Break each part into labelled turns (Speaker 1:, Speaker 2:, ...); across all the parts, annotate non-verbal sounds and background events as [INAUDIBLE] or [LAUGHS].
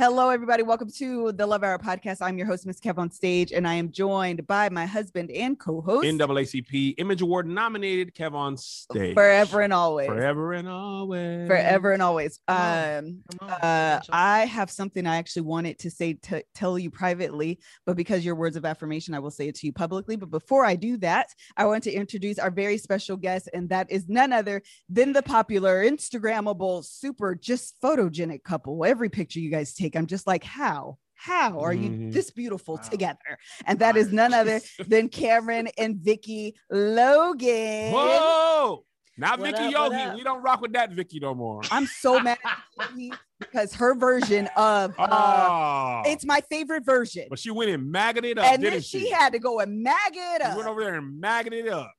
Speaker 1: Hello, everybody. Welcome to the Love Hour podcast. I'm your host, Miss Kev on stage, and I am joined by my husband and co-host
Speaker 2: NAACP Image Award nominated Kev on stage
Speaker 1: forever and always.
Speaker 2: Forever and always.
Speaker 1: Forever and always.
Speaker 2: Come on,
Speaker 1: Um,
Speaker 2: come on,
Speaker 1: uh,
Speaker 2: Rachel.
Speaker 1: I have something I actually wanted to say to tell you privately, but because your words of affirmation, I will say it to you publicly. But before I do that, I want to introduce our very special guest, and that is none other than the popular Instagrammable, super just photogenic couple. Every picture you guys take, I'm just like, how? How are you
Speaker 2: Mhm.
Speaker 1: this beautiful
Speaker 2: Wow.
Speaker 1: together? And that is none
Speaker 2: [LAUGHS]
Speaker 1: other than Cameron and Vicky Logan.
Speaker 2: Whoa! Not
Speaker 1: What
Speaker 2: Vicky
Speaker 1: up, what up?
Speaker 2: Yogi. We don't rock with that Vicky no more.
Speaker 1: I'm so mad
Speaker 2: [LAUGHS]
Speaker 1: at Vicky because her version of uh,
Speaker 2: Oh,
Speaker 1: it's my favorite version.
Speaker 2: but she went and maggot it up,
Speaker 1: And
Speaker 2: didn't
Speaker 1: then she, had to go and mag it
Speaker 2: She
Speaker 1: up.
Speaker 2: went over there and maggot it up.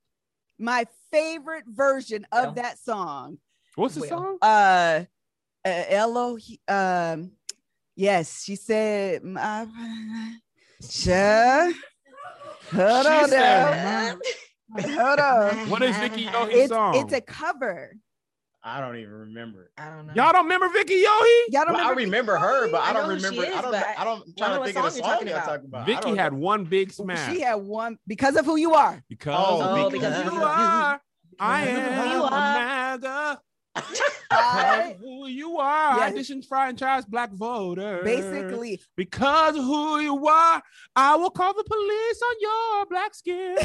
Speaker 1: my favorite version of
Speaker 2: Yeah.
Speaker 1: that song.
Speaker 2: What's the
Speaker 1: Well,
Speaker 2: song?
Speaker 1: Uh, uh Elo. he- Um, yes, she said. My, Sure. Hold
Speaker 2: She
Speaker 1: on, now.
Speaker 2: said,
Speaker 1: hold on.
Speaker 2: What is Vicky Yogi
Speaker 1: It's
Speaker 2: song?
Speaker 1: it's a cover.
Speaker 3: I don't even remember.
Speaker 4: I don't know.
Speaker 2: Y'all don't remember Vicky Yogi?
Speaker 1: Y'all don't
Speaker 3: Well, I
Speaker 1: remember.
Speaker 3: remember her, but I
Speaker 4: I
Speaker 3: don't
Speaker 4: know who she
Speaker 3: remember.
Speaker 4: is,
Speaker 3: I don't.
Speaker 4: but
Speaker 3: I don't. I'm
Speaker 4: I don't
Speaker 3: trying
Speaker 4: know
Speaker 3: to think of
Speaker 4: what
Speaker 3: the
Speaker 4: song you're
Speaker 3: song
Speaker 4: talking
Speaker 3: y'all
Speaker 4: about.
Speaker 3: talking about. I
Speaker 2: Vicky
Speaker 3: don't-
Speaker 2: had one big smash.
Speaker 1: She had one because of who you are.
Speaker 2: because,
Speaker 3: Oh,
Speaker 2: because,
Speaker 4: because
Speaker 2: you
Speaker 4: you-
Speaker 2: are, I
Speaker 4: because of who
Speaker 2: am
Speaker 4: you
Speaker 2: a
Speaker 4: are.
Speaker 2: MAGA. Because
Speaker 1: I-
Speaker 2: of who you are.
Speaker 1: Yes.
Speaker 2: Audition franchise black voter.
Speaker 1: basically,
Speaker 2: Because of who you are, I will call the police on your
Speaker 1: [LAUGHS]
Speaker 2: black skin.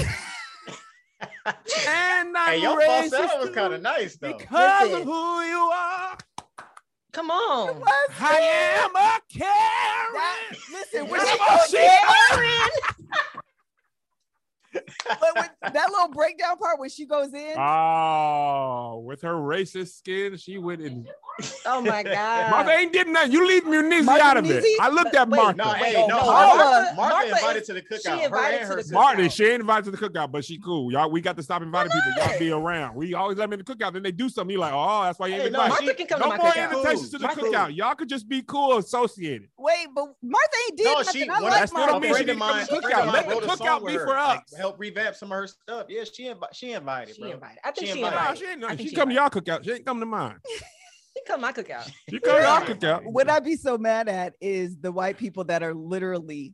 Speaker 2: and I'm
Speaker 3: Hey, your
Speaker 2: racist
Speaker 3: falsetto was
Speaker 2: too,
Speaker 3: kind of nice though.
Speaker 2: Because
Speaker 4: Listen.
Speaker 2: of who you are,
Speaker 4: Come on.
Speaker 2: I am a Karen.
Speaker 1: That- listen, when
Speaker 2: Come
Speaker 1: she
Speaker 2: on,
Speaker 1: goes,
Speaker 2: she-
Speaker 1: "Yeah, but when- that little breakdown part when she goes in,
Speaker 2: [LAUGHS] Uh, Oh, with her racist skin, she went in.
Speaker 4: Oh my
Speaker 2: [LAUGHS]
Speaker 4: God.
Speaker 2: Martha ain't did nothing. You leave Muniz
Speaker 1: Martha
Speaker 2: out of it.
Speaker 1: Munizzi?
Speaker 2: I looked at
Speaker 1: Wait,
Speaker 2: Martha.
Speaker 3: No, hey,
Speaker 4: no,
Speaker 3: no.
Speaker 4: no,
Speaker 3: Martha,
Speaker 4: Martha-
Speaker 3: Martha
Speaker 4: Martha
Speaker 3: invited
Speaker 4: is-
Speaker 3: to the cookout.
Speaker 4: she
Speaker 3: her
Speaker 4: invited
Speaker 3: and
Speaker 4: to
Speaker 3: her
Speaker 4: the
Speaker 3: sister.
Speaker 2: Martin, she ain't invited to the cookout, but she cool. Y'all, we got to stop inviting
Speaker 4: Why
Speaker 2: people. Y'all
Speaker 4: not?
Speaker 2: be around. We always let me in the cookout. Then they do something. You like, oh, that's why you ain't
Speaker 3: Hey, no,
Speaker 2: invited.
Speaker 4: Martha can come
Speaker 2: No
Speaker 4: to my
Speaker 2: more
Speaker 4: cookout.
Speaker 2: invitations to the
Speaker 3: Cool.
Speaker 2: cookout. Y'all could just be cool, associated.
Speaker 1: wait, but Martha ain't did
Speaker 3: No,
Speaker 1: nothing.
Speaker 3: she.
Speaker 1: I
Speaker 3: One,
Speaker 1: like
Speaker 2: That's what I
Speaker 1: Martha.
Speaker 3: a
Speaker 2: mean.
Speaker 3: friend
Speaker 2: She
Speaker 3: of mine.
Speaker 2: did come to
Speaker 3: a friend of
Speaker 2: cookout.
Speaker 3: mine
Speaker 2: Let the
Speaker 3: wrote a
Speaker 2: cookout
Speaker 3: song
Speaker 2: be
Speaker 3: with her,
Speaker 2: for
Speaker 3: like,
Speaker 2: us.
Speaker 3: help revamp some of her stuff. Yeah, she invited. She invited,
Speaker 4: She
Speaker 3: bro.
Speaker 4: invited. I think
Speaker 3: She
Speaker 4: she,
Speaker 3: invited.
Speaker 2: No,
Speaker 4: invited.
Speaker 2: she ain't.
Speaker 4: I
Speaker 2: No,
Speaker 4: think
Speaker 2: she
Speaker 4: she
Speaker 2: come to y'all cookout. She ain't come to mine.
Speaker 4: She come my cookout.
Speaker 2: She come to y'all
Speaker 3: Yeah.
Speaker 2: cookout.
Speaker 1: What I'd be so mad at is the white people that are literally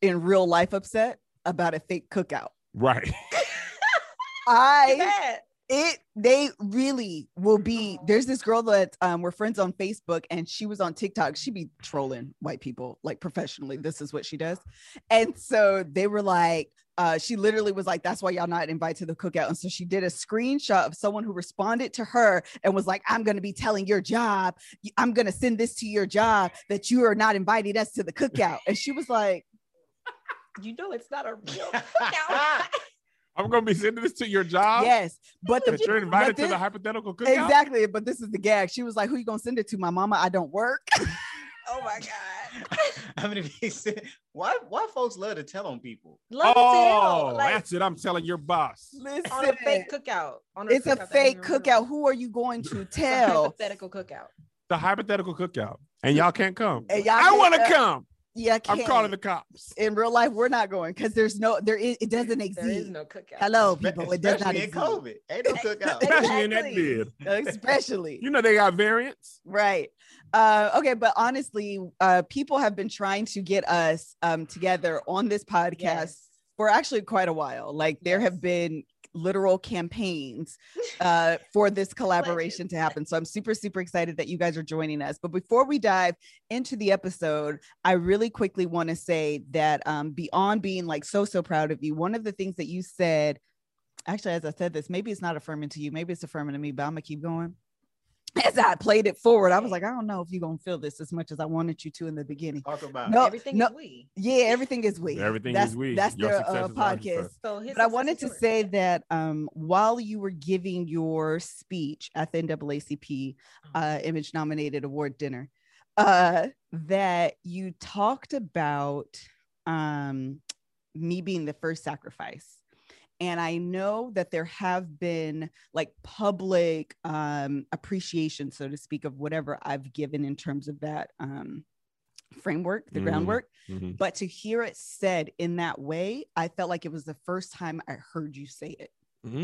Speaker 1: in real life upset about a fake cookout.
Speaker 2: Right. [LAUGHS]
Speaker 1: I
Speaker 4: Too bad.
Speaker 1: it they really will be there's this girl that um we're friends on facebook and she was on tiktok she be trolling white people like professionally this is what she does and so they were like uh she literally was like that's why y'all not invited to the cookout and so she did a screenshot of someone who responded to her and was like i'm gonna be telling your job i'm gonna send this to your job that you are not inviting us to the cookout and she was like
Speaker 4: You know it's not a real cookout.
Speaker 2: I'm gonna be sending this to your job.
Speaker 1: yes but the
Speaker 2: That you're invited to
Speaker 1: this-
Speaker 2: the hypothetical cookout.
Speaker 1: exactly but this is the gag she was like who you gonna send it to my mama i don't work [LAUGHS]
Speaker 4: oh my God.
Speaker 3: I mean, if he said, why? Why folks love to tell on people?
Speaker 4: Love
Speaker 2: oh,
Speaker 4: to like,
Speaker 2: that's it. I'm telling your boss.
Speaker 4: on a fake cookout. On
Speaker 1: it's a
Speaker 4: cookout that
Speaker 1: fake
Speaker 4: wasn't
Speaker 1: cookout.
Speaker 4: real.
Speaker 1: Who are you going to
Speaker 4: It's a
Speaker 2: [LAUGHS]
Speaker 1: tell?
Speaker 4: hypothetical cookout.
Speaker 2: The hypothetical cookout, and y'all can't come.
Speaker 1: And y'all
Speaker 2: I
Speaker 1: can't
Speaker 2: want to
Speaker 1: come.
Speaker 2: come.
Speaker 1: yeah,
Speaker 2: I'm
Speaker 1: can't.
Speaker 2: calling the cops.
Speaker 1: in real life. We're not going because there's no there is it doesn't exist.
Speaker 4: There is no cookout.
Speaker 1: Hello,
Speaker 3: Spe-
Speaker 1: people. It does not
Speaker 3: especially in
Speaker 1: exist.
Speaker 3: COVID. Ain't no cookout.
Speaker 2: Especially in that
Speaker 1: Exactly.
Speaker 2: bid.
Speaker 1: Especially.
Speaker 2: You know they got variants.
Speaker 1: Right. Uh, okay, but honestly, uh, people have been trying to get us um, together on this podcast
Speaker 4: Yes.
Speaker 1: for actually quite a while. Like there have
Speaker 4: Yes.
Speaker 1: been literal campaigns uh, for
Speaker 4: [LAUGHS]
Speaker 1: this collaboration to happen. So I'm super, super excited that you guys are joining us. But before we dive into the episode, I really quickly want to say that um, beyond being like so, so proud of you, one of the things that you said, actually, as I said this, maybe it's not affirming to you, maybe it's affirming to me, but I'm going to keep going. as I played it forward, I was like, I don't know if you're gonna feel this as much as I wanted you to in the beginning.
Speaker 3: [LAUGHS] Talk about
Speaker 1: No,
Speaker 4: Everything
Speaker 1: no.
Speaker 4: is we.
Speaker 1: Yeah, everything is we.
Speaker 2: Everything
Speaker 1: that's,
Speaker 2: is we.
Speaker 1: That's
Speaker 2: Your
Speaker 1: their
Speaker 2: success
Speaker 1: uh,
Speaker 2: is our success.
Speaker 1: podcast.
Speaker 4: So his
Speaker 1: But I
Speaker 4: success
Speaker 1: wanted
Speaker 4: is
Speaker 1: to
Speaker 4: yours.
Speaker 1: say
Speaker 4: Yeah.
Speaker 1: that um, while you were giving your speech at the NAACP
Speaker 4: Uh-huh.
Speaker 1: uh, Image Nominated Award Dinner, uh, that you talked about um, me being the first sacrifice. And I know that there have been like public um, appreciation, so to speak, of whatever I've given in terms of that um, framework, the
Speaker 2: Mhm.
Speaker 1: groundwork
Speaker 2: Mhm.
Speaker 1: but to hear it said in that way i felt like it was the first time i heard you say it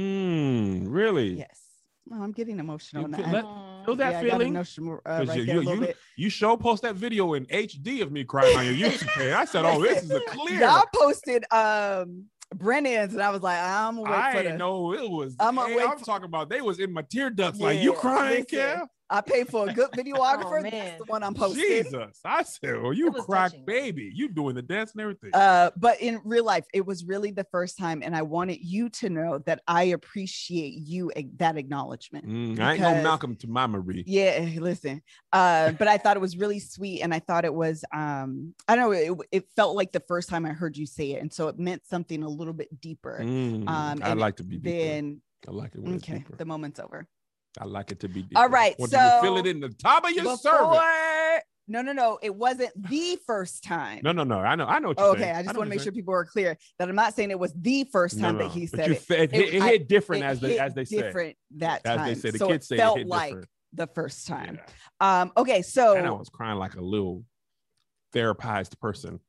Speaker 2: Mm, really?
Speaker 1: yes well i'm getting emotional
Speaker 2: You
Speaker 1: now
Speaker 2: feel
Speaker 1: I-
Speaker 2: that- Feel that
Speaker 1: yeah, I got
Speaker 2: feeling?
Speaker 1: emotional, uh,
Speaker 2: 'Cause
Speaker 1: right
Speaker 2: you-
Speaker 1: there a
Speaker 2: you-
Speaker 1: little
Speaker 2: you-
Speaker 1: bit.
Speaker 2: You show post that video in HD of me crying on your YouTube page. I said, "Oh, this is a
Speaker 1: [LAUGHS]
Speaker 2: clear."
Speaker 1: y'all posted um brennan's and i was like i'm gonna wait
Speaker 2: I
Speaker 1: for
Speaker 2: didn't
Speaker 1: the-
Speaker 2: know it was.
Speaker 1: I'ma
Speaker 2: hey,
Speaker 1: wait
Speaker 2: I'm
Speaker 1: for-
Speaker 2: talking about they was in my tear ducts. like you
Speaker 1: Yeah,
Speaker 2: crying,
Speaker 1: listen,
Speaker 2: Cal?
Speaker 1: [LAUGHS] i paid for a good videographer
Speaker 4: man.
Speaker 1: that's the one i'm posting
Speaker 2: Jesus, I said, "Well, you
Speaker 4: It was
Speaker 2: crack
Speaker 4: touching.
Speaker 2: baby. You doing the dance and everything."
Speaker 1: uh, but in real life, it was really the first time, and I wanted you to know that I appreciate you ag- that acknowledgement.
Speaker 2: Mm, I ain't no
Speaker 1: because-
Speaker 2: Malcolm to my Marie.
Speaker 1: Yeah, [LAUGHS] listen. Uh, but I thought it was really sweet, and I thought it was um, I don't know, it, it felt like the first time I heard you say it, and so it meant something a little bit deeper
Speaker 2: Mm,
Speaker 1: Um,
Speaker 2: I
Speaker 1: and
Speaker 2: like to be deeper.
Speaker 1: than
Speaker 2: I like it when it's
Speaker 1: okay.
Speaker 2: deeper.
Speaker 1: The moment's over.
Speaker 2: I like it to be deeper.
Speaker 1: All right,
Speaker 2: Want you to
Speaker 1: so
Speaker 2: feel it in the top of your
Speaker 1: Before-
Speaker 2: cervix.
Speaker 1: no, no, no, it wasn't the first time.
Speaker 2: No, no, no. I know. I know what you're
Speaker 1: Oh, okay,
Speaker 2: saying.
Speaker 1: I just want to
Speaker 2: know what
Speaker 1: make
Speaker 2: you're
Speaker 1: sure people are clear that I'm not saying it was the first
Speaker 2: saying.
Speaker 1: time
Speaker 2: No,
Speaker 1: that he
Speaker 2: no, but
Speaker 1: said
Speaker 2: you
Speaker 1: it.
Speaker 2: fe- It,
Speaker 1: It-
Speaker 2: hit, it
Speaker 1: I-
Speaker 2: hit different
Speaker 1: It
Speaker 2: as they
Speaker 1: hit
Speaker 2: as they said.
Speaker 1: different that
Speaker 2: As
Speaker 1: time.
Speaker 2: they say, the
Speaker 1: so
Speaker 2: kids
Speaker 1: it
Speaker 2: say it
Speaker 1: felt
Speaker 2: hit
Speaker 1: like
Speaker 2: different.
Speaker 1: the first time.
Speaker 2: Yeah.
Speaker 1: Um, okay, so
Speaker 2: And I was crying like a little therapized person.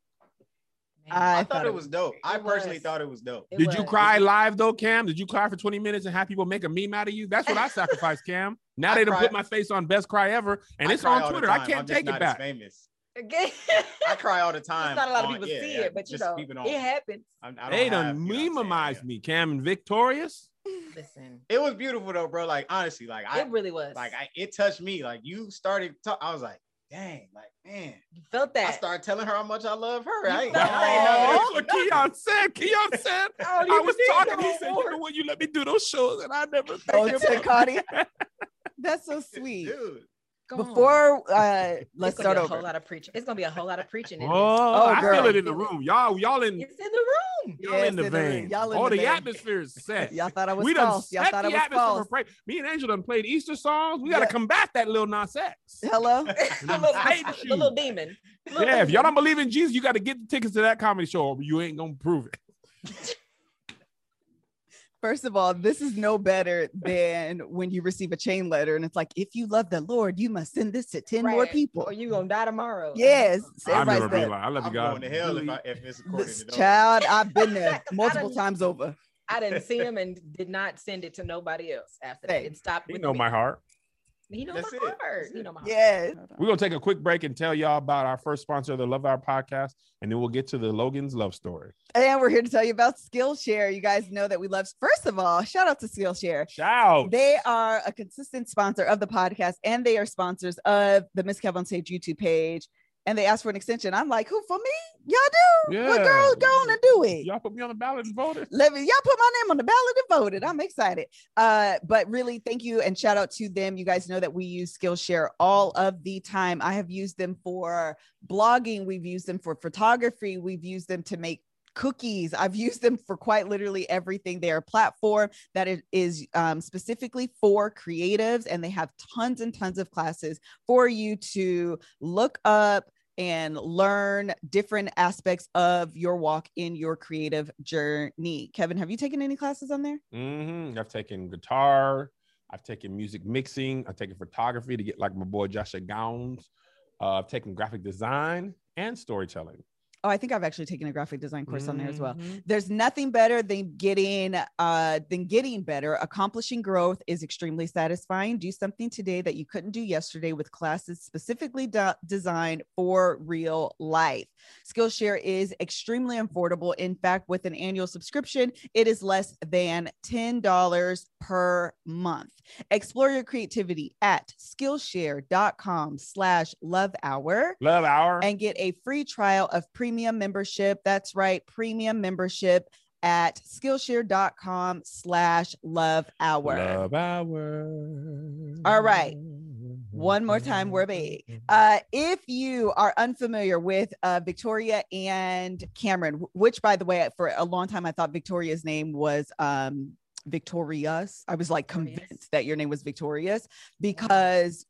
Speaker 3: I, thought it was dope. I
Speaker 4: It
Speaker 3: personally
Speaker 4: was.
Speaker 3: thought it was dope.
Speaker 4: It
Speaker 2: Did you
Speaker 4: was.
Speaker 2: cry live though, Cam? Did you cry for 20 minutes and have people make a meme out of you? That's what I sacrificed, Cam. Now
Speaker 3: I
Speaker 2: they done
Speaker 3: cry-
Speaker 2: put my face on best cry ever, and
Speaker 3: I
Speaker 2: it's
Speaker 3: cry
Speaker 2: on
Speaker 3: all the
Speaker 2: Twitter. I
Speaker 3: time.
Speaker 2: can't
Speaker 3: I'm just
Speaker 2: take it
Speaker 3: not as
Speaker 2: back.
Speaker 3: Famous.
Speaker 4: [LAUGHS] Again.
Speaker 3: I cry
Speaker 4: [LAUGHS]
Speaker 3: all the time.
Speaker 4: It's not a lot of
Speaker 3: on-
Speaker 4: people
Speaker 3: yeah,
Speaker 4: see
Speaker 3: yeah,
Speaker 4: it, but you
Speaker 3: just
Speaker 4: know,
Speaker 3: people don't-
Speaker 4: it happens.
Speaker 3: I- I don't
Speaker 2: They done
Speaker 3: have, you know what I'm saying?
Speaker 2: memeized
Speaker 3: Yeah.
Speaker 2: me, Cam and Victorious.
Speaker 4: Listen,
Speaker 3: It was beautiful though, bro. Like honestly, like I
Speaker 4: it really was.
Speaker 3: like I it touched me. Like you started ta- I was like, dang, like man.
Speaker 4: you felt that.
Speaker 3: I started telling her how much I love her. I ain't,
Speaker 4: felt
Speaker 3: I
Speaker 2: That's
Speaker 4: that.
Speaker 3: [LAUGHS] ain't know
Speaker 2: what Keon said. Keon said,
Speaker 4: don't
Speaker 2: I
Speaker 4: even
Speaker 2: was
Speaker 4: need
Speaker 2: talking.
Speaker 4: no
Speaker 2: He said, You
Speaker 4: more.
Speaker 2: know what? You let me do those shows, and I never
Speaker 1: oh, [LAUGHS]
Speaker 2: think
Speaker 1: to
Speaker 2: about [LAUGHS]
Speaker 1: Cardi, that's so
Speaker 3: that.
Speaker 1: sweet.
Speaker 3: Dude.
Speaker 4: Go on.
Speaker 1: Before
Speaker 2: [LAUGHS]
Speaker 1: uh, let's
Speaker 4: it's gonna
Speaker 1: start
Speaker 4: be a whole
Speaker 1: over.
Speaker 4: lot of preaching. It's gonna be a whole lot of preaching. In
Speaker 2: Oh, I feel
Speaker 1: girl.
Speaker 2: it in the room. Y'all, y'all in
Speaker 4: this. It's in the room.
Speaker 2: y'all
Speaker 1: Yes,
Speaker 2: in the
Speaker 1: in the room.
Speaker 2: vein.
Speaker 1: Y'all in
Speaker 2: All
Speaker 1: the
Speaker 2: the,
Speaker 1: vein. [LAUGHS]
Speaker 2: atmosphere is set.
Speaker 1: Y'all thought I was
Speaker 2: we done
Speaker 1: false. Y'all
Speaker 2: set
Speaker 1: thought I
Speaker 2: the
Speaker 1: was
Speaker 2: atmosphere
Speaker 1: false.
Speaker 2: for praise. Me and Angel done played Easter songs. We got to
Speaker 1: Yeah.
Speaker 2: combat that little nonsense.
Speaker 1: [LAUGHS] Hello.
Speaker 4: [LAUGHS] the, little,
Speaker 2: Satan
Speaker 4: the little demon. Little
Speaker 2: Yeah, if y'all
Speaker 4: demon.
Speaker 2: don't believe in Jesus, you got to get the tickets to that comedy show, or you ain't gonna prove it.
Speaker 1: First of all, this is no better than when you receive a chain letter and it's like, if you love the Lord, you must send this to 10 more
Speaker 4: Right. Oh,
Speaker 1: people.
Speaker 4: or you gonna die tomorrow.
Speaker 1: Yes. So
Speaker 2: I
Speaker 1: everybody's
Speaker 2: remember being
Speaker 1: dead.
Speaker 2: like, I love you,
Speaker 3: I'm
Speaker 2: God.
Speaker 3: going to hell if,
Speaker 2: Really?
Speaker 3: I, if it's according
Speaker 1: This
Speaker 3: to those.
Speaker 1: child, I've been there multiple
Speaker 4: done-
Speaker 1: times over.
Speaker 3: [LAUGHS]
Speaker 4: I didn't see him and did not send it to nobody else after that.
Speaker 1: Hey,
Speaker 4: It stopped.
Speaker 2: You
Speaker 4: with
Speaker 2: know
Speaker 4: me.
Speaker 2: my heart.
Speaker 4: He know
Speaker 3: That's
Speaker 4: my
Speaker 3: it.
Speaker 4: heart.
Speaker 3: That's
Speaker 4: He
Speaker 3: it.
Speaker 4: know my heart.
Speaker 1: Yes.
Speaker 2: We're gonna take a quick break and tell y'all about our first sponsor, of the Love Our Podcast, and then we'll get to the Logan's love story.
Speaker 1: And we're here to tell you about Skillshare. You guys know that we love, first of all, shout out to Skillshare.
Speaker 2: Shout.
Speaker 1: They are a consistent sponsor of the podcast and they are sponsors of the Miss Kev on Stage YouTube page. And they asked for an extension. I'm like, who for me? Y'all do? Well,
Speaker 2: Yeah.
Speaker 1: girl, go on and do it.
Speaker 2: y'all put me on the ballot and voted.
Speaker 1: Let me, y'all put my name on the ballot and voted. I'm excited. Uh, but really, thank you and shout out to them. You guys know that we use Skillshare all of the time. I have used them for blogging, we've used them for photography, we've used them to make cookies. I've used them for quite literally everything. They are a platform that it is um, specifically for creatives, and they have tons and tons of classes for you to look up. And learn different aspects of your walk in your creative journey. Kevin, have you taken any classes on there?
Speaker 2: hmm I've taken guitar, I've taken music mixing, I've taken photography to get like my boy Joshua Gowns. Uh, I've taken graphic design and storytelling.
Speaker 1: Oh, I think I've actually taken a graphic design course on there
Speaker 2: Mm,
Speaker 1: as well. there's nothing better than getting uh than getting better accomplishing growth is extremely satisfying do something today that you couldn't do yesterday with classes specifically de- designed for real life skillshare is extremely affordable in fact with an annual subscription it is less than $10 per month explore your creativity at skillshare.com slash love hour
Speaker 2: Love Hour.
Speaker 1: and get a free trial of premium membership. That's right, premium membership at skillshare.com slash love hour.
Speaker 2: Love Hour.
Speaker 1: All right. one more time we're big
Speaker 4: [LAUGHS]
Speaker 1: uh if you are unfamiliar with uh victoria and cameron wh- which by the way for a long time i thought victoria's name was um victorious i was like
Speaker 4: Victorious.
Speaker 1: convinced that your name was victorious because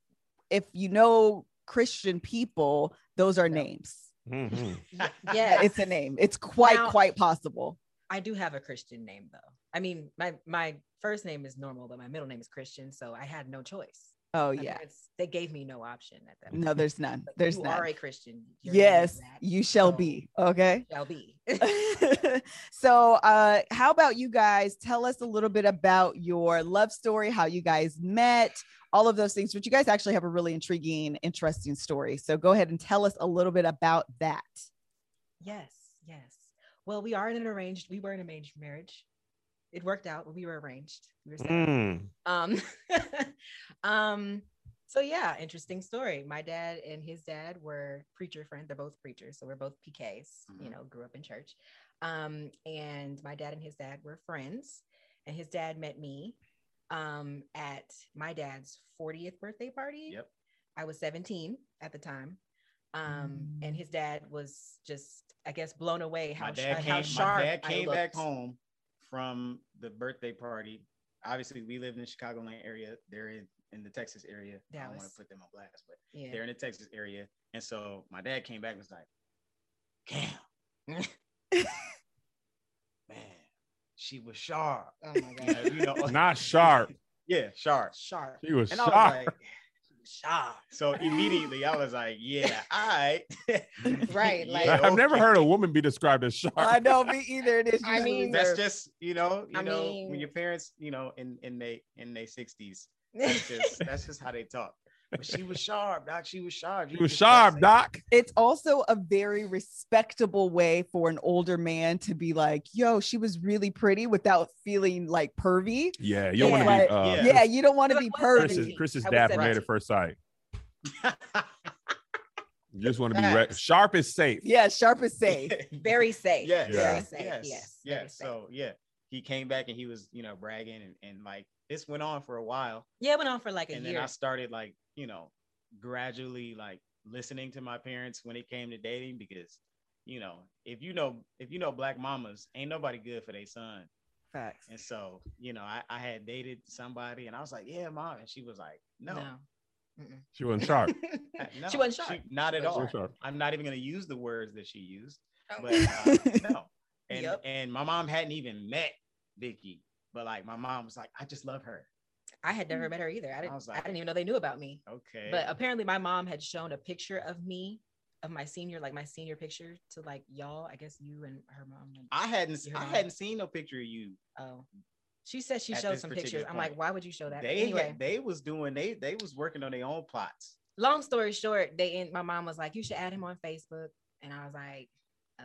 Speaker 1: if you know christian people those are
Speaker 4: No.
Speaker 1: names [LAUGHS]
Speaker 2: Mhm.
Speaker 1: yeah,
Speaker 4: yes.
Speaker 1: it's a name it's quite
Speaker 4: Now-
Speaker 1: quite possible
Speaker 4: I do have a Christian name though. I mean, my my first name is normal, but my middle name is Christian, so I had no choice.
Speaker 1: oh
Speaker 4: My
Speaker 1: yeah
Speaker 4: parents- they gave me no option at that.
Speaker 1: no there's none
Speaker 4: [LAUGHS] Like,
Speaker 1: there's
Speaker 4: you
Speaker 1: none
Speaker 4: are a Christian. Your name is
Speaker 1: yes
Speaker 4: that, Oh.
Speaker 1: you shall
Speaker 4: so
Speaker 1: be okay
Speaker 4: [LAUGHS]
Speaker 1: [LAUGHS]
Speaker 4: Shall be.
Speaker 1: so uh how about you guys tell us a little bit about your love story how you guys met all of those things but you guys actually have a really intriguing interesting story so go ahead and tell us a little bit about that
Speaker 4: Yes, yes. Well, we are in an arranged. We were in an arranged marriage. It worked out. We were arranged. We were set up.
Speaker 2: Mm.
Speaker 4: Um, [LAUGHS] um. So yeah, interesting story. My dad and his dad were preacher friends. They're both preachers, so we're both PKs. You
Speaker 3: Mhm.
Speaker 4: know, grew up in church. Um, and my dad and his dad were friends, and his dad met me um at my dad's 40th birthday party.
Speaker 3: Yep.
Speaker 4: I was 17 at the time. Um, and his dad was just, I guess, blown away how,
Speaker 3: my
Speaker 4: sh- uh,
Speaker 3: dad came,
Speaker 4: how sharp
Speaker 3: my dad
Speaker 4: I
Speaker 3: came back
Speaker 4: looked.
Speaker 3: home from the birthday party. Obviously, we lived in the Chicagoland area. They're in, in the Texas area. I don't want
Speaker 4: Dallas.
Speaker 3: to put them on blast, but
Speaker 4: Yeah.
Speaker 3: they're in the Texas area. And so my dad came back and was like,
Speaker 4: [LAUGHS]
Speaker 3: Cam, man, she was sharp.
Speaker 4: Oh my god.
Speaker 3: You know,
Speaker 2: Not sharp.
Speaker 3: [LAUGHS] yeah, sharp.
Speaker 4: sharp.
Speaker 2: She was
Speaker 3: And
Speaker 2: shocked.
Speaker 3: I was like, sharp. So immediately I was like,
Speaker 4: [LAUGHS]
Speaker 3: yeah, all right. [LAUGHS]
Speaker 4: Right, like-
Speaker 3: Yeah,
Speaker 2: [LAUGHS] I've never
Speaker 3: okay.
Speaker 2: heard a woman be described as sharp.
Speaker 1: i don't be either it is
Speaker 4: [LAUGHS] I
Speaker 1: usually
Speaker 4: mean-
Speaker 3: That's
Speaker 4: nerve.
Speaker 3: just, you know, you
Speaker 4: I
Speaker 3: know,
Speaker 4: mean-
Speaker 3: when your parents, you know, in in they in their sixties,
Speaker 4: [LAUGHS]
Speaker 3: that's just that's just how they talk. But she was sharp, doc. She was sharp.
Speaker 2: She was sharp, Doc.
Speaker 1: it's also a very respectable way for an older man to be like yo she was really pretty without feeling like pervy
Speaker 2: Yeah, you don't want
Speaker 4: Yeah.
Speaker 2: to
Speaker 1: Like,
Speaker 2: be. Uh,
Speaker 3: yeah.
Speaker 2: yeah.
Speaker 1: yeah you don't want to
Speaker 4: But
Speaker 1: be
Speaker 4: what's
Speaker 1: pervy
Speaker 2: Chris's, Chris's
Speaker 4: I was
Speaker 2: dad from
Speaker 3: seventeen.
Speaker 2: Married at First Sight.
Speaker 3: [LAUGHS]
Speaker 2: You just want to be re-
Speaker 3: Facts.
Speaker 2: sharp is safe.
Speaker 1: yeah sharp is safe
Speaker 4: Very safe.
Speaker 3: Yes,
Speaker 4: Very
Speaker 3: yes,
Speaker 4: safe.
Speaker 3: yes,
Speaker 4: Yes. very
Speaker 3: yes.
Speaker 4: safe.
Speaker 3: So yeah, he came back and he was, you know, bragging and, and like this went on for a while,
Speaker 4: yeah, it went on for like a
Speaker 3: and then
Speaker 4: year.
Speaker 3: I started like, you know, gradually like listening to my parents when it came to dating because, you know, if you know if you know black mamas, ain't nobody good for their son.
Speaker 1: facts
Speaker 3: And so, you know, I, I had dated somebody and I was like, yeah, mom. And she was like, no,
Speaker 2: She wasn't
Speaker 4: [LAUGHS]
Speaker 2: [LAUGHS] sharp.
Speaker 3: [LAUGHS] uh, no,
Speaker 4: She wasn't sharp.
Speaker 3: not at
Speaker 4: She wasn't
Speaker 3: all.
Speaker 2: She was sharp.
Speaker 3: I'm not even going to use the words that she used,
Speaker 4: Oh.
Speaker 3: but uh,
Speaker 4: [LAUGHS]
Speaker 3: no. And,
Speaker 4: Yep.
Speaker 3: and my mom hadn't even met Vicky, but like my mom was like, I just love her.
Speaker 4: I had never met her either. I didn't. I,
Speaker 3: was like-
Speaker 4: didn't even know they knew about me.
Speaker 3: Okay.
Speaker 4: But uh, apparently, my mom had shown a picture of me, of my senior, like my senior picture, to like y'all. I guess you and her mom. And,
Speaker 3: I hadn't,
Speaker 4: Your
Speaker 3: I
Speaker 4: mom.
Speaker 3: hadn't seen no picture of you.
Speaker 4: oh, she said she
Speaker 3: At
Speaker 4: showed
Speaker 3: this
Speaker 4: some pictures.
Speaker 3: particular
Speaker 4: I'm like,
Speaker 3: point.
Speaker 4: why would you show Oh, that?
Speaker 3: They,
Speaker 4: anyway,
Speaker 3: had, they was doing, they, they was working on their own plots.
Speaker 4: long story short, they and my mom was like, "You should add him on Facebook," and I was like,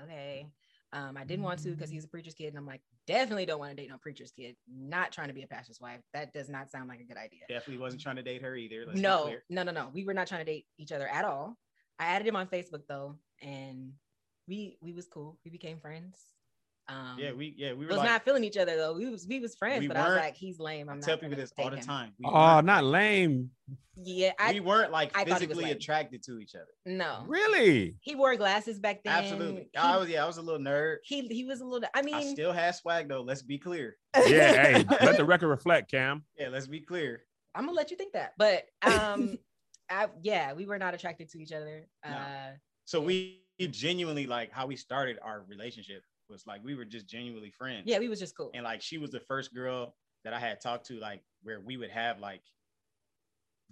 Speaker 4: "Okay." Um, I didn't want to because he's a preacher's kid, and I'm like, definitely don't want to date no preacher's kid. Not trying to be a pastor's wife. That does not sound like a good idea.
Speaker 3: Definitely wasn't trying to date her either. let's be
Speaker 4: No,
Speaker 3: clear.
Speaker 4: no, no, no. We were not trying to date each other at all. I added him on Facebook though, and we we was cool. We became friends. Um,
Speaker 3: Yeah. We, yeah, we were
Speaker 4: was
Speaker 3: like,
Speaker 4: not feeling each other though. We was we was friends,
Speaker 3: We
Speaker 4: but I was
Speaker 3: weren't-
Speaker 4: like, he's lame.
Speaker 3: I
Speaker 4: I'm
Speaker 3: tell
Speaker 4: not
Speaker 3: people
Speaker 4: gonna
Speaker 3: this all
Speaker 4: date
Speaker 3: the
Speaker 4: him.
Speaker 3: time. We
Speaker 2: Oh,
Speaker 3: weren't
Speaker 2: not lame.
Speaker 4: Yeah,
Speaker 3: we
Speaker 4: I
Speaker 3: weren't like
Speaker 4: I thought he was
Speaker 3: physically
Speaker 4: lame.
Speaker 3: attracted to each other.
Speaker 4: no.
Speaker 2: Really?
Speaker 4: He wore glasses back then.
Speaker 3: Absolutely. Oh,
Speaker 4: He-
Speaker 3: I was yeah, I was a little nerd.
Speaker 4: he he was a little. I mean,
Speaker 3: I still had swag though. Let's be clear.
Speaker 2: [LAUGHS] Yeah. hey, let the record reflect, Cam.
Speaker 3: Yeah, let's be clear.
Speaker 4: I'm gonna let you think that,
Speaker 3: [LAUGHS]
Speaker 4: but um, I, yeah, we were not attracted to each other.
Speaker 3: No.
Speaker 4: Uh,
Speaker 3: So we we genuinely like how we started our relationship was like we were just genuinely friends.
Speaker 4: yeah, we was just cool.
Speaker 3: And like she was the first girl that I had talked to, like where we would have like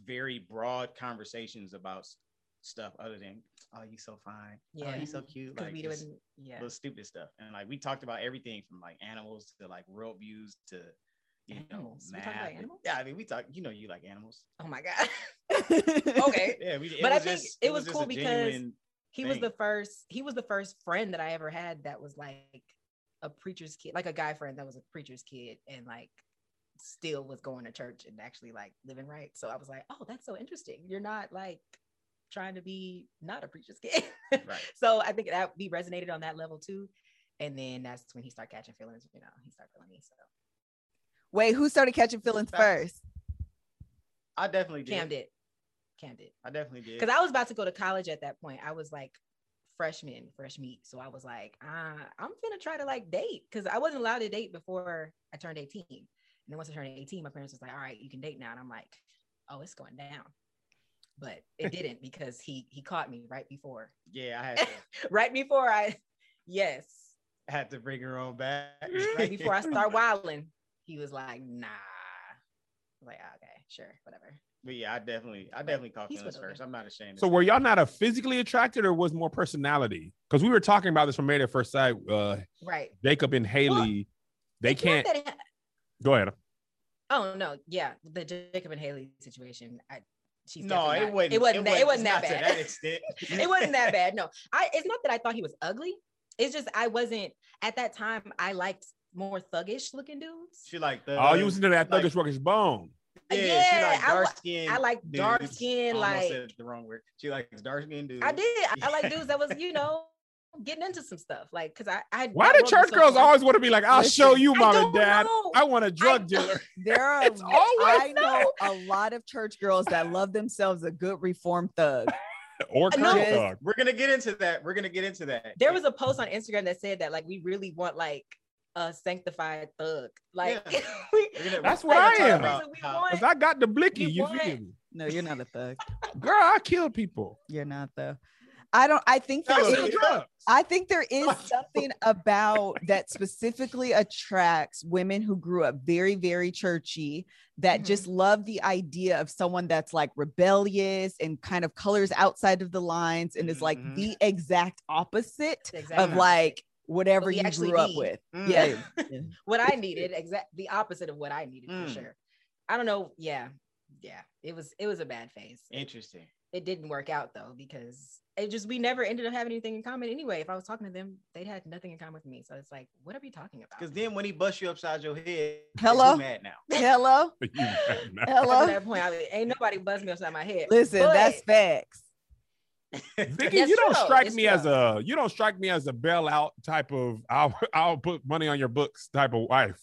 Speaker 3: very broad conversations about s- stuff other than, oh, you so fine.
Speaker 4: yeah,
Speaker 3: Oh, you so cute.
Speaker 4: 'cause
Speaker 3: Like
Speaker 4: we
Speaker 3: just
Speaker 4: didn't- yeah,
Speaker 3: little stupid stuff. And like we talked about everything from like animals to like world views to you
Speaker 4: Animals. We
Speaker 3: know,
Speaker 4: talked about
Speaker 3: math.
Speaker 4: animals?
Speaker 3: Yeah, I mean we talk, you know, you like animals.
Speaker 4: oh my god,
Speaker 1: okay.
Speaker 4: [LAUGHS] okay.
Speaker 3: Yeah, we,
Speaker 4: But I
Speaker 3: was
Speaker 4: think
Speaker 3: just-
Speaker 4: it was
Speaker 3: just
Speaker 4: cool
Speaker 3: a
Speaker 4: because
Speaker 3: genuine-
Speaker 4: He was the
Speaker 3: Thanks.
Speaker 4: first. He was the first friend that I ever had that was like a preacher's kid, like a guy friend that was a preacher's kid, and like still was going to church and actually like living right. So I was like, oh, that's so interesting. You're not like trying to be not a preacher's kid. [LAUGHS]
Speaker 3: Right.
Speaker 4: so I think that we resonated on that level too. And then that's when he started catching feelings, you know, he started feeling me. So
Speaker 1: Wait, who started catching feelings
Speaker 3: Facts.
Speaker 1: first?
Speaker 3: I definitely did.
Speaker 4: Cam did. candid.
Speaker 3: I definitely did.
Speaker 4: Because I was about to go to college at that point. I was like freshman, fresh meat. So I was like, uh, I'm gonna try to like date because I wasn't allowed to date before I turned 18. And then once I turned 18, my parents was like, all right, you can date now. And I'm like, oh, it's going down. But
Speaker 2: [LAUGHS]
Speaker 4: it didn't because he he caught me right before. [LAUGHS]
Speaker 3: yeah, I had to,
Speaker 4: Right before I yes.
Speaker 3: I had to bring her on back.
Speaker 4: [LAUGHS]
Speaker 2: [LAUGHS]
Speaker 4: Right before I start wilding, he was like, nah. I was like, okay, sure, whatever.
Speaker 3: But yeah, I definitely, I definitely caught
Speaker 4: He's
Speaker 3: feelings
Speaker 4: with Odin.
Speaker 3: first. I'm not ashamed. of
Speaker 2: So
Speaker 3: it.
Speaker 2: were y'all not a physically attracted or was more personality? Because we were talking about this from Married at First Sight. Uh,
Speaker 4: Right.
Speaker 2: Jacob and Haley, they
Speaker 4: It's not
Speaker 2: can't.
Speaker 4: that it-
Speaker 2: Go ahead.
Speaker 4: Oh no, yeah, the Jacob and Haley situation. I she's
Speaker 3: no,
Speaker 4: definitely
Speaker 3: it
Speaker 4: not-
Speaker 3: wasn't.
Speaker 4: It wasn't. that, it wasn't that
Speaker 3: it's not
Speaker 4: bad.
Speaker 3: To that extent.
Speaker 4: [LAUGHS] it wasn't that bad. No, I. It's not that I thought he was ugly. It's just I wasn't at that time. I liked more thuggish looking dudes.
Speaker 3: [LAUGHS] She like the.
Speaker 2: Oh, you was into that
Speaker 3: Uh, like-
Speaker 2: thuggish rockish bone.
Speaker 3: Yeah, she
Speaker 4: Yeah,
Speaker 3: like
Speaker 4: I wa-
Speaker 3: dark skin.
Speaker 4: I like dark skin. Like
Speaker 3: said the wrong word. She likes dark skin dudes.
Speaker 4: I did. I, I like dudes that was
Speaker 3: [LAUGHS]
Speaker 4: you know getting into some stuff. Like because I, I.
Speaker 2: Why
Speaker 4: I
Speaker 2: do
Speaker 4: wasn't
Speaker 2: church
Speaker 4: so
Speaker 2: girls
Speaker 4: fun-
Speaker 2: always want to be like, I'll
Speaker 1: Listen,
Speaker 2: show you,
Speaker 4: I
Speaker 2: mom
Speaker 4: don't
Speaker 2: and dad.
Speaker 4: know.
Speaker 2: I want a drug
Speaker 4: don't-
Speaker 1: [LAUGHS]
Speaker 2: dealer.
Speaker 1: There are
Speaker 2: It's always
Speaker 1: I know a lot of church girls that love themselves a good reform thug.
Speaker 2: Or
Speaker 4: No.
Speaker 2: current thug.
Speaker 3: We're gonna get into that. We're gonna get into that.
Speaker 4: There was a post on Instagram that said that like we really want like a sanctified thug. Like
Speaker 3: Yeah.
Speaker 4: [LAUGHS] we-
Speaker 3: We're gonna-
Speaker 2: That's
Speaker 3: we're
Speaker 2: what
Speaker 3: gonna
Speaker 2: I am.
Speaker 3: talk about
Speaker 4: We
Speaker 3: how- [LAUGHS]
Speaker 4: want-
Speaker 2: Because I got the blicky.
Speaker 4: You
Speaker 2: You
Speaker 4: want-
Speaker 2: feel me?
Speaker 1: No, you're not a thug.
Speaker 2: Girl, I kill people. [LAUGHS]
Speaker 1: You're not though. I don't. I think there
Speaker 2: I
Speaker 3: That's
Speaker 1: is.
Speaker 3: a
Speaker 2: steal drugs.
Speaker 1: I think there
Speaker 4: [LAUGHS]
Speaker 1: is something about that specifically attracts women who grew up very, very churchy that
Speaker 4: Mhm.
Speaker 1: just love the idea of someone that's like rebellious and kind of colors outside of the lines and is like
Speaker 4: Mm-hmm.
Speaker 3: Mhm.
Speaker 1: the exact opposite
Speaker 4: Exactly.
Speaker 1: of like whatever
Speaker 4: What we
Speaker 1: you
Speaker 4: actually
Speaker 1: grew up
Speaker 4: need.
Speaker 1: with.
Speaker 3: Mm.
Speaker 1: Yeah.
Speaker 4: [LAUGHS]
Speaker 1: yeah.
Speaker 4: what I needed, exact the opposite of what I needed
Speaker 3: Mm.
Speaker 4: for sure. I don't know. Yeah, yeah. It was it was a bad phase.
Speaker 3: Interesting.
Speaker 4: It didn't work out though because it just we never ended up having anything in common anyway. If I was talking to them, they'd had nothing in common with me. So it's like, what are we talking about?
Speaker 3: Because then when he busts you upside your head,
Speaker 1: Hello?
Speaker 3: you mad now.
Speaker 1: Hello.
Speaker 2: You mad now.
Speaker 4: Up to
Speaker 1: Hello.
Speaker 4: that point, I, ain't nobody buzzed me upside my head.
Speaker 1: Listen,
Speaker 4: But
Speaker 1: that's facts.
Speaker 2: Vicky,
Speaker 4: Yes,
Speaker 2: you don't
Speaker 4: sure.
Speaker 2: strike
Speaker 4: Yes,
Speaker 2: me as a you don't strike me as a bailout type of I'll I'll put money on your books type of wife.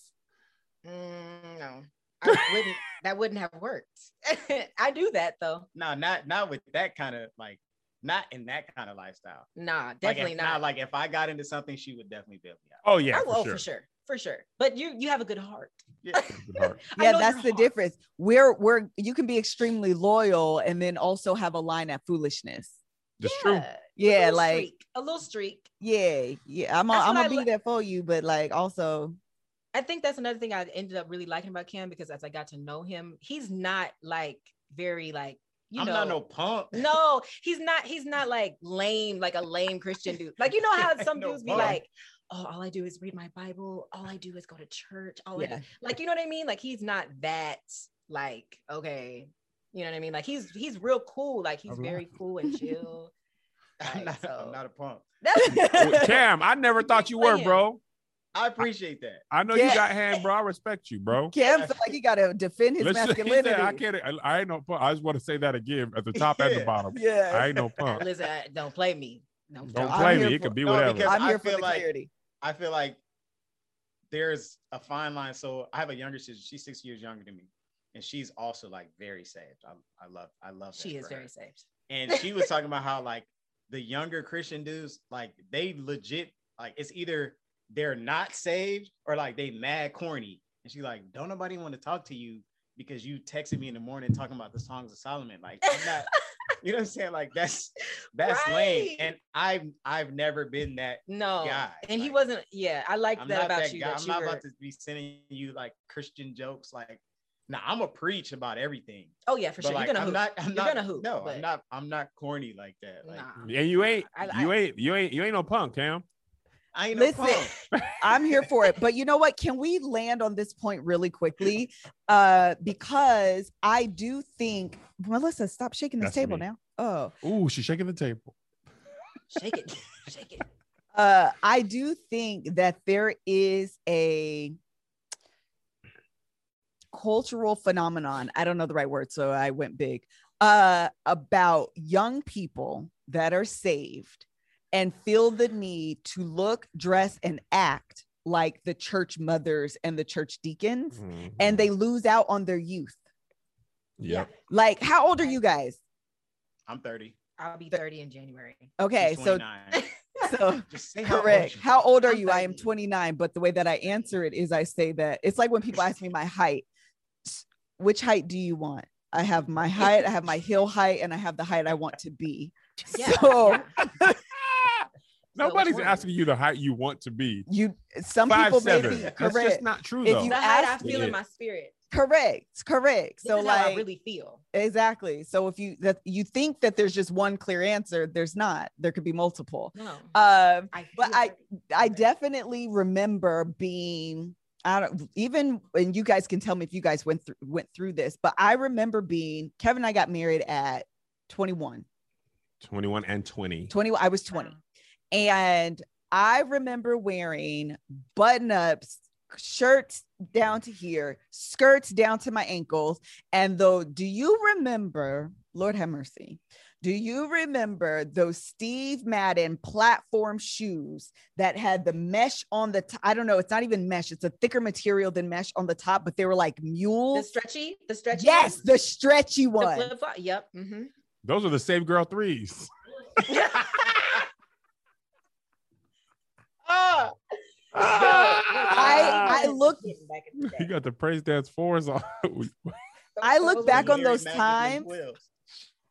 Speaker 4: mm, no, I wouldn't. That wouldn't have worked. [LAUGHS] I do that though.
Speaker 3: No, not not with that kind of like, not in that kind of lifestyle.
Speaker 4: Nah,
Speaker 3: Like, if-
Speaker 4: definitely
Speaker 3: nah,
Speaker 4: not.
Speaker 3: like if I got into something, she would definitely bail me
Speaker 4: [LAUGHS]
Speaker 3: out.
Speaker 2: Oh yeah,
Speaker 4: I
Speaker 2: for
Speaker 4: will
Speaker 2: sure.
Speaker 4: for sure, for sure. But you you have a good heart.
Speaker 3: Yeah.
Speaker 2: Good
Speaker 4: [LAUGHS]
Speaker 2: heart.
Speaker 4: I
Speaker 1: Yeah,
Speaker 4: know
Speaker 1: that's
Speaker 4: your
Speaker 1: the
Speaker 4: heart.
Speaker 1: difference. We're we're you can be extremely loyal and then also have a line at foolishness.
Speaker 2: That's true.
Speaker 4: Yeah.
Speaker 1: Yeah,
Speaker 4: little
Speaker 1: like
Speaker 4: streak, a little streak.
Speaker 1: yeah, yeah. I'm a,
Speaker 4: That's
Speaker 1: I'm
Speaker 4: what
Speaker 1: gonna be
Speaker 4: I li-
Speaker 1: there for you, but like also
Speaker 4: I think that's another thing I ended up really liking about Cam because as I got to know him, he's not like very like you
Speaker 3: I'm
Speaker 4: know.
Speaker 3: not no punk.
Speaker 4: [LAUGHS] no, he's not. He's not like lame, like a lame Christian dude. Like you
Speaker 3: [LAUGHS]
Speaker 4: know how
Speaker 3: Ain't
Speaker 4: some
Speaker 3: no
Speaker 4: dudes be
Speaker 3: bum.
Speaker 4: like, "Oh, all I do is read my Bible. All I do is go to church. All I do.
Speaker 1: yeah.
Speaker 4: like you know what I mean? Like he's not that like okay, you know what I mean? Like he's he's real cool. Like he's
Speaker 2: Alright.
Speaker 4: very cool and
Speaker 3: [LAUGHS]
Speaker 4: chill.
Speaker 3: [LAUGHS] I'm
Speaker 4: Right,
Speaker 3: not,
Speaker 4: so-
Speaker 3: I'm not a punk.
Speaker 1: [LAUGHS]
Speaker 2: Well, Cam, I
Speaker 4: [LAUGHS]
Speaker 2: never thought you were,
Speaker 4: Playing.
Speaker 2: bro.
Speaker 3: I appreciate that.
Speaker 2: I know you
Speaker 1: Yeah.
Speaker 2: got hand, bro. I respect you,
Speaker 4: [LAUGHS]
Speaker 2: bro.
Speaker 1: Cam feel like he gotta defend his
Speaker 2: Listen, he said,
Speaker 1: masculinity.
Speaker 2: I can't. I, I ain't no punk. I just want to say that again
Speaker 4: [LAUGHS]
Speaker 2: at the top and the
Speaker 3: Yeah.
Speaker 2: bottom. I
Speaker 1: [LAUGHS] yeah,
Speaker 2: ain't no punk.
Speaker 4: Listen, I- uh, don't play me. Don't,
Speaker 2: Don't
Speaker 1: I'm
Speaker 2: play
Speaker 1: here
Speaker 2: me. It
Speaker 1: for-
Speaker 2: could be
Speaker 3: No,
Speaker 2: whatever.
Speaker 3: because
Speaker 1: I, am
Speaker 3: I
Speaker 1: here for
Speaker 3: feel
Speaker 1: the
Speaker 3: like-
Speaker 1: clarity.
Speaker 3: I feel like there's a fine line. So I have a younger sister. She's six years younger than me, and she's also like very saved. I, I love, I love. that
Speaker 4: She is
Speaker 3: for her.
Speaker 4: very safe.
Speaker 3: And she was talking about how like the younger Christian dudes, like they legit, like it's either they're not saved or like they mad corny. And she's like, don't nobody want to talk to you because you texted me in the morning talking about the songs of Solomon. Like I'm not. [LAUGHS] You know what I'm saying? Like that's that's lame.
Speaker 4: Right.
Speaker 3: And I've I've never been that
Speaker 4: No,
Speaker 3: guy,
Speaker 4: and he
Speaker 3: like-
Speaker 4: wasn't. Yeah, I like
Speaker 3: I'm
Speaker 4: that
Speaker 3: not
Speaker 4: about
Speaker 3: that
Speaker 4: you.
Speaker 3: guy.
Speaker 4: That
Speaker 3: I'm
Speaker 4: you
Speaker 3: not
Speaker 4: were,
Speaker 3: about to be sending you like Christian jokes. Like, now I'm a preach about everything.
Speaker 4: oh yeah, for
Speaker 3: But,
Speaker 4: sure.
Speaker 3: like,
Speaker 4: You're gonna
Speaker 3: I'm
Speaker 4: hoop. [LAUGHS]
Speaker 3: not. I'm
Speaker 4: You're
Speaker 3: not
Speaker 4: gonna hoop.
Speaker 3: No,
Speaker 4: but
Speaker 3: I'm not. I'm not corny like that. Like,
Speaker 4: nah.
Speaker 2: And you ain't,
Speaker 4: I- I-
Speaker 2: you ain't, you ain't, you ain't no punk, Cam.
Speaker 3: I ain't
Speaker 1: Listen,
Speaker 3: no
Speaker 4: [LAUGHS]
Speaker 3: punk.
Speaker 1: I'm here for it. But you know what? Can we land on this point really quickly? Uh, because I do think Melissa, stop shaking this
Speaker 2: That's
Speaker 1: table
Speaker 2: me.
Speaker 1: now. Oh,
Speaker 2: Ooh, she's shaking the table.
Speaker 1: [LAUGHS]
Speaker 4: Shake it, [LAUGHS] shake it.
Speaker 1: uh, I do think that there is a cultural phenomenon. I don't know the right word, so I went big uh, about young people that are saved and feel the need to look, dress, and act like the church mothers and the church deacons,
Speaker 2: Mm-hmm.
Speaker 1: and they lose out on their youth.
Speaker 2: Yep.
Speaker 1: Like, how old are you guys?
Speaker 3: I'm 30.
Speaker 4: I'll be 30
Speaker 1: [LAUGHS]
Speaker 4: in January.
Speaker 1: Okay,
Speaker 3: She's
Speaker 1: so
Speaker 3: 29.
Speaker 4: [LAUGHS]
Speaker 1: so
Speaker 3: just say how old
Speaker 1: correct.
Speaker 3: you-
Speaker 1: How old are
Speaker 4: I'm
Speaker 1: you? I am
Speaker 4: 30.
Speaker 1: 29, but the way that I answer it is I say that it's like when people ask me my height. S- Which height do you want? I have my height, I have my heel height, and I have the height I want to be.
Speaker 4: Yeah,
Speaker 1: So oh,
Speaker 4: yeah.
Speaker 2: Nobody's
Speaker 4: one?
Speaker 2: asking you the height you want to be.
Speaker 1: you some
Speaker 2: Five
Speaker 1: people
Speaker 2: seven.
Speaker 1: maybe
Speaker 2: That's just
Speaker 1: correct.
Speaker 2: not true
Speaker 1: If
Speaker 2: though.
Speaker 1: you
Speaker 4: the height I
Speaker 1: asked
Speaker 4: feel
Speaker 2: me-
Speaker 4: in my spirit.
Speaker 1: Correct, correct.
Speaker 4: This
Speaker 1: so
Speaker 4: is how I
Speaker 1: like
Speaker 4: really feel.
Speaker 1: exactly. So if you that you think that there's just one clear answer, there's not. There could be multiple.
Speaker 4: No.
Speaker 1: Um
Speaker 4: I
Speaker 1: but
Speaker 4: feel
Speaker 1: I-
Speaker 4: like-
Speaker 1: I
Speaker 4: Right.
Speaker 1: definitely remember being I don't even and you guys can tell me if you guys went through went through this, but I remember being Kevin and I got married at 21.
Speaker 2: 21 and 20.
Speaker 1: 20 I was 20. And I remember wearing button-ups, shirts down to here, skirts down to my ankles. And though do you remember, Lord have mercy, do you remember those Steve Madden platform shoes that had the mesh on the top? I don't know, it's not even mesh, it's a thicker material than mesh on the top, but they were like
Speaker 4: the
Speaker 1: mule.
Speaker 4: stretchy, the stretchy.
Speaker 1: yes,
Speaker 4: ones,
Speaker 1: the stretchy
Speaker 4: the
Speaker 1: one.
Speaker 4: flip flop. Yep. hmm
Speaker 2: Those are the Save
Speaker 1: [LAUGHS]
Speaker 2: Girl threes.
Speaker 4: oh, Ah!
Speaker 1: I- I look-
Speaker 4: Back in the
Speaker 2: you
Speaker 4: day.
Speaker 2: got the praise dance fours on.
Speaker 1: [LAUGHS]
Speaker 2: [LAUGHS]
Speaker 1: I look
Speaker 4: Those
Speaker 1: back
Speaker 4: were
Speaker 1: on
Speaker 3: Mary
Speaker 1: those
Speaker 3: Magdalene
Speaker 1: times.
Speaker 3: Wills.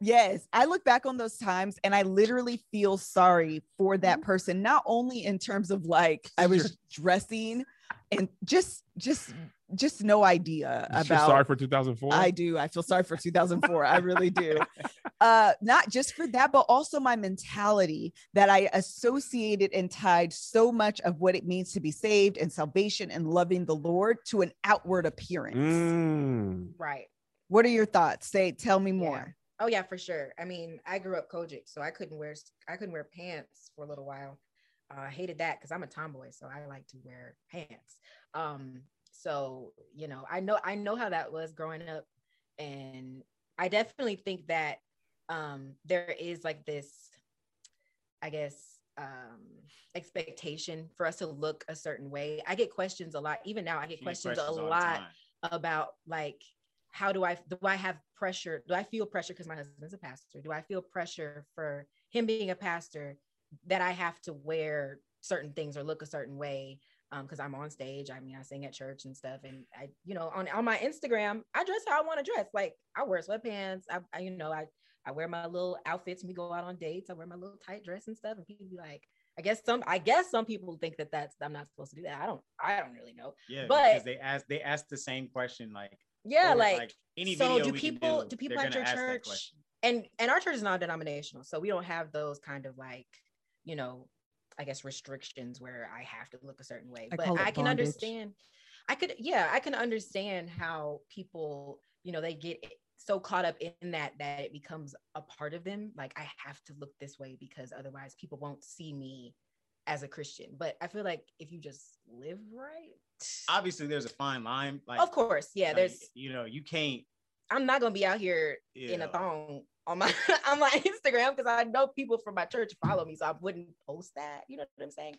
Speaker 1: Yes, I look back on those times and I literally feel sorry for that
Speaker 2: Mm-hmm.
Speaker 1: person, not only in terms of like I was dressing and just just just no idea
Speaker 2: You feel
Speaker 1: about
Speaker 2: sorry for 2004.
Speaker 1: I do. I feel sorry for 2004. I really
Speaker 2: [LAUGHS]
Speaker 1: do. Uh, not just for that, but also my mentality that I associated and tied so much of what it means to be saved and salvation and loving the Lord to an outward appearance.
Speaker 2: Mm.
Speaker 4: right.
Speaker 1: What are your thoughts? Say, tell me
Speaker 4: Yeah.
Speaker 1: more.
Speaker 4: Oh yeah, for sure. I mean, I grew up Kojic, so I couldn't wear I couldn't wear pants for a little while. Uh, I hated that because I'm a tomboy, so I like to wear pants. Um, so you know, I know I know how that was growing up, and I definitely think that um, there is like this, I guess, um, expectation for us to look a certain way. I get questions a lot, even now. I get
Speaker 3: She
Speaker 4: questions,
Speaker 3: questions
Speaker 4: a
Speaker 3: all the
Speaker 4: lot
Speaker 3: time.
Speaker 4: about like how do I do I have pressure? Do I feel pressure because my husband's a pastor? Do I feel pressure for him being a pastor that I have to wear certain things or look a certain way? Because I'm on stage. I mean, I sing at church and stuff, and I, you know, on on my Instagram, I dress how I want to dress. Like I wear sweatpants. I, I you know, I I wear my little outfits when we go out on dates. I wear my little tight dress and stuff, and people be like, I guess some I guess some people think that that's I'm not supposed to do that. I don't I don't really know.
Speaker 3: Yeah,
Speaker 4: But-
Speaker 3: because they asked they asked the same question like
Speaker 4: Yeah,
Speaker 3: or,
Speaker 4: like so
Speaker 3: video
Speaker 4: do
Speaker 3: we can
Speaker 4: people do,
Speaker 3: they're
Speaker 4: people at
Speaker 3: gonna
Speaker 4: your
Speaker 3: ask that
Speaker 4: church
Speaker 3: question.
Speaker 4: and and our church is non-denominational so we don't have those kind of like you know i guess restrictions where i have to look a certain way
Speaker 1: I
Speaker 4: but
Speaker 1: call it
Speaker 4: i can
Speaker 1: bondage.
Speaker 4: understand i could yeah i can understand how people you know they get so caught up in that that it becomes a part of them like i have to look this way because otherwise people won't see me as a christian but i feel like if you just live right
Speaker 3: obviously there's a fine line like
Speaker 4: of course yeah
Speaker 3: like,
Speaker 4: there's
Speaker 3: you know you can't
Speaker 4: i'm not gonna be out here
Speaker 3: you
Speaker 4: in a
Speaker 3: know,
Speaker 4: thong on my [LAUGHS] on my Instagram because I know people from my church follow me, so I wouldn't post that. You know what I'm saying?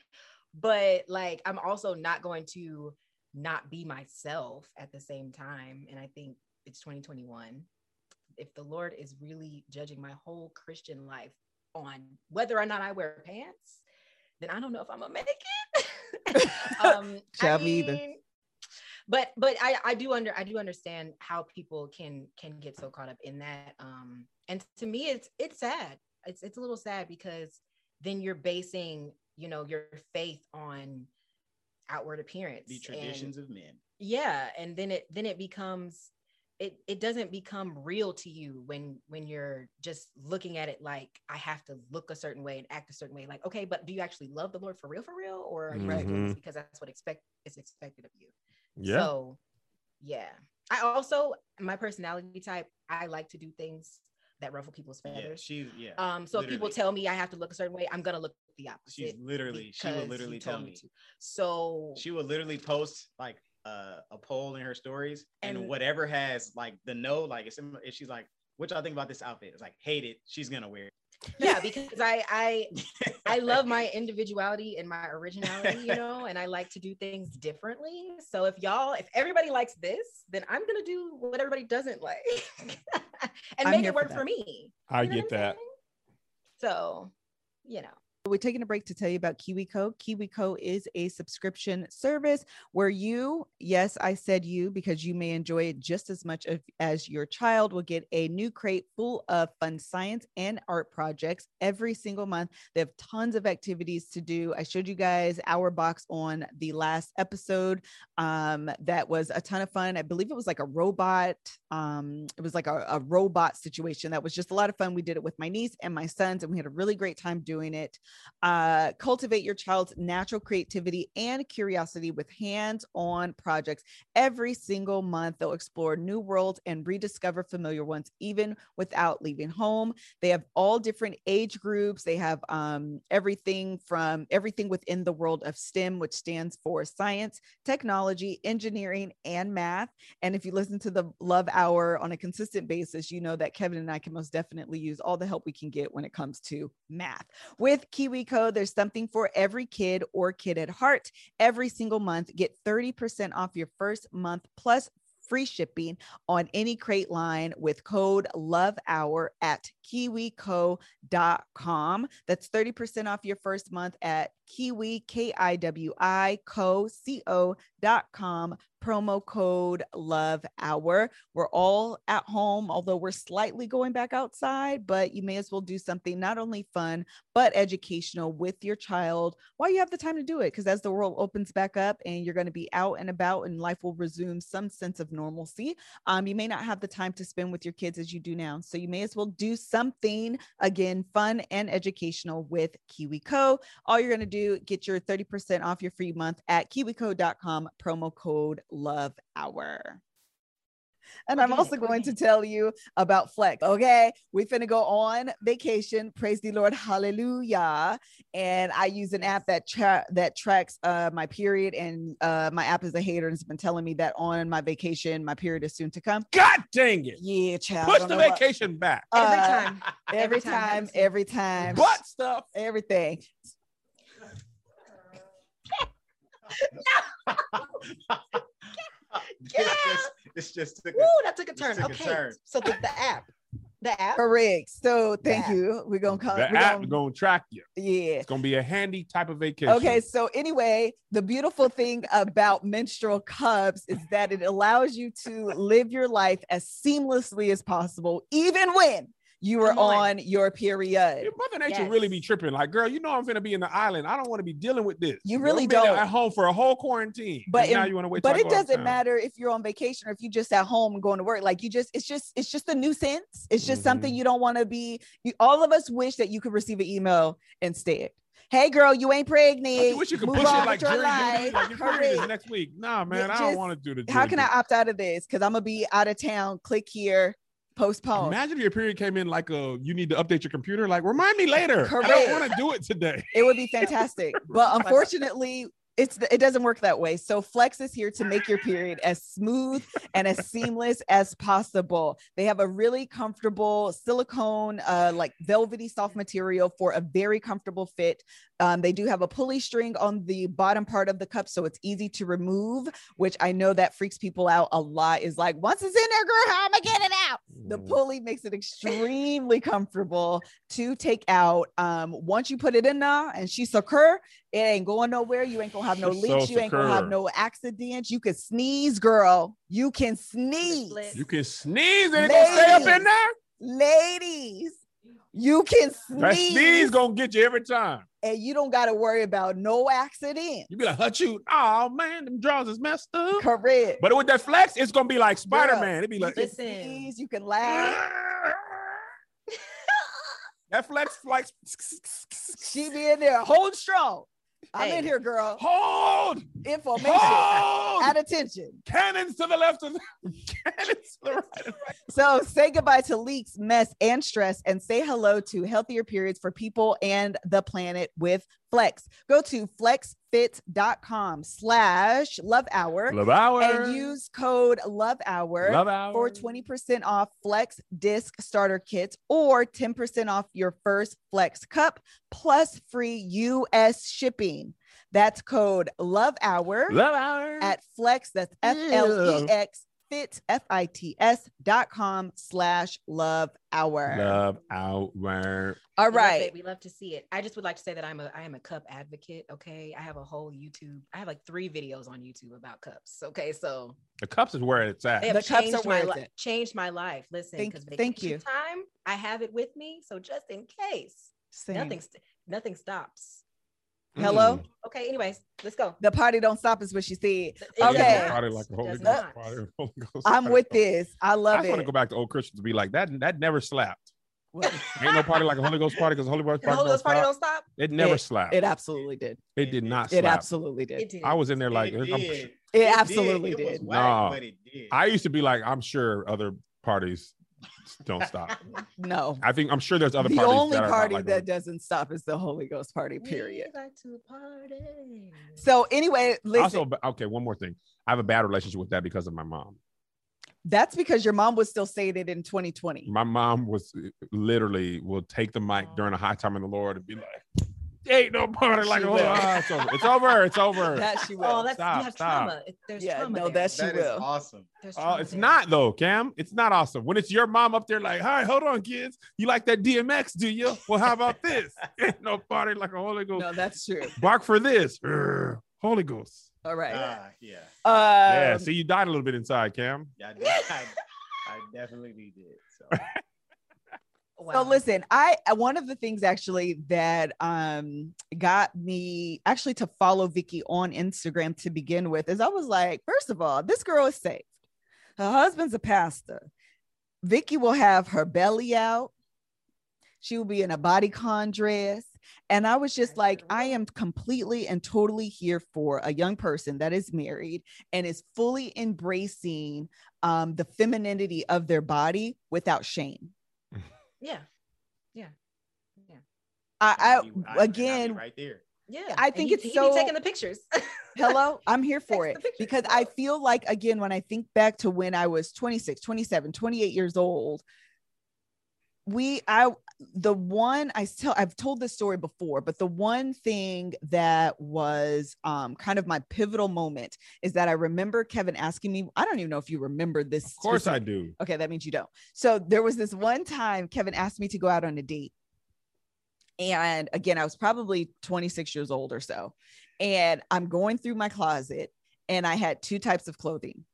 Speaker 4: But like, I'm also not going to not be myself at the same time. And I think it's 2021. If the Lord is really judging my whole Christian life on whether or not I wear pants, then I don't know if I'm
Speaker 1: [LAUGHS]
Speaker 4: gonna make it. [LAUGHS] um,
Speaker 1: Child, me either.
Speaker 4: But but I I do under I do understand how people can can get so caught up in that. Um, and to me, it's it's sad. It's it's a little sad because then you're basing you know your faith on outward appearance
Speaker 3: the
Speaker 4: and-
Speaker 3: traditions of men
Speaker 4: yeah and then it then it becomes it it doesn't become real to you when when you're just looking at it like i have to look a certain way and act a certain way like okay but do you actually love the lord for real for real or are you just doing this because that's what expect is expected of you
Speaker 2: Yeah.
Speaker 4: so yeah i also my personality type i like to do things that ruffle people's
Speaker 3: yeah
Speaker 4: feathers
Speaker 3: she's yeah
Speaker 4: um so if people
Speaker 3: literally.
Speaker 4: tell me i have to look a certain way i'm gonna look the
Speaker 3: she's
Speaker 4: opposite
Speaker 3: literally she
Speaker 4: because
Speaker 3: will
Speaker 4: you
Speaker 3: literally
Speaker 4: told
Speaker 3: tell me
Speaker 4: to. so
Speaker 3: she will literally post like uh, a poll in her stories and,
Speaker 4: And-
Speaker 3: whatever has like the no like if, some- if she's like what y'all think about this outfit it's like hate it she's gonna wear it
Speaker 4: [LAUGHS] yeah because i i
Speaker 1: [LAUGHS]
Speaker 4: i love my individuality and my originality you know and i like to do things differently so if y'all if everybody likes this then i'm gonna do what everybody doesn't like [LAUGHS] and
Speaker 1: I'm
Speaker 4: make
Speaker 1: here
Speaker 4: it
Speaker 1: for
Speaker 4: work
Speaker 1: that.
Speaker 4: for, me
Speaker 2: I
Speaker 4: You know
Speaker 2: get
Speaker 4: what I'm
Speaker 2: that.
Speaker 4: saying? so you know
Speaker 1: We're taking a break to tell you about KiwiCo. KiwiCo is a subscription service where you, yes, I said you because you may enjoy it just as much of- as your child, will get a new crate full of fun science and art projects every single month. They have tons of activities to do. I showed you guys our box on the last episode. Um, that was a ton of fun. I believe it was like a robot. Um, it was like a, a robot situation that was just a lot of fun. We did it with my niece and my sons, and we had a really great time doing it uh, cultivate your child's natural creativity and curiosity with hands on projects. Every single month, they'll explore new worlds and rediscover familiar ones, even without leaving home. They have all different age groups. They have um, everything from everything within the world of STEM, which stands for science, technology, engineering, and math. And if you listen to the Love Hour on a consistent basis, you know that Kevin and I can most definitely use all the help we can get when it comes to math. With KiwiCo, there's something for every kid or kid at heart. Every single month, get 30% off your first month plus free shipping on any crate line with code LOVEHOUR at kiwico.com. That's 30% off your first month at kiwi, K-I-W-I, co, C-O dot com, promo code love hour. We're all at home, although we're slightly going back outside, but you may as well do something not only fun, but educational with your child while you have the time to do it. Because as the world opens back up and you're going to be out and about and life will resume some sense of normalcy, um, you may not have the time to spend with your kids as you do now. So you may as well do something again, fun and educational with KiwiCo. All you're going to do, get your 30% off your free month at kiwico.com, promo code love hour. And I'm
Speaker 4: Organic,
Speaker 1: also going to
Speaker 4: organic.
Speaker 1: tell you about Flex. Okay. We finna go on vacation. Praise the Lord. Hallelujah. And I use an app that tra- that tracks uh, my period. And uh, my app is a hater and has been telling me that on my vacation, my period is soon to come.
Speaker 2: God dang it.
Speaker 1: Yeah, child.
Speaker 2: Push
Speaker 1: don't
Speaker 2: the
Speaker 1: know what-
Speaker 2: vacation back.
Speaker 4: every
Speaker 1: Uh,
Speaker 4: time
Speaker 1: Every,
Speaker 4: Every time,
Speaker 1: time,
Speaker 4: honey.
Speaker 1: every time.
Speaker 2: Butt stuff.
Speaker 1: Everything.
Speaker 3: This just- this just took
Speaker 4: Woo,
Speaker 3: a-
Speaker 4: that took a
Speaker 3: This
Speaker 4: turn.
Speaker 3: took a
Speaker 4: okay.
Speaker 3: turn.
Speaker 4: So the, the app, the app.
Speaker 1: Correct. So thank
Speaker 4: Yeah.
Speaker 1: you. We're gonna come.
Speaker 2: the
Speaker 1: we're
Speaker 2: app
Speaker 1: gonna-
Speaker 2: gonna track you.
Speaker 1: yeah.
Speaker 2: It's gonna be a handy type of vacation.
Speaker 1: Okay, so anyway, the beautiful thing about menstrual cups is that it allows you to live your life as seamlessly as possible, even when you are
Speaker 4: Come on.
Speaker 1: on. your period.
Speaker 2: Your mother nature really be
Speaker 4: Yes.
Speaker 2: tripping. Like, girl, you know I'm gonna be in the island. I don't want to be dealing with this.
Speaker 1: You really
Speaker 2: I've been
Speaker 1: don't.
Speaker 2: At home for a whole quarantine.
Speaker 1: But
Speaker 2: And now
Speaker 1: it-
Speaker 2: you want to wait. till
Speaker 1: But
Speaker 2: I
Speaker 1: it
Speaker 2: go out of
Speaker 1: doesn't
Speaker 2: town.
Speaker 1: matter if you're on vacation or if you just at home going to work. Like you just, it's just, it's just a nuisance. It's just something
Speaker 2: Mm-hmm.
Speaker 1: you don't want to be. You, all of us wish that you could receive an email instead. Hey, girl, you ain't pregnant.
Speaker 2: I wish you could
Speaker 1: Move
Speaker 2: push it
Speaker 1: on
Speaker 2: like
Speaker 1: with your
Speaker 2: jury duty.
Speaker 1: life.
Speaker 2: Like your period is
Speaker 1: Correct.
Speaker 2: next week. Nah, man, I
Speaker 1: just-
Speaker 2: don't want to do the.
Speaker 1: how
Speaker 2: jury
Speaker 1: can I
Speaker 2: duty.
Speaker 1: opt out of this? Because I'm gonna be out of town. Click here, postpone.
Speaker 2: Imagine if your period came in like a you need to update your computer. Like, remind me later. I
Speaker 1: Correct.
Speaker 2: don't want to do it today.
Speaker 1: it would be fantastic, but unfortunately. It's it doesn't work that way. So Flex is here to make your period as smooth and as seamless as possible. They have a really comfortable silicone, uh, like velvety soft material for a very comfortable fit. Um, they do have a pulley string on the bottom part of the cup, so it's easy to remove, which I know that freaks people out a lot. Is like once it's in there, girl, how am I getting it out? The
Speaker 2: Mm.
Speaker 1: pulley makes it extremely comfortable to take out. Um, once you put it in there and she secure, it ain't going nowhere. You ain't gonna have no
Speaker 2: She's
Speaker 1: leaks.
Speaker 2: so
Speaker 1: you ain't gonna have
Speaker 2: secure.
Speaker 1: no accidents. You can sneeze, girl. You can sneeze,
Speaker 4: slit.
Speaker 2: you can sneeze and it gonna stay up in
Speaker 1: Ladies.
Speaker 2: there.
Speaker 1: ladies. You can
Speaker 2: That sneeze
Speaker 1: sneeze,
Speaker 2: gonna get you every time.
Speaker 1: and you don't gotta worry about no accident.
Speaker 2: You be like, hut you. Oh man, them drawers is messed up.
Speaker 1: Correct.
Speaker 2: But with that flex, it's gonna be like
Speaker 1: Girl,
Speaker 2: Spider Man. It'd be
Speaker 1: you
Speaker 2: like
Speaker 1: can
Speaker 4: Listen.
Speaker 1: sneeze, you can laugh.
Speaker 2: [LAUGHS] that flex, flex.
Speaker 1: She be in there, hold strong. I'm
Speaker 4: Hey.
Speaker 1: in here, girl.
Speaker 2: Hold,
Speaker 1: Information
Speaker 2: hold.
Speaker 1: at attention.
Speaker 2: Cannons to the left and cannons to the right.
Speaker 1: So say goodbye to leaks, mess, and stress, and say hello to healthier periods for people and the planet with Flex. Go to flexfit.com outfit.com slash love hour
Speaker 2: Love hour.
Speaker 1: and use code love hour
Speaker 2: Love hour.
Speaker 1: for 20% off flex disc starter kits or 10% off your first flex cup plus free US shipping. That's code love hour
Speaker 2: Love hour.
Speaker 1: at flex. That's F L E X fit F I T S dot com slash love hour.
Speaker 2: Love hour.
Speaker 1: All
Speaker 4: We love
Speaker 1: right.
Speaker 4: it. We love to see it. I just would like to say that I'm a I am a cup advocate. Okay. I have a whole YouTube. I have like three videos on YouTube about cups. Okay. So
Speaker 2: The cups is where it's at.
Speaker 4: they have
Speaker 1: The cups are
Speaker 4: changed
Speaker 1: where
Speaker 4: my
Speaker 1: it's
Speaker 4: li-
Speaker 1: at.
Speaker 4: changed my life. Listen,
Speaker 1: Thank-
Speaker 4: because
Speaker 1: thank you.
Speaker 4: time, I have it with me. So just in case,
Speaker 1: Same.
Speaker 4: nothing st- nothing stops.
Speaker 2: Mm.
Speaker 1: Hello?
Speaker 4: Okay. Anyways, let's go.
Speaker 1: The party don't stop is what she said.
Speaker 4: It
Speaker 2: Mm.
Speaker 4: does
Speaker 1: Okay.
Speaker 4: not.
Speaker 2: Party like the Holy
Speaker 4: Does
Speaker 2: Ghost,
Speaker 4: not.
Speaker 2: party like the Holy Ghost.
Speaker 1: I'm with this. I
Speaker 2: I
Speaker 1: love
Speaker 2: just want to
Speaker 1: it.
Speaker 2: go back to old Christians to be like that. That never slapped.
Speaker 1: Well,
Speaker 2: Ain't no party like a Holy Ghost party because the Holy Ghost
Speaker 4: The
Speaker 2: party,
Speaker 4: Holy
Speaker 2: don't
Speaker 4: Ghost party
Speaker 2: slap.
Speaker 4: don't stop.
Speaker 2: It never
Speaker 1: It-
Speaker 2: slapped.
Speaker 1: it absolutely did.
Speaker 2: It did not
Speaker 1: It
Speaker 2: slap.
Speaker 1: absolutely did.
Speaker 4: It did.
Speaker 2: I was in there like,
Speaker 3: it
Speaker 2: I'm-
Speaker 3: did.
Speaker 1: It,
Speaker 3: did.
Speaker 1: absolutely
Speaker 3: It was
Speaker 1: did.
Speaker 3: whack,
Speaker 2: Nah.
Speaker 3: but it did.
Speaker 2: I used to be like, I'm sure other parties don't stop.
Speaker 1: No.
Speaker 2: I think I'm sure there's other
Speaker 1: the
Speaker 2: parties.
Speaker 1: only
Speaker 2: that are not
Speaker 1: party
Speaker 2: like
Speaker 1: that doesn't stop is the Holy Ghost party, period.
Speaker 4: We like to party.
Speaker 1: So anyway, listen,
Speaker 2: Also, but- okay, one more thing. I have a bad relationship with that because of my mom.
Speaker 1: that's because your mom was still sated in 2020.
Speaker 2: My mom was uh, literally will take the mic during a high time in the Lord and be like, "Ain't no party like
Speaker 1: She
Speaker 2: a
Speaker 1: will.
Speaker 2: oh, it's over, it's over, it's
Speaker 1: [LAUGHS]
Speaker 2: over."
Speaker 1: That she will.
Speaker 4: Oh, that's
Speaker 2: Stop,
Speaker 4: you have
Speaker 2: stop.
Speaker 4: trauma. It- There's
Speaker 1: Yeah,
Speaker 4: trauma.
Speaker 1: no,
Speaker 4: there.
Speaker 1: that's-
Speaker 3: That
Speaker 1: she
Speaker 3: is
Speaker 1: will.
Speaker 3: awesome.
Speaker 4: There's
Speaker 2: Oh,
Speaker 4: trauma
Speaker 2: it's
Speaker 4: there.
Speaker 2: not though, Cam. It's not awesome. When it's your mom up there, like, "All right, hold on, kids. You like that DMX, do you? Well, how about this? Ain't no party like a Holy Ghost.
Speaker 1: no, that's true.
Speaker 2: Bark for this, Urgh. Holy Ghost."
Speaker 1: All right.
Speaker 3: Ah, yeah.
Speaker 1: Um,
Speaker 2: yeah, see, you died a little bit inside, Cam.
Speaker 3: I, did. I, I definitely did. So
Speaker 4: Wow.
Speaker 1: So listen, I I- one of the things actually that um got me actually to follow Vicky on Instagram to begin with is I was like, first of all, this girl is saved. Her husband's a pastor. Vicky will have her belly out. She will be in a bodycon dress. And I was just like, I am completely and totally here for a young person that is married and is fully embracing um, the femininity of their body without shame.
Speaker 4: Yeah.
Speaker 1: I,
Speaker 3: I'd be- I'd-
Speaker 1: I
Speaker 3: I'd be
Speaker 1: again,
Speaker 2: [LAUGHS]
Speaker 3: right there.
Speaker 4: Yeah.
Speaker 1: I
Speaker 4: And
Speaker 1: think
Speaker 4: he-
Speaker 1: it's
Speaker 4: he
Speaker 1: so-
Speaker 4: be taking the pictures. [LAUGHS]
Speaker 1: hello, I'm here for
Speaker 2: [LAUGHS]
Speaker 4: Text
Speaker 1: it
Speaker 4: the picture.
Speaker 1: because I feel like, again, when I think back to when I was 26, 27, 28 years old, we, I, the one I still, I've told this story before, but the one thing that was um, kind of my pivotal moment is that I remember Kevin asking me, I don't even know if you remember this.
Speaker 2: Of course I
Speaker 1: specific-
Speaker 2: do.
Speaker 1: Okay, that means you don't. So there was this one time Kevin asked me to go out on a date. And again, I was probably 26 years old or so. And I'm going through my closet and I had two types of clothing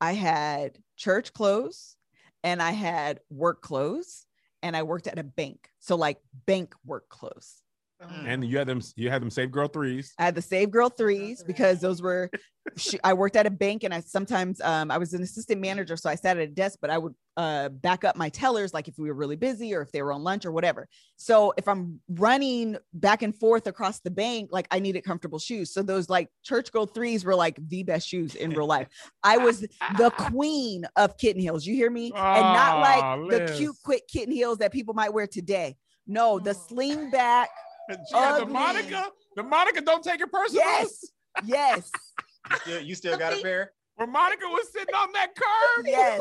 Speaker 1: I had church clothes and I had work clothes. And I worked at a bank. So, like bank work clothes. Hmm.
Speaker 2: And you had them, you had them save girl threes.
Speaker 1: I had the Save Girl threes because those were. [LAUGHS] She, I worked at a bank, and I sometimes um, I was an assistant manager, so I sat at a desk, but I would uh, back up my tellers, like if we were really busy or if they were on lunch or whatever. So if I'm running back and forth across the bank, like I needed comfortable shoes. So those like church girl threes were like the best shoes in real life. [LAUGHS] I was the queen of kitten heels. You hear me? and not like
Speaker 2: Aw,
Speaker 1: the
Speaker 2: Liz.
Speaker 1: cute, quick kitten heels that people might wear today. No, the
Speaker 4: Oh.
Speaker 1: sling [LAUGHS] back.
Speaker 2: [LAUGHS] She had the
Speaker 1: ugly.
Speaker 2: Monica. The Monica don't take it personal.
Speaker 1: Yes. Yes.
Speaker 3: You still, you still got a pair?
Speaker 2: When Monica was sitting on that curb.
Speaker 1: Yes.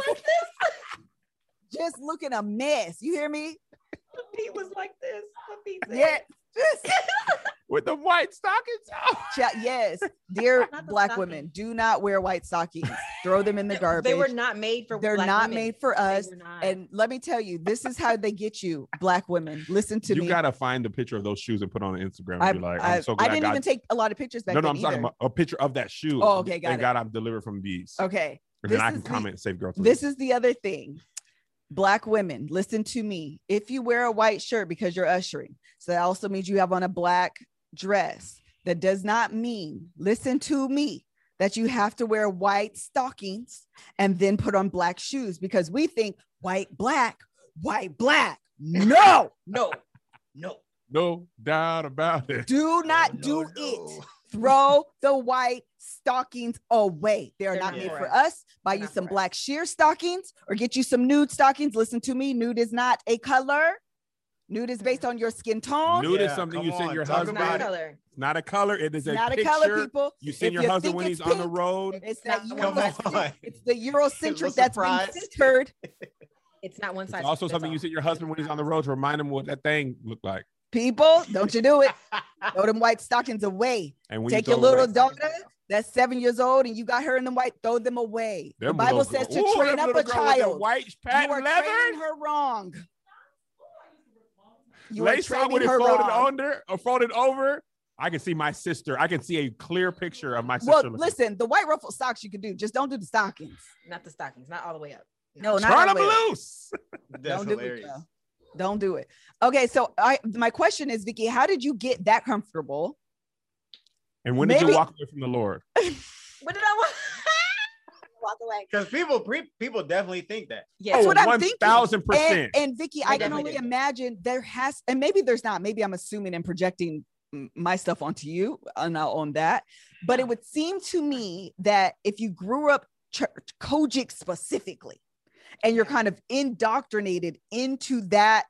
Speaker 1: just looking a mess. You hear me?
Speaker 4: Pete was like this. The Pete said,
Speaker 1: Yes. Just-
Speaker 2: With the white stockings. [LAUGHS] Oh.
Speaker 1: Ch- yes. Dear
Speaker 4: Not the
Speaker 1: black
Speaker 4: stocking.
Speaker 1: women, do not wear white stockings. Throw them in the garbage.
Speaker 4: [LAUGHS] They were not made for.
Speaker 1: They're
Speaker 4: black
Speaker 1: not
Speaker 4: women.
Speaker 1: made for
Speaker 4: They
Speaker 1: us.
Speaker 4: were not.
Speaker 1: And let me tell you, this is how they get you, black women. Listen to
Speaker 2: You
Speaker 1: me.
Speaker 2: gotta find a picture of those shoes and put on Instagram. And
Speaker 1: I,
Speaker 2: be like,
Speaker 1: I,
Speaker 2: I'm so glad
Speaker 1: I didn't
Speaker 2: God-
Speaker 1: even take a lot of pictures back
Speaker 2: No, no,
Speaker 1: then
Speaker 2: I'm
Speaker 1: either.
Speaker 2: talking about a picture of that shoe.
Speaker 1: Oh, okay, got
Speaker 2: Thank
Speaker 1: it.
Speaker 2: God I'm delivered from these.
Speaker 1: okay.
Speaker 2: And then
Speaker 1: this
Speaker 2: I can
Speaker 1: is the-
Speaker 2: comment, save girl. Threes.
Speaker 1: This is the other thing. Black women, listen to me. If you wear a white shirt because you're ushering, so that also means you have on a black dress. That does not mean, listen to me, that you have to wear white stockings and then put on black shoes because we think white, black, white,
Speaker 3: [LAUGHS]
Speaker 1: black. No,
Speaker 4: no, no.
Speaker 2: no doubt about it.
Speaker 1: do not do
Speaker 3: Oh, No,
Speaker 1: it.
Speaker 4: [LAUGHS]
Speaker 3: no.
Speaker 1: Throw the white stockings away. They are
Speaker 4: They're
Speaker 1: not
Speaker 3: not
Speaker 1: made
Speaker 3: for
Speaker 1: for
Speaker 4: us.
Speaker 1: us. Buy
Speaker 4: They're
Speaker 1: you
Speaker 4: not
Speaker 1: some
Speaker 4: for us.
Speaker 1: black sheer stockings or get you some nude stockings. Listen to me, nude is not a color. Nude is based on your skin tone.
Speaker 2: Nude is
Speaker 3: Yeah,
Speaker 2: something
Speaker 3: come
Speaker 2: you send
Speaker 3: on,
Speaker 2: your
Speaker 3: talk
Speaker 4: It's
Speaker 2: husband.
Speaker 4: not a
Speaker 3: about it.
Speaker 4: color.
Speaker 2: It's not a color. It
Speaker 1: It's
Speaker 2: is a
Speaker 1: not
Speaker 2: picture.
Speaker 1: a color, people.
Speaker 2: You send
Speaker 1: If
Speaker 2: your
Speaker 1: you
Speaker 2: husband
Speaker 1: think
Speaker 2: when he's
Speaker 1: it's
Speaker 2: on the
Speaker 1: pink,
Speaker 2: road.
Speaker 1: It's that
Speaker 4: Come
Speaker 1: Eurocentric.
Speaker 3: on.
Speaker 1: It's the Eurocentric
Speaker 3: Little
Speaker 1: that's been
Speaker 3: surprise.
Speaker 1: centered.
Speaker 4: It's not one
Speaker 2: It's
Speaker 4: size.
Speaker 2: also
Speaker 4: fits
Speaker 2: something you
Speaker 4: all.
Speaker 2: send your husband when he's on the road to remind him what that thing looked like.
Speaker 1: People, don't you do it. Throw them white stockings away.
Speaker 2: And when
Speaker 1: Take
Speaker 2: you
Speaker 1: your
Speaker 2: throw away-
Speaker 1: little daughter that's seven years old and you got her in the white, throw them away.
Speaker 2: Them
Speaker 1: the Bible
Speaker 2: little
Speaker 1: says
Speaker 2: girl-
Speaker 1: to
Speaker 2: Ooh,
Speaker 1: train
Speaker 2: them
Speaker 1: up
Speaker 2: little
Speaker 1: a
Speaker 2: girl with that
Speaker 1: child.
Speaker 2: White
Speaker 1: You are
Speaker 2: patent
Speaker 1: training
Speaker 2: leather.
Speaker 1: her wrong. You
Speaker 2: Lace
Speaker 1: are
Speaker 2: front
Speaker 1: training
Speaker 2: with it
Speaker 1: her
Speaker 2: folded
Speaker 1: wrong.
Speaker 2: under or folded over. I can see my sister. I can see a clear picture of my sister.
Speaker 1: Well,
Speaker 2: looking-
Speaker 1: listen, the white ruffle socks you can do. Just don't do the stockings.
Speaker 4: Not the stockings. Not all the way up.
Speaker 1: No, Oh, not
Speaker 2: Turn
Speaker 1: that
Speaker 2: them
Speaker 1: way.
Speaker 2: loose.
Speaker 3: That's
Speaker 1: don't do
Speaker 3: hilarious.
Speaker 1: it. Joe. Don't do it. Okay, so I my question is, Vicky, how did you get that comfortable?
Speaker 2: And when did you
Speaker 1: Maybe-
Speaker 2: walk away from the Lord?
Speaker 4: What did I want? [LAUGHS] Walk away.
Speaker 3: Because people pre- people definitely think that.
Speaker 4: Yes.
Speaker 1: That's
Speaker 2: Oh,
Speaker 1: what I'm
Speaker 2: one
Speaker 1: thinking.
Speaker 2: thousand
Speaker 1: And,
Speaker 2: percent.
Speaker 1: and Vicky,
Speaker 4: I
Speaker 1: I can
Speaker 4: definitely
Speaker 1: only
Speaker 4: did.
Speaker 1: imagine there has, and maybe there's not. Maybe I'm assuming and projecting m- my stuff onto you, and I'll own that. But it would seem to me that if you grew up church, Kojic specifically, and you're kind of indoctrinated into that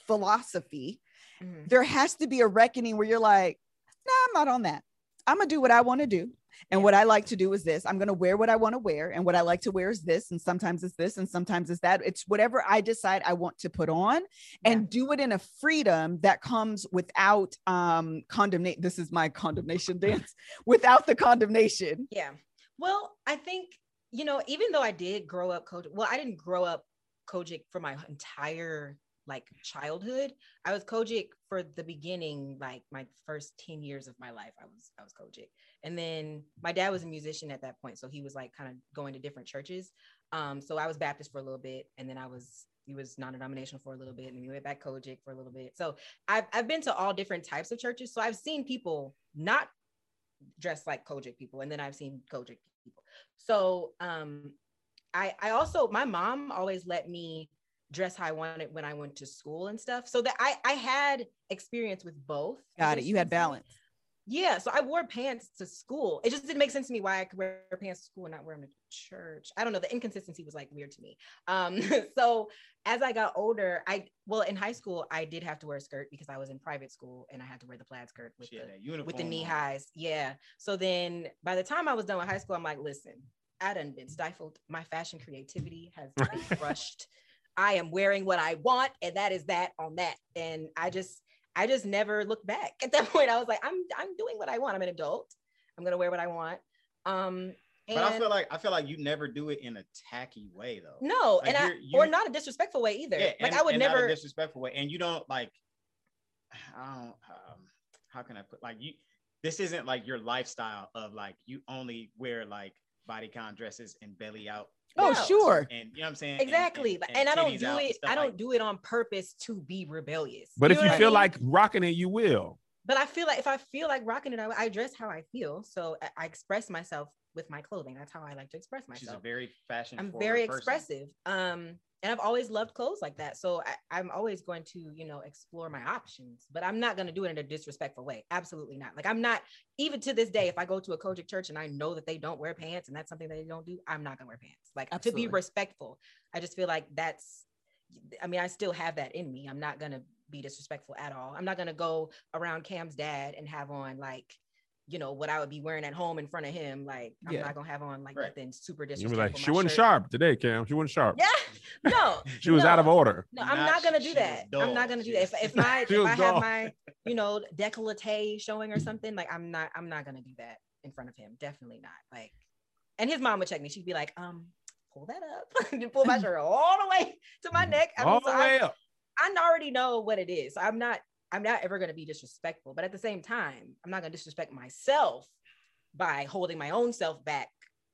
Speaker 1: philosophy,
Speaker 4: Mhm.
Speaker 1: there has to be a reckoning where you're like, nah, I'm not on that. I'm gonna do what I want to do. And what I like to do is this. I'm gonna wear what I want to wear. And what I like to wear is this. And sometimes it's this and sometimes it's that. It's whatever I decide I want to put on and do it in a freedom that comes without um condemnation. This is my condemnation [LAUGHS] dance, without the condemnation.
Speaker 4: Yeah. Well, I think, you know, even though I did grow up Kojic, well, I didn't grow up Kojic for my entire like childhood. I was Kojic for the beginning, like my first 10 years of my life. I was I was Kojic. And then my dad was a musician at that point. So he was like kind of going to different churches. Um, so I was Baptist for a little bit, and then I was he was non-denominational for a little bit, and then we went back Kojic for a little bit. So I've I've been to all different types of churches. So I've seen people not dressed like Kojic people, and then I've seen Kojic people. So um, I I also my mom always let me dress how I wanted when I went to school and stuff, so that I I had experience with both.
Speaker 1: Got it. You had
Speaker 4: positions.
Speaker 1: balance.
Speaker 4: Yeah, so I wore pants to school. It just didn't make sense to me why I could wear pants to school and not wear them to church. I don't know. The inconsistency was like weird to me. Um, [LAUGHS] so as I got older, I well in high school I did have to wear a skirt because I was in private school and I had to wear the plaid skirt with
Speaker 3: She
Speaker 4: the
Speaker 3: had that uniform
Speaker 4: with the knee
Speaker 3: on.
Speaker 4: highs. Yeah. So then by the time I was done with high school, I'm like, listen, I done been stifled. My fashion creativity
Speaker 3: [LAUGHS]
Speaker 4: has been crushed. I am wearing what I want, and that is that on that. And I just, I just never looked back. [LAUGHS] At that point, I was like, I'm, I'm doing what I want. I'm an adult. I'm gonna wear what I want. Um, and
Speaker 3: But I feel like I feel like you never do it in a tacky way though.
Speaker 4: no,
Speaker 3: like
Speaker 4: and I,
Speaker 3: you're-
Speaker 4: or
Speaker 3: you-
Speaker 4: not a disrespectful way either.
Speaker 3: Yeah,
Speaker 4: like
Speaker 3: and-
Speaker 4: I would
Speaker 3: and not a
Speaker 4: never.
Speaker 3: disrespectful way, and you don't like. [SIGHS] I don't. Um, how can I put like you? This isn't like your lifestyle of like you only wear like bodycon dresses and belly out.
Speaker 1: Oh,
Speaker 4: No.
Speaker 1: sure.
Speaker 3: And you know what I'm saying? And-
Speaker 4: Exactly, and, and, I don't
Speaker 3: titties
Speaker 4: do
Speaker 3: out and
Speaker 4: it.
Speaker 3: stuff
Speaker 4: I don't
Speaker 3: like-
Speaker 4: do it on purpose to be rebellious.
Speaker 2: But if
Speaker 4: know
Speaker 2: you
Speaker 4: what I
Speaker 2: feel
Speaker 4: mean?
Speaker 2: like rocking it, you will.
Speaker 4: but I feel like if I feel like rocking it, I, I dress how I feel. So I, I express myself with my clothing. That's how I like to express
Speaker 3: She's a
Speaker 4: myself.
Speaker 3: very fashion.
Speaker 4: I'm
Speaker 3: forward
Speaker 4: very
Speaker 3: person.
Speaker 4: expressive. Um, and I've always loved clothes like that. So I, I'm always going to, you know, explore my options, but I'm not going to do it in a disrespectful way. Absolutely not. Like I'm not, even to this day, if I go to a Kojic church and I know that they don't wear pants and that's something that they don't do, I'm not going to wear pants. Like
Speaker 1: Absolutely.
Speaker 4: to be respectful. I just feel like that's, I mean, I still have that in me. I'm not going to be disrespectful at all. I'm not going to go around Cam's dad and have on like, you know, what I would be wearing at home in front of him. Like I'm
Speaker 1: Yeah.
Speaker 4: not going to have on like
Speaker 3: Right.
Speaker 4: nothing super
Speaker 2: You'll
Speaker 4: disrespectful.
Speaker 2: be like,
Speaker 4: My
Speaker 2: she wasn't
Speaker 4: shirt-
Speaker 2: sharp today, Cam. She wasn't sharp.
Speaker 4: yeah. [LAUGHS] No.
Speaker 2: [LAUGHS] She was
Speaker 4: no.
Speaker 2: out of order.
Speaker 4: No, I'm
Speaker 3: Nah,
Speaker 4: not
Speaker 3: she-
Speaker 4: gonna
Speaker 3: she
Speaker 4: do
Speaker 3: was
Speaker 4: that. I'm
Speaker 3: dull.
Speaker 4: not gonna
Speaker 3: [LAUGHS]
Speaker 4: do
Speaker 3: She
Speaker 4: that. If,
Speaker 3: was-
Speaker 4: if my
Speaker 2: She
Speaker 4: if
Speaker 2: was
Speaker 4: I
Speaker 2: dull. [LAUGHS]
Speaker 4: have my you know décolleté showing or something, like I'm not I'm not gonna do that in front of him. Definitely not. Like, and his mom would check me. She'd be like, um, pull that up, [LAUGHS] And pull
Speaker 2: [LAUGHS]
Speaker 4: my shirt all the way to my neck. I, mean,
Speaker 2: All
Speaker 4: so
Speaker 2: the
Speaker 4: I,
Speaker 2: way up.
Speaker 4: I already know what it is. So I'm not I'm not ever gonna be disrespectful. But at the same time, I'm not gonna disrespect myself by holding my own self back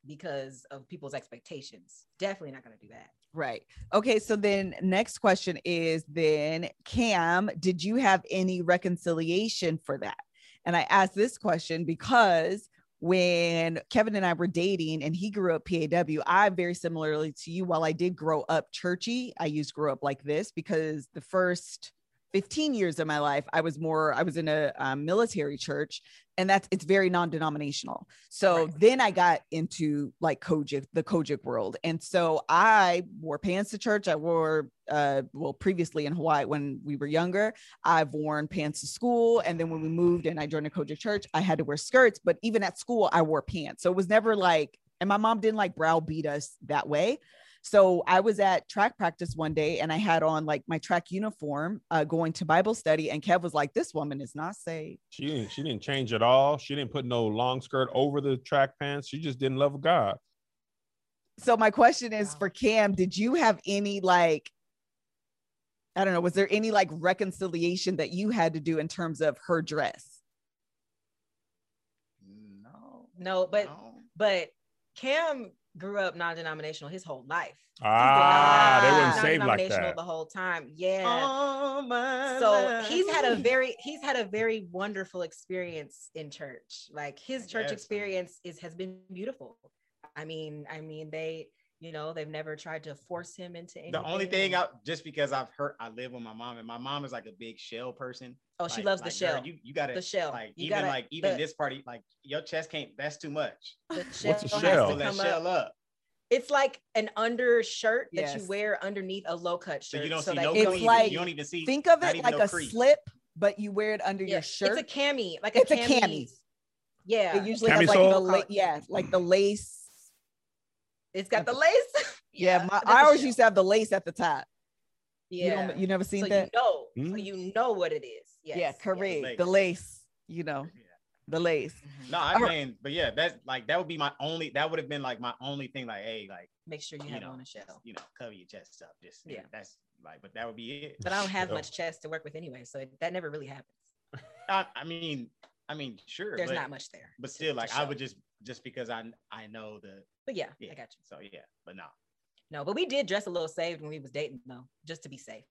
Speaker 4: because of people's expectations. Definitely not gonna do that.
Speaker 1: Right. Okay. So then, next question is then, Cam, did you have any reconciliation for that? And I asked this question because when Kevin and I were dating and he grew up PAW, I very similarly to you, while I did grow up churchy, I used grow up like this because the first 15 years of my life i was more i was in a um, military church and that's it's very non-denominational so
Speaker 4: Right.
Speaker 1: then i got into like kojic the kojic world and so i wore pants to church i wore uh, well previously in hawaii when we were younger i've worn pants to school and then when we moved and i joined a kojic church i had to wear skirts but even at school i wore pants so it was never like and my mom didn't like browbeat us that way so I was at track practice one day and I had on like my track uniform uh, going to Bible study. And Kev was like, This woman is not saved.
Speaker 2: She didn't, she didn't change at all. She didn't put no long skirt over the track pants. She just didn't love God.
Speaker 1: So my question is
Speaker 4: Wow.
Speaker 1: for Cam, did you have any like, I don't know, was there any like reconciliation that you had to do in terms of her dress?
Speaker 3: No.
Speaker 4: No, but
Speaker 3: no.
Speaker 4: but Cam grew up non-denominational his whole life.
Speaker 2: Ah, they
Speaker 1: wouldn't
Speaker 2: weren't
Speaker 1: Ah.
Speaker 2: saved like
Speaker 4: Non-denominational
Speaker 2: that.
Speaker 4: The whole time,
Speaker 3: Oh,
Speaker 4: yeah.
Speaker 3: All my
Speaker 4: so
Speaker 3: life.
Speaker 4: he's
Speaker 3: [LAUGHS]
Speaker 4: had a very he's had a very wonderful experience in church. Like his
Speaker 3: I
Speaker 4: church
Speaker 3: guess.
Speaker 4: experience is has been beautiful. I mean, I mean they, you know, they've never tried to force him into anything.
Speaker 3: The only thing
Speaker 4: Mm.
Speaker 3: I just because I've heard I live with my mom and my mom is like a big shell person.
Speaker 4: oh, she
Speaker 3: Like-
Speaker 4: loves
Speaker 3: like,
Speaker 4: the
Speaker 3: girl,
Speaker 4: shell.
Speaker 3: You you gotta
Speaker 4: the shell.
Speaker 3: like
Speaker 4: you
Speaker 3: even
Speaker 4: gotta,
Speaker 3: like even
Speaker 4: the-
Speaker 3: this party like your chest can't. That's too much.
Speaker 4: the shell
Speaker 2: What's a
Speaker 4: has
Speaker 2: shell?
Speaker 4: to
Speaker 3: Pull that
Speaker 4: come up.
Speaker 3: shell up.
Speaker 4: It's like an undershirt that
Speaker 1: Yes.
Speaker 4: you wear underneath a low cut
Speaker 3: So
Speaker 4: shirt.
Speaker 3: you don't see
Speaker 4: that
Speaker 3: no.
Speaker 4: you
Speaker 3: crease.
Speaker 1: don't
Speaker 4: don't
Speaker 1: like-
Speaker 3: you don't even see.
Speaker 1: Think of
Speaker 3: Not
Speaker 1: it
Speaker 3: even
Speaker 1: like
Speaker 3: no
Speaker 1: a
Speaker 3: crease.
Speaker 1: slip, but you wear it under
Speaker 4: Yeah,
Speaker 1: your shirt.
Speaker 4: It's a cami, like
Speaker 1: It's a
Speaker 4: cami.
Speaker 1: cami.
Speaker 4: Yeah,
Speaker 1: it usually has like the
Speaker 2: Camisole?
Speaker 1: la- yeah, like the lace.
Speaker 4: it's got the lace. [LAUGHS]
Speaker 1: Yeah, my,
Speaker 4: but that's
Speaker 1: I
Speaker 4: a
Speaker 1: always
Speaker 4: shell.
Speaker 1: used to have the lace at the top. You,
Speaker 4: Yeah,
Speaker 1: don't, you never seen
Speaker 4: so
Speaker 1: that? Mm-hmm.
Speaker 4: you know, so
Speaker 2: Hmm?
Speaker 4: you know what it is.
Speaker 1: yeah,
Speaker 4: Yes. yes.
Speaker 1: correct.
Speaker 3: lace.
Speaker 1: The lace, you know,
Speaker 3: Yeah.
Speaker 1: the lace.
Speaker 4: Mhm.
Speaker 3: No, I
Speaker 1: All
Speaker 3: mean,
Speaker 1: right.
Speaker 3: but yeah, that's like that would be my only. That would have been like my only thing. Like, hey, like
Speaker 4: Make sure you
Speaker 3: you
Speaker 4: have
Speaker 3: know,
Speaker 4: on a shell.
Speaker 3: you know, cover your chest up. Just yeah,
Speaker 4: Yeah.
Speaker 3: that's like, but that would be it.
Speaker 4: But I don't have
Speaker 2: Shell.
Speaker 4: much chest to work with anyway, so it, that never really happens.
Speaker 3: I, I mean, I mean, sure.
Speaker 4: There's
Speaker 3: but,
Speaker 4: not much there.
Speaker 3: But
Speaker 4: to-
Speaker 3: still,
Speaker 4: to
Speaker 3: like, I
Speaker 4: show.
Speaker 3: would just just because I I know the
Speaker 4: But yeah,
Speaker 3: yeah.
Speaker 4: I got you.
Speaker 3: So yeah, but no.
Speaker 4: No, but we did dress a little saved when we was dating though, just to be safe.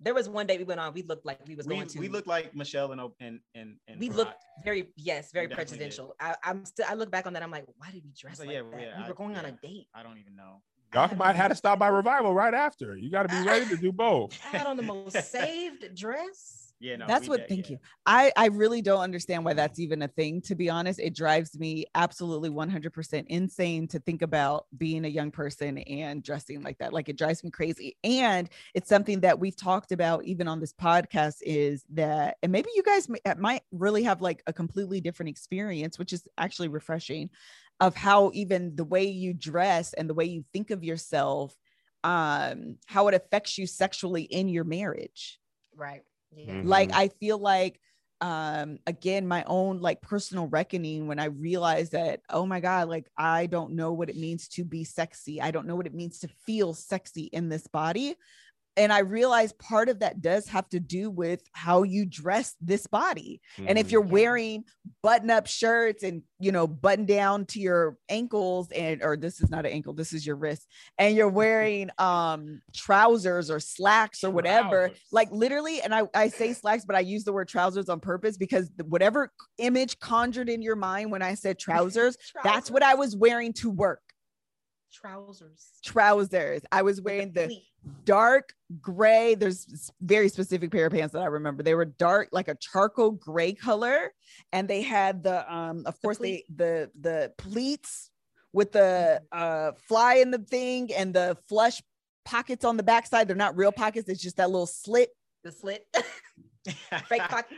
Speaker 4: There was one day we went on. We looked like we was
Speaker 3: we,
Speaker 4: going to.
Speaker 3: we looked like Michelle and O- and and and
Speaker 4: we
Speaker 3: Barack.
Speaker 4: looked very yes very
Speaker 3: definitely did.
Speaker 4: presidential I, i'm still i look back on that i'm like why did we dress
Speaker 3: So,
Speaker 4: like
Speaker 3: yeah,
Speaker 4: that
Speaker 3: yeah,
Speaker 4: we
Speaker 3: I-
Speaker 4: were going on a
Speaker 3: yeah.
Speaker 4: date
Speaker 3: I don't even know.
Speaker 2: Y'all might have to stop by revival right after. You got to be ready
Speaker 1: [LAUGHS]
Speaker 2: to do both.
Speaker 4: I had on
Speaker 3: [LAUGHS]
Speaker 4: the most saved dress
Speaker 3: Yeah, no.
Speaker 1: that's
Speaker 3: we
Speaker 1: what.
Speaker 3: did,
Speaker 1: thank
Speaker 3: yeah.
Speaker 1: you. I I really don't understand why that's even a thing. To be honest, it drives me absolutely one hundred percent insane to think about being a young person and dressing like that. Like it drives me crazy. And it's something that we've talked about even on this podcast. Is that and maybe you guys mi- might really have like a completely different experience, which is actually refreshing, of how even the way you dress and the way you think of yourself, um, how it affects you sexually in your marriage
Speaker 4: right yeah
Speaker 2: Mhm.
Speaker 1: like i feel like um again my own like personal reckoning when i realized that oh my god like i don't know what it means to be sexy i don't know what it means to feel sexy in this body and i realized part of that does have to do with how you dress this body and
Speaker 2: mm-hmm.
Speaker 1: if you're wearing button up shirts and you know button down to your ankles and or this is not an ankle this is your wrist and you're wearing um trousers or slacks or whatever
Speaker 2: Trousers.
Speaker 1: like literally and I, I say slacks but I use the word trousers on purpose because the- whatever image conjured in your mind when I said trousers that's what I was wearing to work
Speaker 4: trousers
Speaker 1: trousers I was
Speaker 4: with
Speaker 1: wearing the
Speaker 4: pleat.
Speaker 1: dark gray. There's s- very specific pair of pants that I remember. They were dark, like a charcoal gray color, and they had the um, of course they the the pleats with the uh
Speaker 4: Mm-hmm.
Speaker 1: fly in the thing and the flush pockets on the backside. They're not real pockets. It's just that little slit.
Speaker 4: the slit [LAUGHS]
Speaker 3: Fake [LAUGHS]
Speaker 4: fake pocket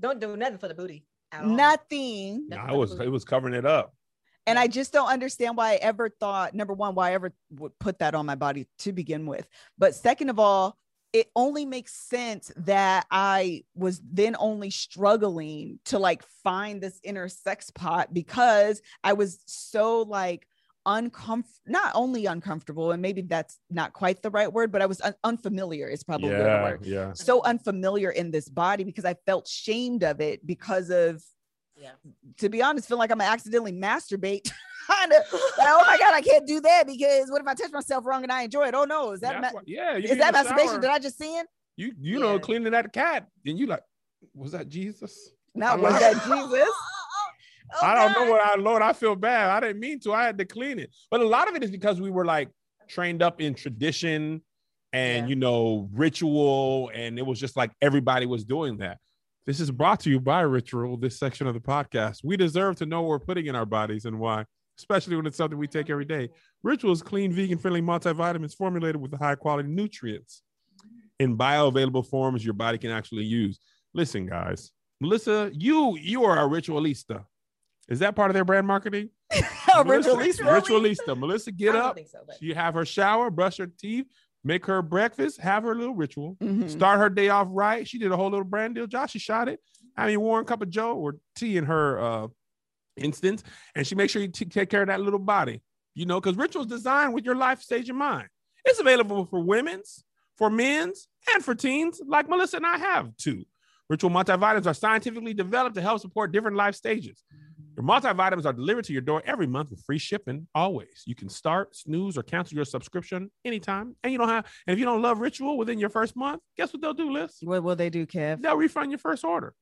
Speaker 4: don't do nothing for the booty at all.
Speaker 1: Nothing.
Speaker 2: Nah, it was it was covering it up.
Speaker 1: And
Speaker 4: Yeah.
Speaker 1: I just don't understand why I ever thought number one, why I ever would put that on my body to begin with. But second of all, it only makes sense that I was then only struggling to like find this inner sex pot because I was so like uncomfortable, not only uncomfortable, and maybe that's not quite the right word, but I was un- unfamiliar, is probably the
Speaker 2: yeah,
Speaker 1: word.
Speaker 2: yeah.
Speaker 1: So unfamiliar in this body because I felt shamed of it because of
Speaker 4: yeah
Speaker 1: to be honest, feel like I'm gonna accidentally masturbate. [LAUGHS] Trying to, like, oh my god, I can't do that because what if I touch myself wrong and I enjoy it? Oh no, is that
Speaker 2: That's
Speaker 1: ma-
Speaker 2: why- yeah. you
Speaker 1: is
Speaker 2: in
Speaker 1: that
Speaker 2: the
Speaker 1: masturbation
Speaker 2: shower.
Speaker 1: that I just seen?
Speaker 2: you you know
Speaker 4: Yeah.
Speaker 2: cleaning that cat, and you like, was that Jesus?
Speaker 1: Not
Speaker 2: I'm
Speaker 1: was
Speaker 2: like-
Speaker 1: that
Speaker 4: [LAUGHS]
Speaker 1: Jesus?
Speaker 4: Oh,
Speaker 2: I don't
Speaker 4: God.
Speaker 2: know what I Lord, I feel bad. I didn't mean to. I had to clean it. But a lot of it is because we were like trained up in tradition and
Speaker 4: Yeah.
Speaker 2: you know ritual and it was just like everybody was doing that this is brought to you by ritual this section of the podcast we deserve to know what we're putting in our bodies and why especially when it's something we take every day ritual is clean vegan friendly multivitamins formulated with high quality nutrients in bioavailable forms your body can actually use listen guys melissa you you are a ritualista is that part of their brand marketing Melissa-
Speaker 1: Ritualista.
Speaker 2: ritualista melissa
Speaker 4: I
Speaker 2: get
Speaker 4: don't
Speaker 2: up
Speaker 4: think so, but
Speaker 2: you have her shower, brush her teeth, make her breakfast, have her little ritual,
Speaker 4: Mm-hmm.
Speaker 1: Mhm.
Speaker 2: start her day off right. She did a whole little brand deal. Josh, she shot it. I mean, Warren cup of Joe or tea in her uh, instance, and she makes sure you t- take care of that little body. You know, because rituals designed with your life stage in mind. It's available for women's, for men's, and for teens, like Melissa and I have too. Ritual multivitamins are scientifically developed to help support different life stages. Your multivitamins are delivered to your door every month with free shipping. Always, you can start, snooze, or cancel your subscription anytime. And you don't have, and if you don't love Ritual within your first month, guess what they'll do, Liz?
Speaker 1: What will they do, Kev?
Speaker 2: They'll refund your first order.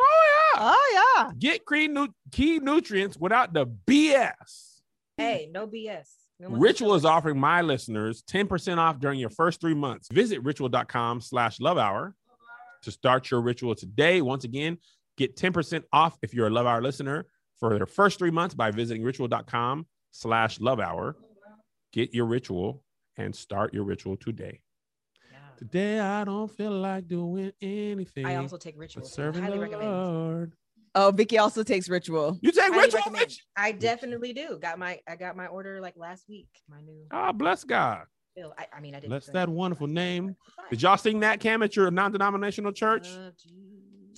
Speaker 2: Oh yeah,
Speaker 1: Oh yeah.
Speaker 2: get key, nu- key nutrients without the BS.
Speaker 4: hey, no BS. No one's
Speaker 2: Ritual is
Speaker 4: showing.
Speaker 2: offering my listeners 10% off during your first three months. Visit ritual.com slash love hour to start your ritual today. Once again, get 10% off if you're a love hour listener for their first three months by visiting ritual.com slash love hour. Get your ritual and start your ritual today.
Speaker 4: Yeah.
Speaker 2: Today I don't feel like doing anything.
Speaker 4: I also take ritual.
Speaker 2: but
Speaker 4: too.
Speaker 2: serving
Speaker 4: Highly
Speaker 2: the
Speaker 4: recommend.
Speaker 2: Lord.
Speaker 1: Oh, Vicky also takes ritual.
Speaker 2: You take
Speaker 4: Highly
Speaker 2: ritual,
Speaker 4: recommend.
Speaker 2: Mitch?
Speaker 4: I definitely do. Got my I got my order like last week. My new
Speaker 2: Ah, bless God.
Speaker 4: bill. I, I mean I didn't.
Speaker 2: Bless
Speaker 4: drink
Speaker 2: that
Speaker 4: it,
Speaker 2: wonderful
Speaker 4: but-
Speaker 2: name.
Speaker 4: but
Speaker 2: Did y'all sing that, Cam, at your non-denominational church?
Speaker 4: Love Jesus.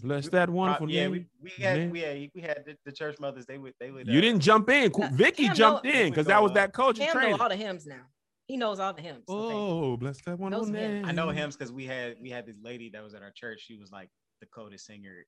Speaker 2: Bless that wonderful
Speaker 3: Uh, yeah,
Speaker 2: name.
Speaker 3: we, we had
Speaker 2: Man.
Speaker 3: we had we had the, the church mothers. They would they would.
Speaker 2: You
Speaker 3: uh,
Speaker 2: didn't jump in. Cool.
Speaker 4: No,
Speaker 2: Vicky
Speaker 4: Cam
Speaker 2: jumped
Speaker 4: know-
Speaker 2: in because that was that coach
Speaker 4: Cam
Speaker 2: training.
Speaker 4: knows all the hymns now. He knows all the hymns. so thank you.
Speaker 2: Oh, bless that wonderful
Speaker 4: Those men.
Speaker 2: name.
Speaker 3: I know him because we had we had this lady that was at our church. She was like the coldest singer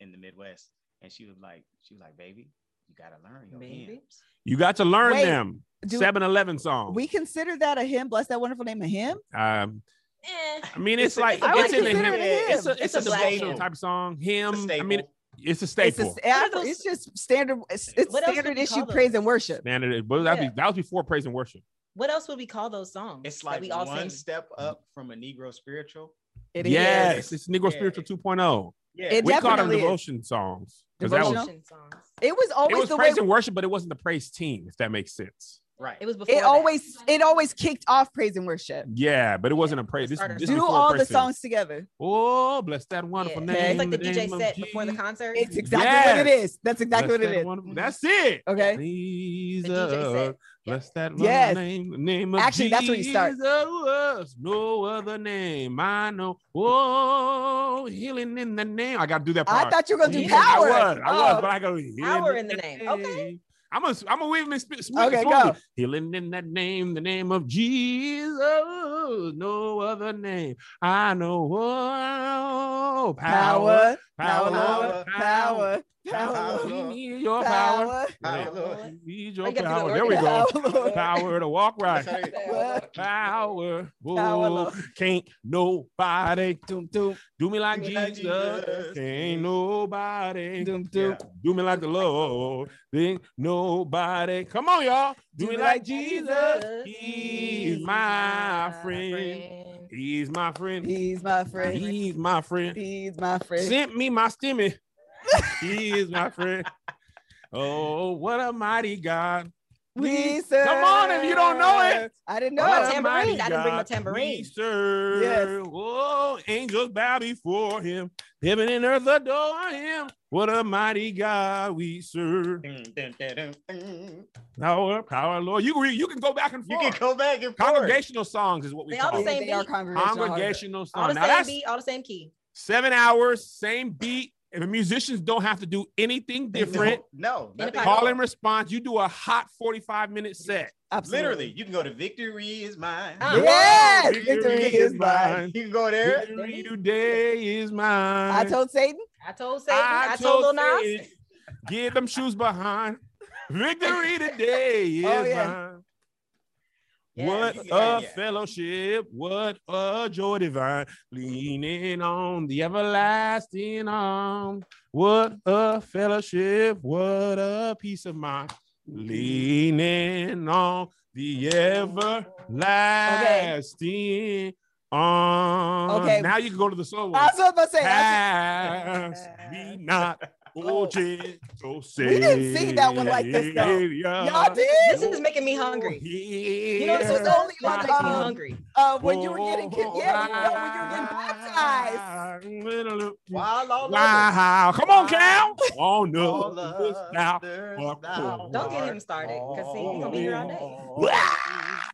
Speaker 3: in the Midwest, and she was like she was like, "Baby, you gotta learn your
Speaker 4: Baby?
Speaker 3: hymns."
Speaker 2: You got to learn
Speaker 1: Wait,
Speaker 2: them.
Speaker 1: do-
Speaker 2: 7 Eleven song.
Speaker 1: We consider that a hymn. Bless that wonderful name of him.
Speaker 2: um,
Speaker 4: Eh,
Speaker 2: I mean, it's like,
Speaker 1: I
Speaker 2: it's
Speaker 1: would
Speaker 2: in the
Speaker 1: consider it
Speaker 2: hymn.
Speaker 1: a
Speaker 2: It's a,
Speaker 1: hymn.
Speaker 2: it's
Speaker 4: It's
Speaker 2: a
Speaker 4: a black
Speaker 2: devotional
Speaker 4: hymn.
Speaker 2: type song.
Speaker 3: It's a
Speaker 2: Him. I mean,
Speaker 3: staple.
Speaker 2: it's a
Speaker 1: It's,
Speaker 2: staple.
Speaker 1: a, I-
Speaker 4: those-
Speaker 1: it's just standard. It's, it's
Speaker 4: What else would
Speaker 1: standard
Speaker 4: we
Speaker 1: issue
Speaker 4: call
Speaker 1: praise
Speaker 4: those?
Speaker 1: and worship.
Speaker 2: Standard. it- but that'd be-
Speaker 4: Yeah.
Speaker 2: that was before praise and worship.
Speaker 4: what else would we call those songs?
Speaker 3: It's
Speaker 4: that
Speaker 3: like
Speaker 4: we all
Speaker 3: one
Speaker 4: sing?
Speaker 3: step up from a Negro spiritual.
Speaker 1: It is.
Speaker 2: yes, it's Negro
Speaker 3: Yeah.
Speaker 2: Spiritual 2.0.
Speaker 3: Yeah,
Speaker 1: It
Speaker 2: we called them
Speaker 1: definitely is.
Speaker 2: devotion songs. 'cause that was,
Speaker 1: Devotional?
Speaker 4: Devotion songs.
Speaker 1: It was
Speaker 2: it
Speaker 1: always
Speaker 2: was
Speaker 1: the way.
Speaker 2: praise and worship, but it wasn't the praise team, if that makes sense.
Speaker 3: right.
Speaker 4: It was before.
Speaker 1: It
Speaker 4: that.
Speaker 1: always it always kicked off praise and worship.
Speaker 2: Yeah, but it wasn't a praise. This,
Speaker 4: starter
Speaker 2: this
Speaker 4: song.
Speaker 1: Do
Speaker 2: before
Speaker 1: all the
Speaker 2: praise team.
Speaker 1: songs together.
Speaker 2: Oh, bless that wonderful
Speaker 4: Yeah.
Speaker 2: name.
Speaker 1: Okay.
Speaker 4: It's like the
Speaker 2: name
Speaker 4: DJ
Speaker 2: of
Speaker 4: set before the
Speaker 2: Jesus.
Speaker 4: concert.
Speaker 1: It's exactly what it
Speaker 2: Yes.
Speaker 1: is. That's exactly
Speaker 2: Bless
Speaker 1: what it is.
Speaker 2: that
Speaker 1: Mm-hmm.
Speaker 2: wonderful- That's it.
Speaker 1: Okay.
Speaker 4: The DJ
Speaker 2: Jesus.
Speaker 4: set.
Speaker 2: Bless that wonderful
Speaker 1: Yes.
Speaker 2: name. The name of
Speaker 1: Actually,
Speaker 2: Jesus.
Speaker 1: that's where you start.
Speaker 2: No other name I know. Oh, healing in the name. I got to do that part.
Speaker 1: I thought you were gonna do
Speaker 4: Yeah.
Speaker 1: power.
Speaker 2: I was, I was,
Speaker 1: Oh.
Speaker 2: but I go
Speaker 4: Power in the name. Okay.
Speaker 2: I'm a, I'm a weave and sp- sp-
Speaker 1: Okay,
Speaker 2: smoothie.
Speaker 1: go.
Speaker 2: Healing in that name, the name of Jesus, no other name. I know oh, power,
Speaker 1: Power, power, power, power,
Speaker 2: power.
Speaker 1: power,
Speaker 3: power,
Speaker 2: We need your power.
Speaker 1: power.
Speaker 3: Power,
Speaker 2: We
Speaker 3: Lord.
Speaker 2: need
Speaker 4: Oh,
Speaker 2: your
Speaker 4: you gotta do the
Speaker 2: power. There we
Speaker 1: organ.
Speaker 2: go.
Speaker 1: Power, Lord.
Speaker 2: Power to walk right.
Speaker 3: That's how you-
Speaker 2: [LAUGHS]
Speaker 1: What?
Speaker 2: Power,
Speaker 1: Power,
Speaker 2: whoa,
Speaker 1: Lord.
Speaker 2: can't nobody
Speaker 1: Doom, doom,
Speaker 2: do me like
Speaker 3: Do me like
Speaker 2: Jesus.
Speaker 3: Jesus.
Speaker 2: Can't nobody
Speaker 1: doom, doom.
Speaker 3: Yeah.
Speaker 2: do me like the Lord. Then nobody. Come on, y'all. Do, me like, Jesus. He's my friend. He's my friend.
Speaker 1: He's my friend.
Speaker 2: He's my friend.
Speaker 1: He's my friend.
Speaker 2: Sent me my [LAUGHS] stimmy. he is my friend. Oh, what a mighty God.
Speaker 1: we serve.
Speaker 2: Come on, if you don't know it.
Speaker 1: I didn't know
Speaker 4: Come on,
Speaker 2: What a
Speaker 1: it.
Speaker 4: Tamara. tambourine.
Speaker 2: mighty
Speaker 4: I didn't bring my
Speaker 2: God We
Speaker 4: tambourine.
Speaker 2: serve.
Speaker 1: Yes.
Speaker 2: Oh, angels bow before him. Heaven and earth adore him. What a mighty God we serve.
Speaker 3: Dun, dun, dun, dun, dun.
Speaker 2: Power, power, Lord. You can re- you can go back and
Speaker 3: You
Speaker 2: forth.
Speaker 3: can go back and forth.
Speaker 2: Congregational songs is what we
Speaker 4: They all
Speaker 2: call
Speaker 4: the
Speaker 2: it.
Speaker 4: same
Speaker 1: They are
Speaker 4: beat.
Speaker 1: congregational.
Speaker 2: Congregational
Speaker 4: All
Speaker 2: song.
Speaker 4: the
Speaker 2: Now
Speaker 4: same
Speaker 2: that's
Speaker 4: beat, all the same key.
Speaker 2: seven hours, same beat. If the musicians don't have to do anything different,
Speaker 3: No, no nothing
Speaker 4: Independent.
Speaker 3: at
Speaker 2: call
Speaker 3: all.
Speaker 2: and response. You do a hot 45 minute set.
Speaker 1: Absolutely.
Speaker 3: Literally, you can go to victory is mine.
Speaker 4: Ah.
Speaker 1: Yes, victory is
Speaker 3: You can go there.
Speaker 2: Victory today is mine.
Speaker 1: I told Satan.
Speaker 4: I told Satan. I, told Lil Nas.
Speaker 2: Satan, Get them shoes behind. Victory today is
Speaker 1: Oh, yeah.
Speaker 2: mine.
Speaker 4: Yeah,
Speaker 2: What
Speaker 3: you
Speaker 2: a
Speaker 3: can- yeah, yeah.
Speaker 2: fellowship, what a joy divine, leaning on the everlasting arm. What a fellowship, what a peace of mind, leaning on the everlasting on.
Speaker 1: Okay. Uh,
Speaker 2: Now you can go to the slow
Speaker 1: I
Speaker 2: one.
Speaker 1: was about to say. I
Speaker 2: Pass
Speaker 1: [LAUGHS]
Speaker 2: me not, oh gentle
Speaker 1: We didn't sing that one like this, though.
Speaker 2: Savior.
Speaker 1: was- y'all did.
Speaker 4: This is making me hungry. You know, this
Speaker 1: Yeah.
Speaker 4: is only one that makes me
Speaker 1: Um,
Speaker 4: hungry.
Speaker 1: Uh, when you were getting kid,
Speaker 2: Oh,
Speaker 1: yeah, when, no, when you were getting
Speaker 2: ah.
Speaker 1: baptized.
Speaker 2: Wow.
Speaker 3: While all others-
Speaker 2: Come on, Cal. On
Speaker 3: all
Speaker 2: the now.
Speaker 3: others
Speaker 2: fuck
Speaker 3: thou
Speaker 2: with.
Speaker 4: Don't get him
Speaker 3: art
Speaker 4: started, 'cause see, he's
Speaker 2: gonna be here all day.
Speaker 3: all.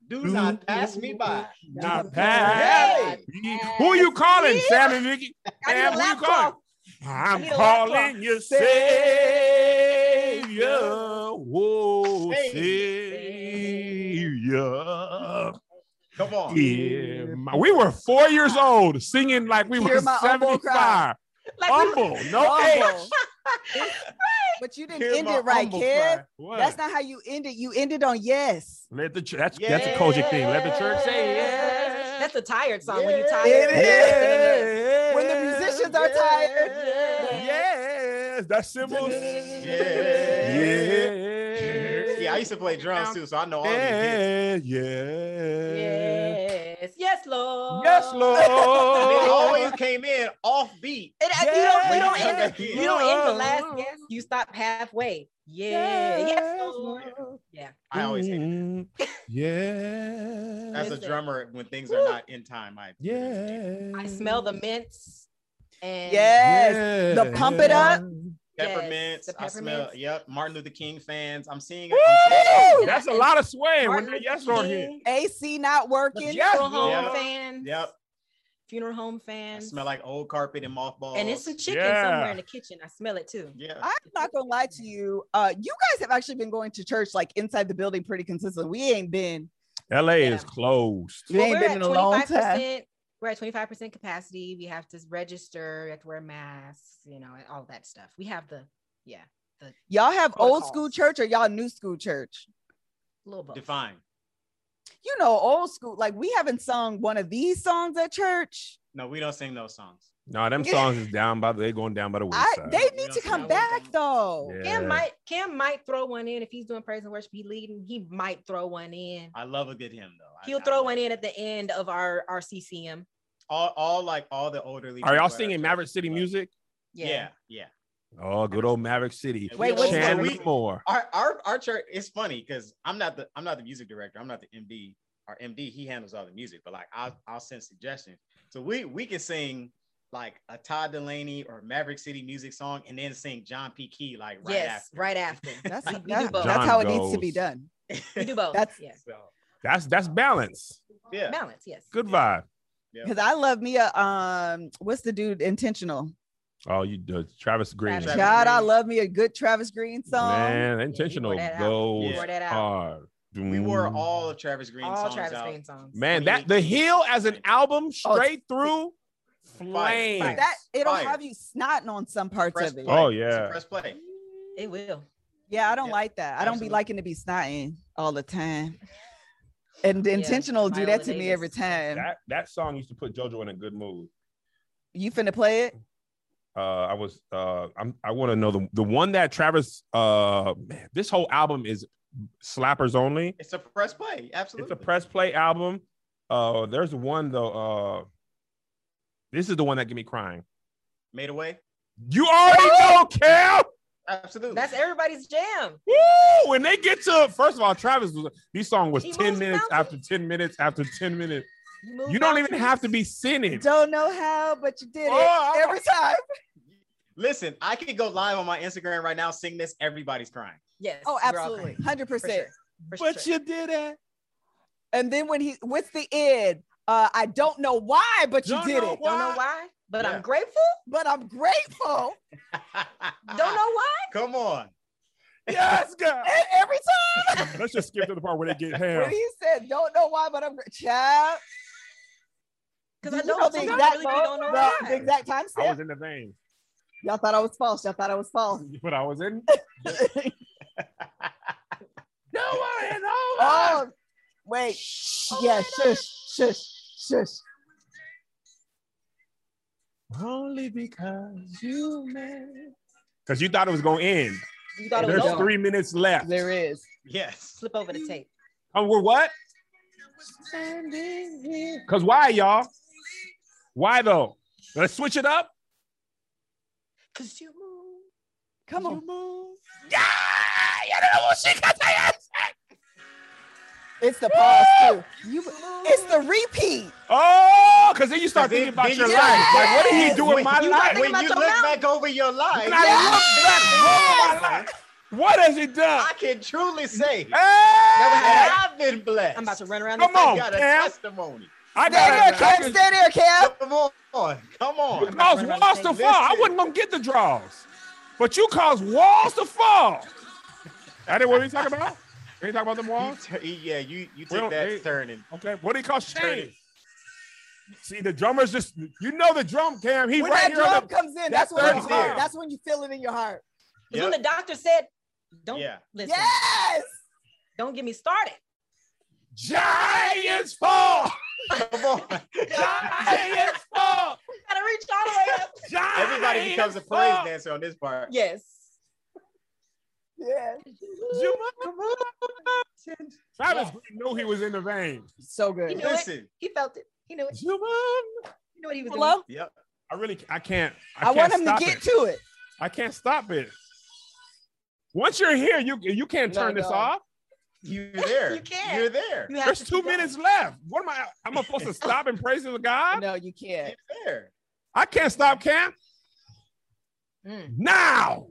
Speaker 3: Do not pass me by.
Speaker 2: Not pass. me- Who you calling, Sam and Vicky?
Speaker 4: I need a
Speaker 2: Sam, who you
Speaker 4: lap
Speaker 2: calling?
Speaker 4: cloth. I
Speaker 2: I'm
Speaker 4: need a lap
Speaker 2: calling you
Speaker 3: Savior.
Speaker 2: Savior. Oh, Savior.
Speaker 3: Come on.
Speaker 2: Dear my- We were four years old singing like we
Speaker 1: Hear
Speaker 2: were
Speaker 1: my humble cry.
Speaker 2: 75.
Speaker 4: Like, we-
Speaker 2: Humble, no
Speaker 1: Humble.
Speaker 2: age.
Speaker 1: But you didn't
Speaker 3: Hear
Speaker 1: end
Speaker 3: my
Speaker 1: it right,
Speaker 3: humble
Speaker 1: kid.
Speaker 2: cry. What?
Speaker 1: That's not how you ended. You ended on yes.
Speaker 2: Let the ch- that's that's a Kojic thing. Let the church say
Speaker 3: Yeah.
Speaker 2: yes.
Speaker 4: That's a tired song when you're
Speaker 3: Yeah.
Speaker 4: tired.
Speaker 1: It
Speaker 4: Yeah.
Speaker 1: When the musicians are
Speaker 3: Yeah.
Speaker 1: tired.
Speaker 2: Yes, that's symbols.
Speaker 3: Yeah. Yeah, I used to play drums too, so I know all these.
Speaker 2: Yeah, yeah.
Speaker 4: Yes. Yes, Lord.
Speaker 2: Yes,
Speaker 3: [LAUGHS] They
Speaker 2: Lord.
Speaker 3: always came in off beat.
Speaker 4: It, you don't, we don't
Speaker 3: Yeah.
Speaker 4: end the, you don't end the last yes. You stop halfway. Yeah. Yes, Lord. Yeah.
Speaker 3: I always hate that.
Speaker 2: Mm-hmm. Yeah.
Speaker 3: As a
Speaker 4: Listen.
Speaker 3: drummer, when things are not in time, I
Speaker 2: yeah.
Speaker 4: I smell the mints and
Speaker 1: Yeah. Yes, the pump it up.
Speaker 3: peppermints.
Speaker 4: the
Speaker 3: I smell.
Speaker 4: peppermints.
Speaker 3: Yep, Martin Luther King fans. I'm seeing.
Speaker 2: Woo!
Speaker 3: I'm seeing-
Speaker 2: That's a lot of swaying when
Speaker 4: Martin
Speaker 2: that
Speaker 4: Luther
Speaker 2: yes Lord hit.
Speaker 4: King,
Speaker 1: AC not
Speaker 4: The
Speaker 1: working.
Speaker 2: Yeah. Yes,
Speaker 4: funeral home
Speaker 3: Lord.
Speaker 4: fans.
Speaker 3: Yep.
Speaker 4: Funeral home
Speaker 3: I
Speaker 4: fans.
Speaker 3: smell like old carpet and mothballs.
Speaker 4: and it's some chicken
Speaker 2: Yeah.
Speaker 4: somewhere in the kitchen. I smell it too.
Speaker 3: yeah.
Speaker 1: I'm not gonna lie to you. Uh, you guys have actually been going to church like inside the building pretty consistently. We ain't been.
Speaker 2: LA is
Speaker 4: Yeah.
Speaker 2: closed.
Speaker 5: You ain't
Speaker 4: we're
Speaker 5: been
Speaker 4: at
Speaker 5: in a long time.
Speaker 4: 25% We're at 25% capacity. We have to register, we have to wear masks, you know, and all that stuff. We have the yeah,
Speaker 1: Y'all have old
Speaker 4: Protocols.
Speaker 1: school church or y'all new school church?
Speaker 4: little bit.
Speaker 3: Define.
Speaker 1: You know, old school. Like we haven't sung one of these songs at church.
Speaker 3: No, we don't sing those songs.
Speaker 2: No, them songs is down by the they going down by the
Speaker 1: I,
Speaker 2: wayside.
Speaker 1: they
Speaker 3: we
Speaker 1: need
Speaker 3: don't
Speaker 1: to
Speaker 3: sing
Speaker 1: come
Speaker 3: that one.
Speaker 1: back though.
Speaker 4: Cam might Cam might throw one in if he's doing praise and worship. He leading, he might throw one in.
Speaker 3: I love a good hymn though. I-
Speaker 4: He'll
Speaker 3: I
Speaker 4: throw
Speaker 3: love-
Speaker 4: one in at the end of our our CCM.
Speaker 3: All, all like all the elderly.
Speaker 2: Are
Speaker 3: people
Speaker 2: y'all
Speaker 3: at
Speaker 2: singing
Speaker 3: our
Speaker 2: Maverick
Speaker 3: church.
Speaker 2: City music?
Speaker 3: Yeah, yeah.
Speaker 2: Oh, good old Maverick City.
Speaker 3: And
Speaker 1: Wait,
Speaker 3: we
Speaker 1: what's
Speaker 3: all-
Speaker 1: Shannon
Speaker 3: we-
Speaker 2: more.
Speaker 3: Our, our our church. It's funny because I'm not the I'm not the music director. I'm not the MD. Our MD he handles all the music, but like I'll I'll send suggestions. So we we can sing like a Todd Delaney or Maverick City music song, and then sing John P. Key like right
Speaker 4: yes,
Speaker 3: after.
Speaker 4: right after.
Speaker 3: [LAUGHS]
Speaker 1: That's,
Speaker 4: We- we
Speaker 1: that-
Speaker 4: do both.
Speaker 1: that's how it
Speaker 2: John
Speaker 1: needs to be
Speaker 2: goes.
Speaker 1: done.
Speaker 4: we do both.
Speaker 1: That's-
Speaker 4: yeah.
Speaker 3: So,
Speaker 2: That's that's balance.
Speaker 3: yeah.
Speaker 4: Balance, yes.
Speaker 2: Good vibe.
Speaker 3: yeah.
Speaker 1: Because I love Mia. Um, what's the dude? Intentional.
Speaker 2: Oh, you uh, Travis Green.
Speaker 4: Travis.
Speaker 3: Travis
Speaker 1: God, I
Speaker 3: Green.
Speaker 1: love me a good Travis Green song.
Speaker 2: Man, intentional
Speaker 4: wore that out.
Speaker 2: goes
Speaker 3: Yeah.
Speaker 4: Pour that out.
Speaker 2: hard.
Speaker 3: We wore all of Travis Green's
Speaker 4: All
Speaker 3: songs
Speaker 4: Travis
Speaker 3: out.
Speaker 4: Green songs.
Speaker 2: Man, that the heel as an album straight through
Speaker 3: Fire.
Speaker 2: flame.
Speaker 1: That it'll
Speaker 3: Fire.
Speaker 1: have you snotting on some parts
Speaker 3: Press
Speaker 1: of
Speaker 3: play.
Speaker 1: it.
Speaker 2: Oh,
Speaker 3: It's a
Speaker 2: yeah.
Speaker 3: Press play.
Speaker 4: It will.
Speaker 1: Yeah, I don't
Speaker 3: Yeah,
Speaker 1: like that. I don't be
Speaker 3: absolutely.
Speaker 1: liking to be snotting all the time. And
Speaker 4: Yeah,
Speaker 1: intentional do
Speaker 4: Viola
Speaker 1: that to me
Speaker 4: Davis.
Speaker 1: every time.
Speaker 2: That that song used to put JoJo in a good mood.
Speaker 1: You finna play it?
Speaker 2: uh i was uh i'm i want to know the the one that travis uh man, this whole album is slappers only
Speaker 3: It's a press play.
Speaker 2: it's
Speaker 3: Absolutely.
Speaker 2: a press play album uh there's one though uh this is the one that get me crying
Speaker 3: Made away.
Speaker 2: you already know Cal.
Speaker 3: Absolutely.
Speaker 4: That's everybody's jam.
Speaker 2: Woo! When they get to first of all, Travis was this song was
Speaker 4: He
Speaker 2: 10
Speaker 4: moves
Speaker 2: minutes after 10 minutes after 10 minutes. You don't even have to be sinning.
Speaker 1: Don't know how, but you did it
Speaker 2: Oh, I'm-
Speaker 1: every time.
Speaker 3: Listen, I could go live on my Instagram right now, sing this. Everybody's crying.
Speaker 4: Yes.
Speaker 1: Oh,
Speaker 4: we're all
Speaker 1: absolutely.
Speaker 4: crying,
Speaker 1: 100%.
Speaker 4: For sure. For
Speaker 2: But
Speaker 4: sure.
Speaker 2: you did it.
Speaker 1: And then when he, what's the end? Uh, I don't know why, but you
Speaker 2: Don't
Speaker 1: did
Speaker 2: know
Speaker 1: it.
Speaker 4: don't know why, but
Speaker 3: Yeah.
Speaker 4: I'm grateful.
Speaker 1: But I'm grateful.
Speaker 4: Don't know why.
Speaker 3: [LAUGHS] Come on.
Speaker 1: [LAUGHS]
Speaker 2: Yes, girl.
Speaker 1: And every time
Speaker 2: Let's just skip to the part where they get
Speaker 1: when
Speaker 2: ham.
Speaker 1: he said, don't know why, but I'm grateful. Child,
Speaker 4: Because I
Speaker 1: you
Speaker 4: don't
Speaker 1: know
Speaker 4: sometimes
Speaker 1: the
Speaker 4: I
Speaker 1: exact,
Speaker 4: really, really don't know
Speaker 1: moment,
Speaker 4: why.
Speaker 1: the, the exact time
Speaker 2: I was
Speaker 1: step.
Speaker 2: in the vein,
Speaker 1: Y'all thought I was false. Y'all thought I was false.
Speaker 2: but I was in No one and
Speaker 1: Oh, wait. yeah, shush, shush, shush.
Speaker 2: Only because you made. Because you thought it was going to end.
Speaker 4: You thought it was
Speaker 2: There's
Speaker 4: over.
Speaker 2: three minutes left.
Speaker 1: There is.
Speaker 3: yes.
Speaker 4: Flip over the tape.
Speaker 2: Um, we're what? Because why, y'all? Why though? Let's switch it up.
Speaker 4: Cause you move.
Speaker 1: Come on.
Speaker 2: Yeah, I don't know what she got to ask.
Speaker 1: It's the pause too. You, it's the repeat.
Speaker 2: Oh, because then you start thinking
Speaker 3: Then-
Speaker 2: about
Speaker 3: then
Speaker 2: your
Speaker 3: you-
Speaker 2: life. Like, what did he do with
Speaker 3: When-
Speaker 2: my
Speaker 3: you
Speaker 2: life?
Speaker 3: When
Speaker 4: about
Speaker 3: you
Speaker 4: your
Speaker 3: look
Speaker 4: life.
Speaker 3: back over your life,
Speaker 2: When I look back over my life, what has he done?
Speaker 3: [LAUGHS] I can truly say
Speaker 2: Hey!
Speaker 3: that I've been blessed.
Speaker 4: I'm about to run around.
Speaker 2: Come
Speaker 4: this
Speaker 3: I
Speaker 2: on,
Speaker 3: got a
Speaker 2: Cam.
Speaker 3: testimony.
Speaker 2: I
Speaker 1: Stay there, Kev. Stay
Speaker 2: got
Speaker 1: there, Kev.
Speaker 3: Come on, come on.
Speaker 2: caused walls to fall. I wasn't gonna get the draws, but you caused walls to fall. I didn't. What are we talking about? Are you talking about them
Speaker 3: You
Speaker 2: walls?
Speaker 3: t- yeah, you you
Speaker 2: Well,
Speaker 3: took that
Speaker 2: hey.
Speaker 3: turn and
Speaker 2: Okay. What do you call Shane? See, the drummer's just. You know the drum cam. He
Speaker 1: When that
Speaker 2: right here. on
Speaker 1: drum
Speaker 2: the-
Speaker 1: comes in,
Speaker 2: that
Speaker 1: that's when
Speaker 2: third
Speaker 1: your heart,
Speaker 2: time.
Speaker 1: that's when you feel it in your heart.
Speaker 4: When the doctor said, "Don't
Speaker 3: Yeah.
Speaker 4: listen,
Speaker 1: Yes.
Speaker 4: don't get me started."
Speaker 2: Giants fall.
Speaker 3: come on.
Speaker 2: [LAUGHS] Giants fall.
Speaker 4: Gotta reach all the way up.
Speaker 2: Giants
Speaker 3: Everybody becomes a praise
Speaker 2: fall.
Speaker 3: dancer on this part.
Speaker 4: yes.
Speaker 1: Yes.
Speaker 2: Zoom up, come on. Travis Green knew he was in the vein.
Speaker 1: So good.
Speaker 4: You know it.
Speaker 3: Listen,
Speaker 4: He felt it. He knew it.
Speaker 2: Zoom up.
Speaker 4: He knew what he was
Speaker 1: Hello?
Speaker 4: doing.
Speaker 3: yep.
Speaker 2: I really, I can't. I,
Speaker 1: I,
Speaker 2: can't
Speaker 1: want him to
Speaker 2: stop
Speaker 1: get
Speaker 2: it.
Speaker 1: to it.
Speaker 2: I can't stop it. Once you're here, you you can't
Speaker 1: No,
Speaker 2: turn this
Speaker 1: no.
Speaker 2: off.
Speaker 3: You're there.
Speaker 4: You can.
Speaker 3: You're there.
Speaker 4: You have
Speaker 2: There's
Speaker 4: to
Speaker 2: two
Speaker 4: keep going.
Speaker 2: minutes left. What am I? I'm supposed to stop and praise the God?
Speaker 1: No, you can't.
Speaker 3: You're there.
Speaker 2: I can't stop, Cam.
Speaker 4: Mm.
Speaker 3: [LAUGHS]
Speaker 2: Now,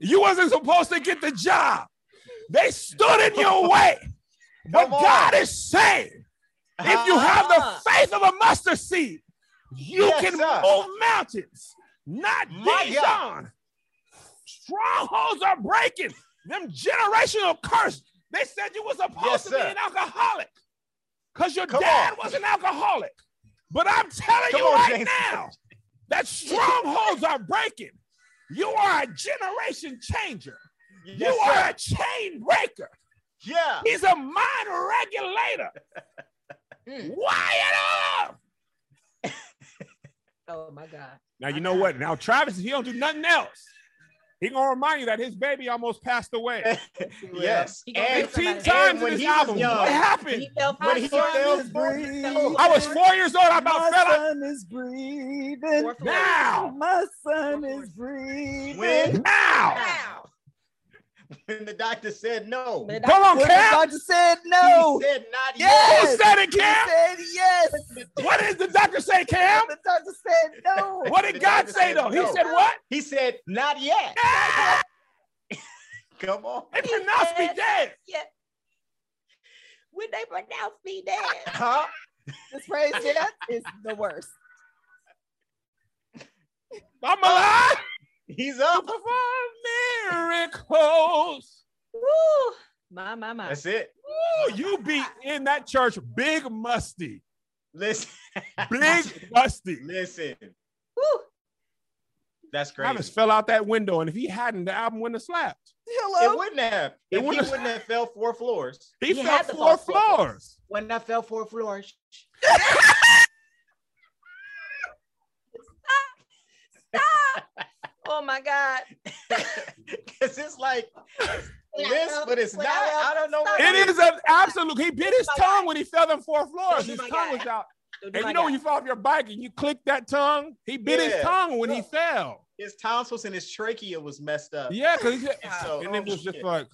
Speaker 2: you wasn't supposed to get the job. They stood in
Speaker 3: [LAUGHS]
Speaker 2: your way. But
Speaker 3: Come on. Uh-huh.
Speaker 2: God is saying, if
Speaker 3: Uh,
Speaker 2: you have
Speaker 4: Ah.
Speaker 2: the faith of a mustard seed, you
Speaker 3: Yes,
Speaker 2: can
Speaker 3: sir.
Speaker 2: move mountains, not
Speaker 3: My
Speaker 2: these
Speaker 3: God.
Speaker 2: on. Strongholds are breaking. Them generational curse. They said you were supposed
Speaker 3: Yes,
Speaker 2: to be
Speaker 3: sir.
Speaker 2: an alcoholic because your
Speaker 3: Come
Speaker 2: dad
Speaker 3: on.
Speaker 2: was an alcoholic. But I'm telling
Speaker 3: Come
Speaker 2: you
Speaker 3: on,
Speaker 2: right
Speaker 3: Jason.
Speaker 2: now that strongholds are breaking. You are a generation changer.
Speaker 3: Yes,
Speaker 2: you
Speaker 3: sir.
Speaker 2: are a chain breaker.
Speaker 3: Yeah.
Speaker 2: He's a mind
Speaker 3: [LAUGHS]
Speaker 2: regulator.
Speaker 3: Hmm.
Speaker 4: Mm.
Speaker 2: Why it up?
Speaker 4: Oh my God.
Speaker 2: Now you know what? Now Travis, he don't do nothing else. He gonna remind you that his baby almost passed away
Speaker 3: Yes.
Speaker 4: He gonna
Speaker 3: And
Speaker 4: be
Speaker 2: fifteen
Speaker 4: somebody. And
Speaker 2: times in
Speaker 3: when
Speaker 2: his
Speaker 3: he was
Speaker 2: album.
Speaker 3: young,
Speaker 2: What
Speaker 4: When
Speaker 2: happened?
Speaker 4: he fell
Speaker 3: When he
Speaker 4: five
Speaker 3: fell-
Speaker 4: times, four times,
Speaker 2: I was four years old. I
Speaker 1: My
Speaker 2: about fell out.
Speaker 1: son is breathing.
Speaker 4: four for
Speaker 2: Now,
Speaker 1: My son is breathing.
Speaker 3: When,
Speaker 2: now,
Speaker 4: Wow.
Speaker 3: when the doctor said no,
Speaker 4: The
Speaker 2: come on,
Speaker 1: When the
Speaker 2: Cam.
Speaker 1: doctor said no.
Speaker 3: he said not
Speaker 1: Yes.
Speaker 2: Who said it,
Speaker 1: He
Speaker 2: Cam?
Speaker 1: said yes.
Speaker 2: What did the doctor say, Cam?
Speaker 1: The doctor said no.
Speaker 2: [LAUGHS] What did
Speaker 3: [LAUGHS] The
Speaker 2: God
Speaker 3: doctor
Speaker 2: say
Speaker 3: said
Speaker 2: though? He
Speaker 3: no.
Speaker 2: said
Speaker 3: [LAUGHS]
Speaker 2: what? Ah,
Speaker 3: yet. He said not yet. Come on.
Speaker 2: They pronounced me dead.
Speaker 4: Yeah. When they pronounce me [LAUGHS] dead.
Speaker 3: Huh?
Speaker 1: This phrase yes is the worst.
Speaker 2: I'm alive.
Speaker 3: He's up.
Speaker 2: Of our miracles.
Speaker 4: Woo. My, my, my.
Speaker 3: That's it.
Speaker 2: Woo, you be in that church, big musty,
Speaker 3: Listen.
Speaker 2: big musty.
Speaker 3: [LAUGHS] Listen.
Speaker 4: Woo.
Speaker 3: That's crazy.
Speaker 2: Travis fell out that window, and if he hadn't, the album wouldn't have slapped.
Speaker 3: It
Speaker 1: Hello.
Speaker 3: wouldn't have.
Speaker 2: It
Speaker 3: If he
Speaker 2: wouldn't-
Speaker 3: wouldn't have fell four floors. [LAUGHS]
Speaker 2: He,
Speaker 4: He
Speaker 2: fell
Speaker 4: had to
Speaker 2: four
Speaker 4: fall four
Speaker 2: floors.
Speaker 3: When I fell four floors.
Speaker 4: Stop. [LAUGHS] Oh my God.
Speaker 3: Because it's like
Speaker 4: When I
Speaker 3: this,
Speaker 4: fell-
Speaker 3: but it's
Speaker 4: when
Speaker 3: not. I
Speaker 4: fell-
Speaker 3: don't know what
Speaker 4: Stop.
Speaker 2: It is an absolute. He bit his tongue when he fell them four floors.
Speaker 4: Oh
Speaker 2: His
Speaker 4: my
Speaker 2: tongue was
Speaker 4: God.
Speaker 2: out.
Speaker 4: Don't do
Speaker 2: And
Speaker 4: my
Speaker 2: you know
Speaker 4: God.
Speaker 2: when you fall off your bike and you click that tongue, he bit
Speaker 3: Yeah.
Speaker 2: his tongue when he fell.
Speaker 3: His tonsils and his trachea was messed up.
Speaker 2: Yeah, because he
Speaker 3: And so-
Speaker 2: and it was just
Speaker 3: Yeah.
Speaker 2: like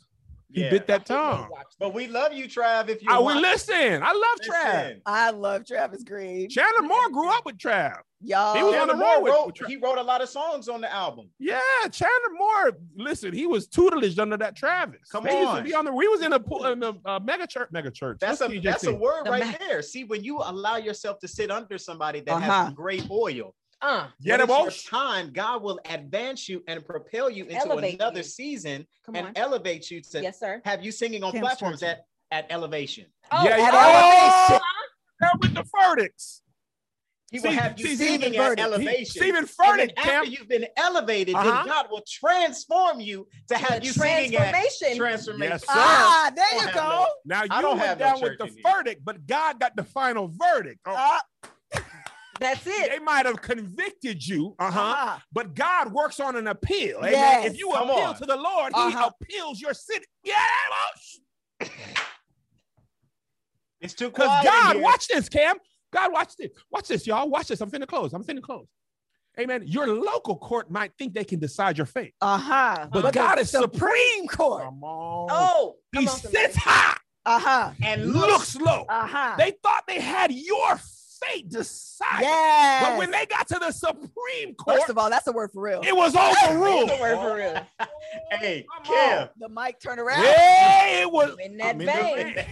Speaker 2: he
Speaker 3: Yeah.
Speaker 2: bit that
Speaker 4: Don't
Speaker 2: tongue.
Speaker 4: watch
Speaker 3: But we love you, Trav. If you
Speaker 2: I
Speaker 3: want.
Speaker 2: would listen. I love Trav.
Speaker 3: Listen.
Speaker 1: I love Travis Green.
Speaker 2: Chandler Moore grew up with Trav.
Speaker 1: Y'all.
Speaker 2: He was on
Speaker 3: Chandler
Speaker 2: the road
Speaker 3: Uh, Moore
Speaker 2: with-
Speaker 3: wrote,
Speaker 2: with Trav.
Speaker 3: he wrote a lot of songs on the album.
Speaker 2: Yeah, Chandler Moore. Listen, he was tutelaged under that Travis.
Speaker 3: Come
Speaker 2: They used to
Speaker 3: on.
Speaker 2: be on the. We was in a pool in a uh, mega church. Mega church.
Speaker 3: That's a
Speaker 2: TJ
Speaker 3: that's a
Speaker 2: saying.
Speaker 3: word
Speaker 4: The
Speaker 3: right
Speaker 4: ma-
Speaker 3: there. See, when you allow yourself to sit under somebody that
Speaker 1: Uh-huh.
Speaker 3: has great oil,
Speaker 4: Uh,
Speaker 2: Yeah,
Speaker 3: when
Speaker 2: the
Speaker 3: it's your
Speaker 2: most.
Speaker 3: time, God will advance you and propel you into
Speaker 4: Elevate
Speaker 3: another
Speaker 4: you.
Speaker 3: season
Speaker 4: come
Speaker 3: and
Speaker 4: on.
Speaker 3: elevate you to
Speaker 4: Yes, sir.
Speaker 3: have you singing on
Speaker 1: Camp
Speaker 3: platforms
Speaker 1: Sturgeon.
Speaker 3: at, at elevation.
Speaker 4: Oh,
Speaker 2: yeah,
Speaker 1: at
Speaker 2: yeah. Oh, with the verdicts.
Speaker 3: He will
Speaker 2: Stephen-
Speaker 3: have you
Speaker 2: Stephen
Speaker 3: singing at
Speaker 1: Furtick. He-
Speaker 3: elevation.
Speaker 2: Stephen
Speaker 3: And then
Speaker 2: Furtick,
Speaker 3: after
Speaker 2: Cam.
Speaker 3: you've been elevated,
Speaker 2: Uh-huh.
Speaker 3: then God will transform you to have
Speaker 4: The
Speaker 3: you singing at
Speaker 4: transformation.
Speaker 3: transformation.
Speaker 2: Yes, sir.
Speaker 1: Ah, there
Speaker 3: I
Speaker 1: you
Speaker 3: have
Speaker 1: go.
Speaker 3: no-
Speaker 2: Now you
Speaker 3: I don't
Speaker 2: went
Speaker 3: have no
Speaker 2: down with
Speaker 3: church
Speaker 2: the
Speaker 3: in here.
Speaker 2: verdict, but God got the final verdict. Oh,
Speaker 1: Ah,
Speaker 4: That's it.
Speaker 2: they might have convicted you, uh huh,
Speaker 1: uh-huh.
Speaker 2: but God works on an appeal. Amen.
Speaker 1: Yes.
Speaker 2: If you
Speaker 3: Come
Speaker 2: appeal
Speaker 3: on.
Speaker 2: to the Lord,
Speaker 1: Uh-huh.
Speaker 2: He appeals your sin. Yeah, oh, that was-
Speaker 3: It's too
Speaker 2: Because
Speaker 3: quiet. in
Speaker 2: God,
Speaker 3: here.
Speaker 2: watch this, Cam. God, watch this. Watch this, y'all. Watch this. I'm finna close. I'm finna close. Amen. Your local court might think they can decide your fate,
Speaker 1: Uh-huh.
Speaker 2: but
Speaker 1: the
Speaker 2: God is supreme.
Speaker 1: Court.
Speaker 2: Come on.
Speaker 4: Oh,
Speaker 2: he
Speaker 4: come on, somebody.
Speaker 2: sits high
Speaker 1: Uh-huh.
Speaker 2: and looks low.
Speaker 1: Uh-huh.
Speaker 2: They thought they had your fate decided.
Speaker 1: yes.
Speaker 2: But when they got to the Supreme Court,
Speaker 1: First of all, that's a word for real.
Speaker 2: it was overruled.
Speaker 4: Word for real.
Speaker 3: Hey,
Speaker 2: Come
Speaker 3: Kim.
Speaker 1: The mic turn around.
Speaker 2: Yeah, it was.
Speaker 4: In that
Speaker 3: I'm in the
Speaker 4: vein.
Speaker 3: vein.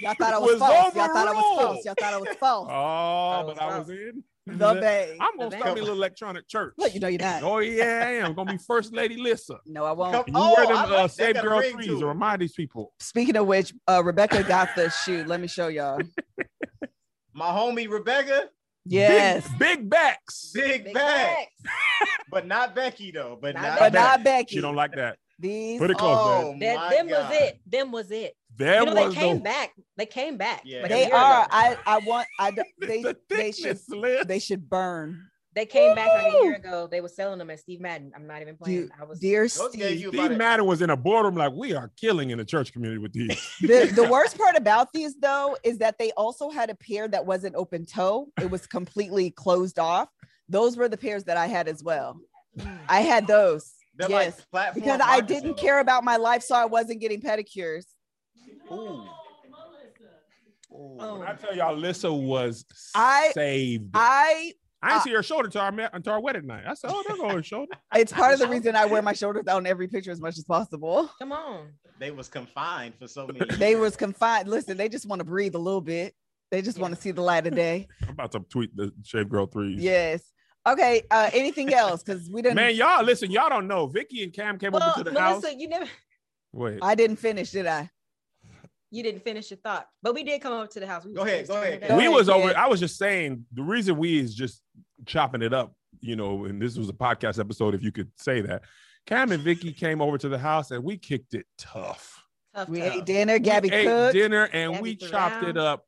Speaker 1: Y'all thought I
Speaker 2: [LAUGHS] It
Speaker 1: was,
Speaker 2: was
Speaker 1: false. Y'all thought I was
Speaker 2: overruled.
Speaker 1: false. Y'all thought I was false.
Speaker 2: [LAUGHS] Oh,
Speaker 4: was
Speaker 2: but I was
Speaker 4: us.
Speaker 2: in
Speaker 1: the
Speaker 2: [LAUGHS]
Speaker 1: bay.
Speaker 2: I'm gonna
Speaker 4: The
Speaker 2: start
Speaker 3: vein.
Speaker 2: me a little electronic church.
Speaker 1: Look, you know you're not.
Speaker 2: Oh yeah, I am gonna be First Lady Lissa.
Speaker 1: No, I won't.
Speaker 3: Come-
Speaker 2: You
Speaker 3: Oh,
Speaker 2: wear them
Speaker 3: I like
Speaker 2: uh,
Speaker 3: that.
Speaker 2: Save
Speaker 3: Got a
Speaker 2: Girl
Speaker 3: ring
Speaker 2: threes
Speaker 3: to
Speaker 2: to
Speaker 3: it.
Speaker 2: remind these people.
Speaker 1: Speaking of which, uh, Rebecca got the shoe. Let me show
Speaker 2: [LAUGHS]
Speaker 1: y'all.
Speaker 3: My homie Rebecca,
Speaker 1: Yes.
Speaker 2: big, big backs.
Speaker 3: big,
Speaker 4: Big
Speaker 3: bag,
Speaker 4: facts.
Speaker 3: but not Becky though. But
Speaker 4: Not
Speaker 3: not,
Speaker 1: but
Speaker 3: Becky.
Speaker 1: not Becky.
Speaker 2: She don't like that.
Speaker 1: These
Speaker 2: Put it close, man.
Speaker 3: Oh,
Speaker 4: That
Speaker 3: my
Speaker 4: them
Speaker 3: God.
Speaker 4: was it. Them was it.
Speaker 2: There
Speaker 4: you know,
Speaker 2: was
Speaker 4: they came
Speaker 2: no.
Speaker 4: back. They came back.
Speaker 3: Yeah.
Speaker 4: like a
Speaker 1: they
Speaker 4: year ago.
Speaker 1: are. I I want I
Speaker 2: [LAUGHS]
Speaker 1: d- they
Speaker 2: the
Speaker 1: they should
Speaker 2: thickness, Liz.
Speaker 1: they should burn.
Speaker 4: They came back like a
Speaker 2: Woo!
Speaker 4: year ago. They were selling them at Steve Madden. I'm not even playing.
Speaker 1: Dude,
Speaker 4: I was
Speaker 1: Dear
Speaker 3: Those gave
Speaker 1: Steve.
Speaker 3: you about
Speaker 2: Steve
Speaker 3: a-
Speaker 2: Madden was in a boardroom like we are killing in the church community
Speaker 1: [LAUGHS]
Speaker 2: with these.
Speaker 1: The,
Speaker 3: [LAUGHS]
Speaker 1: the worst part about these though is that they also had a pair that wasn't open toe. It was completely closed off. Those were the pairs that I had as well. I had those.
Speaker 3: Mm. They're
Speaker 1: yes.
Speaker 3: like platform
Speaker 1: because I didn't care about my life, so I wasn't getting pedicures.
Speaker 3: marketing. Ooh. Ooh.
Speaker 4: Oh.
Speaker 2: I tell y'all, Lissa was
Speaker 1: I-
Speaker 2: saved. I,
Speaker 1: I
Speaker 2: didn't
Speaker 1: I-
Speaker 2: see her shoulder to our ma- until our wedding night. I said, "Oh, there go her shoulder."
Speaker 1: it's part of the reason I wear my shoulders out in every picture as much as possible.
Speaker 4: come on.
Speaker 3: They was confined for so many.
Speaker 1: They was confined. Listen, they just want to breathe a little bit. They just want to see the light of day.
Speaker 2: I'm about to tweet the Shave Girl threes.
Speaker 1: Yes. Okay. Uh, anything else? Because we didn't.
Speaker 2: Man, y'all listen. Y'all don't know. Vicky and Cam came
Speaker 4: Well,
Speaker 2: over to the
Speaker 4: Melissa,
Speaker 2: house.
Speaker 4: you never
Speaker 2: Wait,
Speaker 1: I didn't finish, did I?
Speaker 4: you didn't finish your thought, but we did come up to the house. We
Speaker 3: Go
Speaker 4: was
Speaker 3: ahead, go
Speaker 4: texting
Speaker 3: ahead.
Speaker 4: her that.
Speaker 2: we
Speaker 1: ahead,
Speaker 2: was over.
Speaker 1: Ed.
Speaker 2: I was just saying the reason we is just chopping it up, you know. And this was a podcast episode, if you could say that. Cam and Vicky came over to the house and we kicked it tough.
Speaker 4: Tough
Speaker 1: We
Speaker 4: tough.
Speaker 1: ate dinner. Gabby
Speaker 2: we ate
Speaker 1: cooked.
Speaker 2: dinner and
Speaker 4: Gabby
Speaker 2: we
Speaker 4: threw
Speaker 2: chopped
Speaker 4: down.
Speaker 2: it up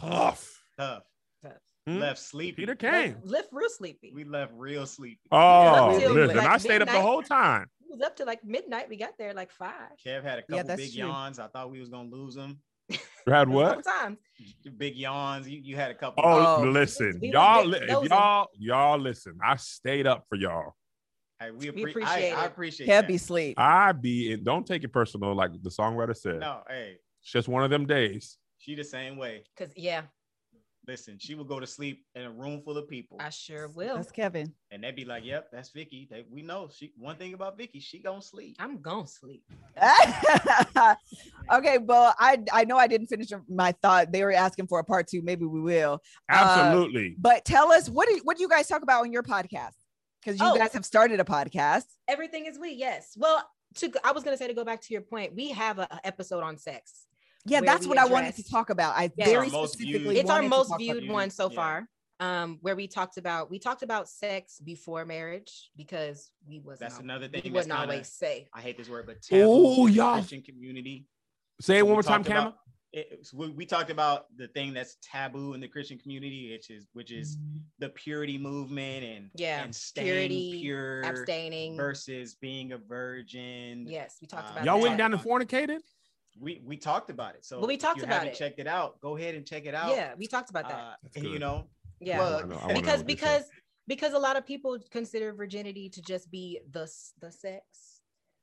Speaker 2: tough.
Speaker 3: tough.
Speaker 4: Tough.
Speaker 2: Hmm?
Speaker 3: Left sleepy.
Speaker 2: Peter
Speaker 4: Left-
Speaker 2: came.
Speaker 4: Left real sleepy.
Speaker 3: We left real sleepy.
Speaker 2: Oh,
Speaker 1: Until,
Speaker 2: listen,
Speaker 4: like,
Speaker 2: I stayed up the
Speaker 4: midnight.
Speaker 2: whole time.
Speaker 4: It was up to like midnight. We got there like five.
Speaker 3: Kev had a
Speaker 1: Yeah,
Speaker 3: couple
Speaker 1: that's
Speaker 3: big
Speaker 1: true.
Speaker 3: yawns. I thought we was gonna lose them.
Speaker 2: Had
Speaker 4: A couple
Speaker 2: what?
Speaker 4: times.
Speaker 3: Big yawns. You, you had a couple.
Speaker 2: Oh,
Speaker 1: Oh.
Speaker 2: listen,
Speaker 4: We were
Speaker 2: y'all,
Speaker 4: big
Speaker 2: li- if
Speaker 4: dozing.
Speaker 2: y'all, y'all, listen. I stayed up for y'all.
Speaker 3: Hey, we,
Speaker 4: We
Speaker 3: appre-
Speaker 4: appreciate
Speaker 3: I, I
Speaker 4: it.
Speaker 3: appreciate that.
Speaker 1: Happy sleep.
Speaker 2: I be and don't take it personal, like the songwriter said.
Speaker 3: No, hey,
Speaker 2: It's just one of them days.
Speaker 3: she the same way.
Speaker 4: Cause yeah,
Speaker 3: Listen, she would go to sleep in a room full of people,
Speaker 4: I sure will.
Speaker 1: That's Kevin. [LAUGHS]
Speaker 3: and they'd be like, "Yep, that's Vicky." They, we know she. One thing about Vicky, she gonna sleep.
Speaker 4: I'm gonna sleep.
Speaker 1: okay, well, I I know I didn't finish my thought. They were asking for a part two. Maybe we will.
Speaker 4: Uh,
Speaker 2: Absolutely.
Speaker 1: But tell us what do what do you guys talk about on your podcast? Because you
Speaker 4: Oh.
Speaker 1: guys have started a podcast.
Speaker 4: Everything is we. Yes. Well, to I was gonna say to go back to your point, we have a, a episode on sex.
Speaker 1: Yeah,
Speaker 4: Where
Speaker 1: that's
Speaker 4: we
Speaker 1: what I wanted to
Speaker 4: address-
Speaker 1: talk about. I
Speaker 4: Yes.
Speaker 1: very
Speaker 3: Our most
Speaker 1: specifically.
Speaker 3: viewed-
Speaker 4: it's our
Speaker 1: wanted to talk
Speaker 4: most
Speaker 1: about-
Speaker 4: viewed
Speaker 3: about-
Speaker 4: one so
Speaker 3: Yeah.
Speaker 4: far um where we talked about we talked about sex before marriage because we wasn't
Speaker 3: That's
Speaker 4: al-
Speaker 3: another
Speaker 4: we
Speaker 3: thing that's
Speaker 4: wasn't
Speaker 3: kinda-
Speaker 4: always safe
Speaker 3: I hate this word, but taboo
Speaker 2: Oh,
Speaker 3: in the
Speaker 2: y'all.
Speaker 3: Christian community.
Speaker 2: Say it
Speaker 3: So
Speaker 2: one
Speaker 3: we
Speaker 2: more time,
Speaker 3: talked about-
Speaker 2: Cameron.
Speaker 3: it- it's- we, we talked about the thing that's taboo in the Christian community, which is which is the purity movement and
Speaker 4: Yeah,
Speaker 3: and staying
Speaker 4: purity,
Speaker 3: pure
Speaker 4: abstaining
Speaker 3: versus being a virgin.
Speaker 4: yes we talked
Speaker 3: Uh,
Speaker 4: about
Speaker 2: Y'all
Speaker 4: that.
Speaker 2: went down and fornicated.
Speaker 3: we we talked about it. So
Speaker 4: Well, we
Speaker 3: if
Speaker 4: talked
Speaker 3: you
Speaker 4: about
Speaker 3: haven't
Speaker 4: it.
Speaker 3: Checked it out. Go ahead and check it out.
Speaker 4: yeah we talked about that
Speaker 3: Uh,
Speaker 2: That's
Speaker 3: and, you
Speaker 2: good.
Speaker 3: know,
Speaker 4: yeah
Speaker 3: plug.
Speaker 2: I know- I wanna know
Speaker 4: because
Speaker 2: what they said.
Speaker 4: because because a lot of people consider virginity to just be the s- the sex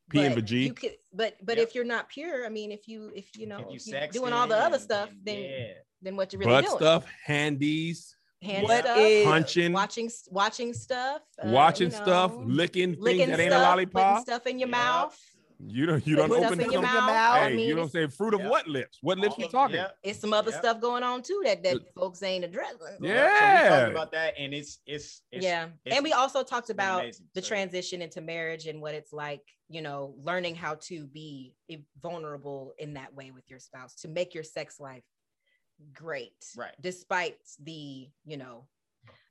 Speaker 2: P and
Speaker 4: But
Speaker 2: Vajig.
Speaker 4: you could, but but
Speaker 3: Yep.
Speaker 4: if you're not pure i mean if you if you know
Speaker 3: if you
Speaker 4: if
Speaker 3: sex
Speaker 4: doing all the other stuff then
Speaker 3: yeah.
Speaker 4: then what you're really
Speaker 2: Butt
Speaker 4: doing
Speaker 2: stuff, handies,
Speaker 4: hand
Speaker 3: What
Speaker 4: stuff
Speaker 1: is-
Speaker 2: punching,
Speaker 4: watching watching stuff uh,
Speaker 2: watching
Speaker 4: you know,
Speaker 2: stuff, licking
Speaker 4: licking
Speaker 2: things that ain't
Speaker 4: stuff,
Speaker 2: a
Speaker 4: putting
Speaker 2: lollipop.
Speaker 4: stuff in your
Speaker 3: Yeah.
Speaker 4: mouth.
Speaker 2: You don't. You
Speaker 4: putting
Speaker 2: don't
Speaker 4: stuff
Speaker 2: open
Speaker 4: in your
Speaker 2: some.
Speaker 4: mouth. I
Speaker 2: Hey,
Speaker 4: mean,
Speaker 2: you don't
Speaker 4: it's,
Speaker 2: say fruit of
Speaker 3: Yeah.
Speaker 2: what lips? What lips
Speaker 3: All
Speaker 2: you
Speaker 3: of-
Speaker 2: talking?
Speaker 3: yeah.
Speaker 4: it's some other
Speaker 3: Yeah.
Speaker 4: stuff going on too that that folks ain't addressing.
Speaker 3: So we
Speaker 2: Yeah.
Speaker 3: talked about that, and it's it's, it's
Speaker 4: yeah.
Speaker 3: it's
Speaker 4: and we also talked
Speaker 3: been
Speaker 4: about
Speaker 3: amazing,
Speaker 4: the
Speaker 3: so-
Speaker 4: transition into marriage and what it's like, you know, learning how to be i- vulnerable in that way with your spouse to make your sex life great,
Speaker 3: Right.
Speaker 4: Despite the, you know,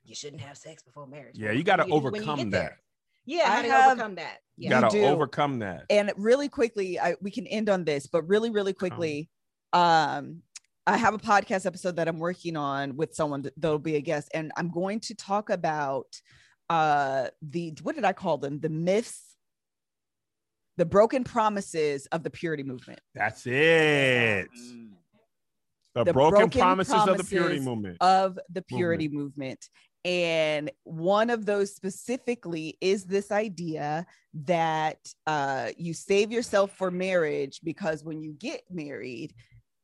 Speaker 4: you shouldn't have sex before marriage.
Speaker 2: Yeah,
Speaker 4: What
Speaker 2: you
Speaker 4: do
Speaker 2: gotta
Speaker 4: do when you
Speaker 2: overcome
Speaker 4: get there?
Speaker 2: that.
Speaker 4: Yeah,
Speaker 1: I
Speaker 4: how do you
Speaker 1: have-
Speaker 4: overcome that?
Speaker 2: You
Speaker 4: Yeah,
Speaker 1: got-
Speaker 2: gotta
Speaker 1: do.
Speaker 2: overcome that.
Speaker 1: And really quickly, I, we can end on this, but really,
Speaker 3: Uh-huh.
Speaker 1: really quickly, um, I have a podcast episode that I'm working on with someone that, that'll be a guest, and I'm going to talk about uh the what did I call them? The myths, the broken promises of the purity movement.
Speaker 2: That's it.
Speaker 3: Mm.
Speaker 2: The,
Speaker 1: The
Speaker 2: broken,
Speaker 1: broken
Speaker 2: promises, of the purity
Speaker 1: promises
Speaker 2: movement.
Speaker 1: of the purity movement. And one of those specifically is this idea that uh, you save yourself for marriage because when you get married,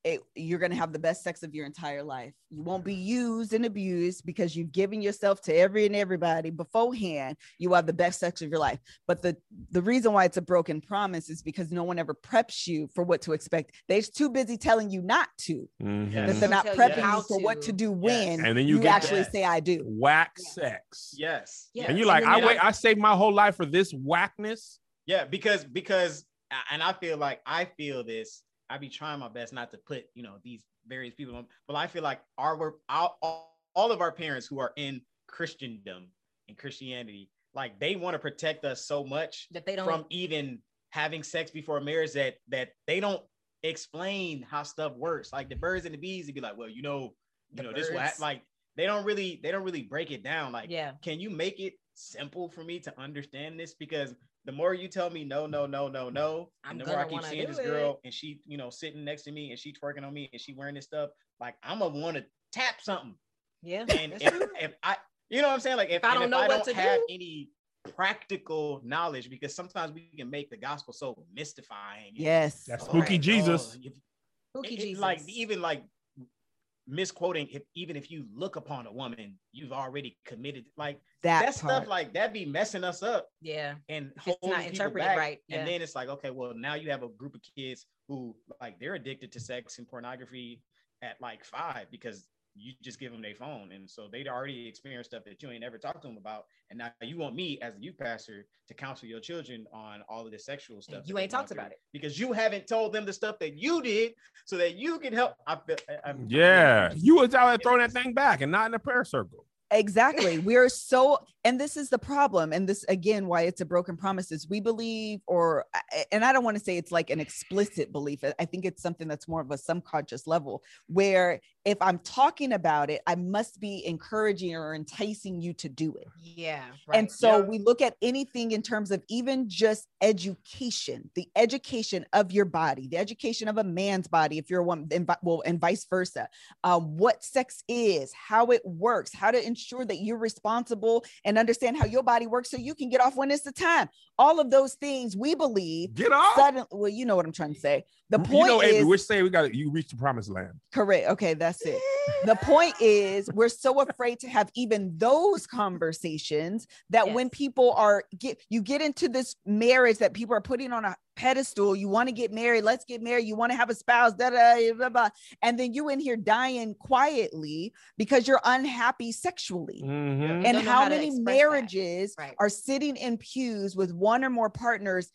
Speaker 1: it, you're going to have the best sex of your entire life. You won't be used and abused because you've given yourself to every and everybody beforehand. You have the best sex of your life. But the the reason why it's a broken promise is because no one ever preps you for what to expect. They're too busy telling you not to
Speaker 2: Mhm.
Speaker 3: Yeah.
Speaker 1: that they're
Speaker 3: Don't
Speaker 1: not
Speaker 4: tell you
Speaker 1: prepping you,
Speaker 4: how
Speaker 1: for what to
Speaker 4: to.
Speaker 1: do when
Speaker 2: And then you
Speaker 1: you,
Speaker 2: get
Speaker 1: actually
Speaker 3: that.
Speaker 1: say I do.
Speaker 2: Whack
Speaker 4: Yeah.
Speaker 2: sex.
Speaker 3: Yes.
Speaker 4: Yeah.
Speaker 2: And you're like,
Speaker 4: And then
Speaker 2: I
Speaker 4: you're
Speaker 2: wait,
Speaker 4: like-
Speaker 2: I saved my whole life for this whackness.
Speaker 3: Yeah, because because a- and I feel like I feel this. I be trying my best not to put you know these various people on, but I feel like our we're- our- all, all of our parents who are in Christendom and Christianity, like they want to protect us so much
Speaker 4: that they don't e-,
Speaker 3: from even having sex before marriage that that they don't explain how stuff works. Like the birds and the bees, would be like, well, you know, you
Speaker 4: The
Speaker 3: know, this will hap-
Speaker 4: birds.
Speaker 3: like they don't really they don't really break it down. Like
Speaker 4: yeah
Speaker 3: can you make it simple for me to understand this? Because the more you tell me no, no, no, no, no,
Speaker 4: I'm
Speaker 3: and the more I
Speaker 4: gonna
Speaker 3: keep
Speaker 4: wanna
Speaker 3: seeing
Speaker 4: do
Speaker 3: this girl and she, you know, sitting next to me and she twerking on me and she wearing this stuff, like I'm gonna want to tap something.
Speaker 4: yeah
Speaker 3: And
Speaker 4: that's
Speaker 3: if,
Speaker 4: true.
Speaker 3: if I, you know what I'm saying, like if,
Speaker 4: If I
Speaker 3: and
Speaker 4: don't
Speaker 3: if
Speaker 4: know
Speaker 3: I
Speaker 4: what
Speaker 3: don't
Speaker 4: to
Speaker 3: have
Speaker 4: do.
Speaker 3: any practical knowledge, because sometimes we can make the gospel so mystifying. and
Speaker 1: Yes.
Speaker 2: That's
Speaker 3: so,
Speaker 2: spooky
Speaker 3: like,
Speaker 2: Jesus.
Speaker 3: oh, if-
Speaker 4: Spooky
Speaker 3: it- it- like
Speaker 4: Jesus.
Speaker 3: even like misquoting if even if you look upon a woman you've already committed like
Speaker 1: that,
Speaker 3: that
Speaker 1: part.
Speaker 3: stuff like that be messing us up
Speaker 4: yeah
Speaker 3: and
Speaker 4: it's not
Speaker 3: holding people
Speaker 4: interpreted
Speaker 3: back.
Speaker 4: right, yeah.
Speaker 3: And then it's like, okay, well, now you have a group of kids who like they're addicted to sex and pornography at like five because you just give them their phone, and so they'd already experienced stuff that you ain't ever talked to them about, and now you want me as the youth pastor to counsel your children on all of this sexual stuff. that
Speaker 4: you
Speaker 3: they
Speaker 4: ain't
Speaker 3: going
Speaker 4: talked
Speaker 3: through
Speaker 4: about it.
Speaker 3: because you haven't told them the stuff that you did, so that you can help. I feel, I, I,
Speaker 2: Yeah. You was out there throwing that thing back and not in a prayer circle.
Speaker 1: Exactly. We are so, and this is the problem. And this, again, why it's a broken promise is we believe, or, and I don't want to say it's like an explicit belief. I- I think it's something that's more of a subconscious level where if I'm talking about it, I must be encouraging or enticing you to do it.
Speaker 4: yeah right.
Speaker 1: And so
Speaker 3: Yeah.
Speaker 1: we look at anything in terms of even just education, the education of your body, the education of a man's body, if you're a woman, and, vi- well, and vice versa. Um, what sex is, how it works, how to ensure that you're responsible and understand how your body works so you can get off when it's the time. All of those things we believe
Speaker 2: Get off.
Speaker 1: suddenly, well, you know what I'm trying to say. The point
Speaker 2: you know,
Speaker 1: is,
Speaker 2: Avery, we're saying we got you reach the promised land.
Speaker 1: Correct. Okay, that's it. The point is, we're so afraid to have even those conversations that when
Speaker 4: Yes.
Speaker 1: people are get you get into this marriage that people are putting on a pedestal. You want to get married. Let's get married. You want to have a spouse. Da da blah, blah. And then you in here dying quietly because you're unhappy sexually.
Speaker 2: Mhm.
Speaker 1: And
Speaker 4: Mm-hmm. Don't know
Speaker 1: how,
Speaker 4: how to
Speaker 1: many
Speaker 4: express that.
Speaker 1: marriages
Speaker 4: Right.
Speaker 1: are sitting in pews with one or more partners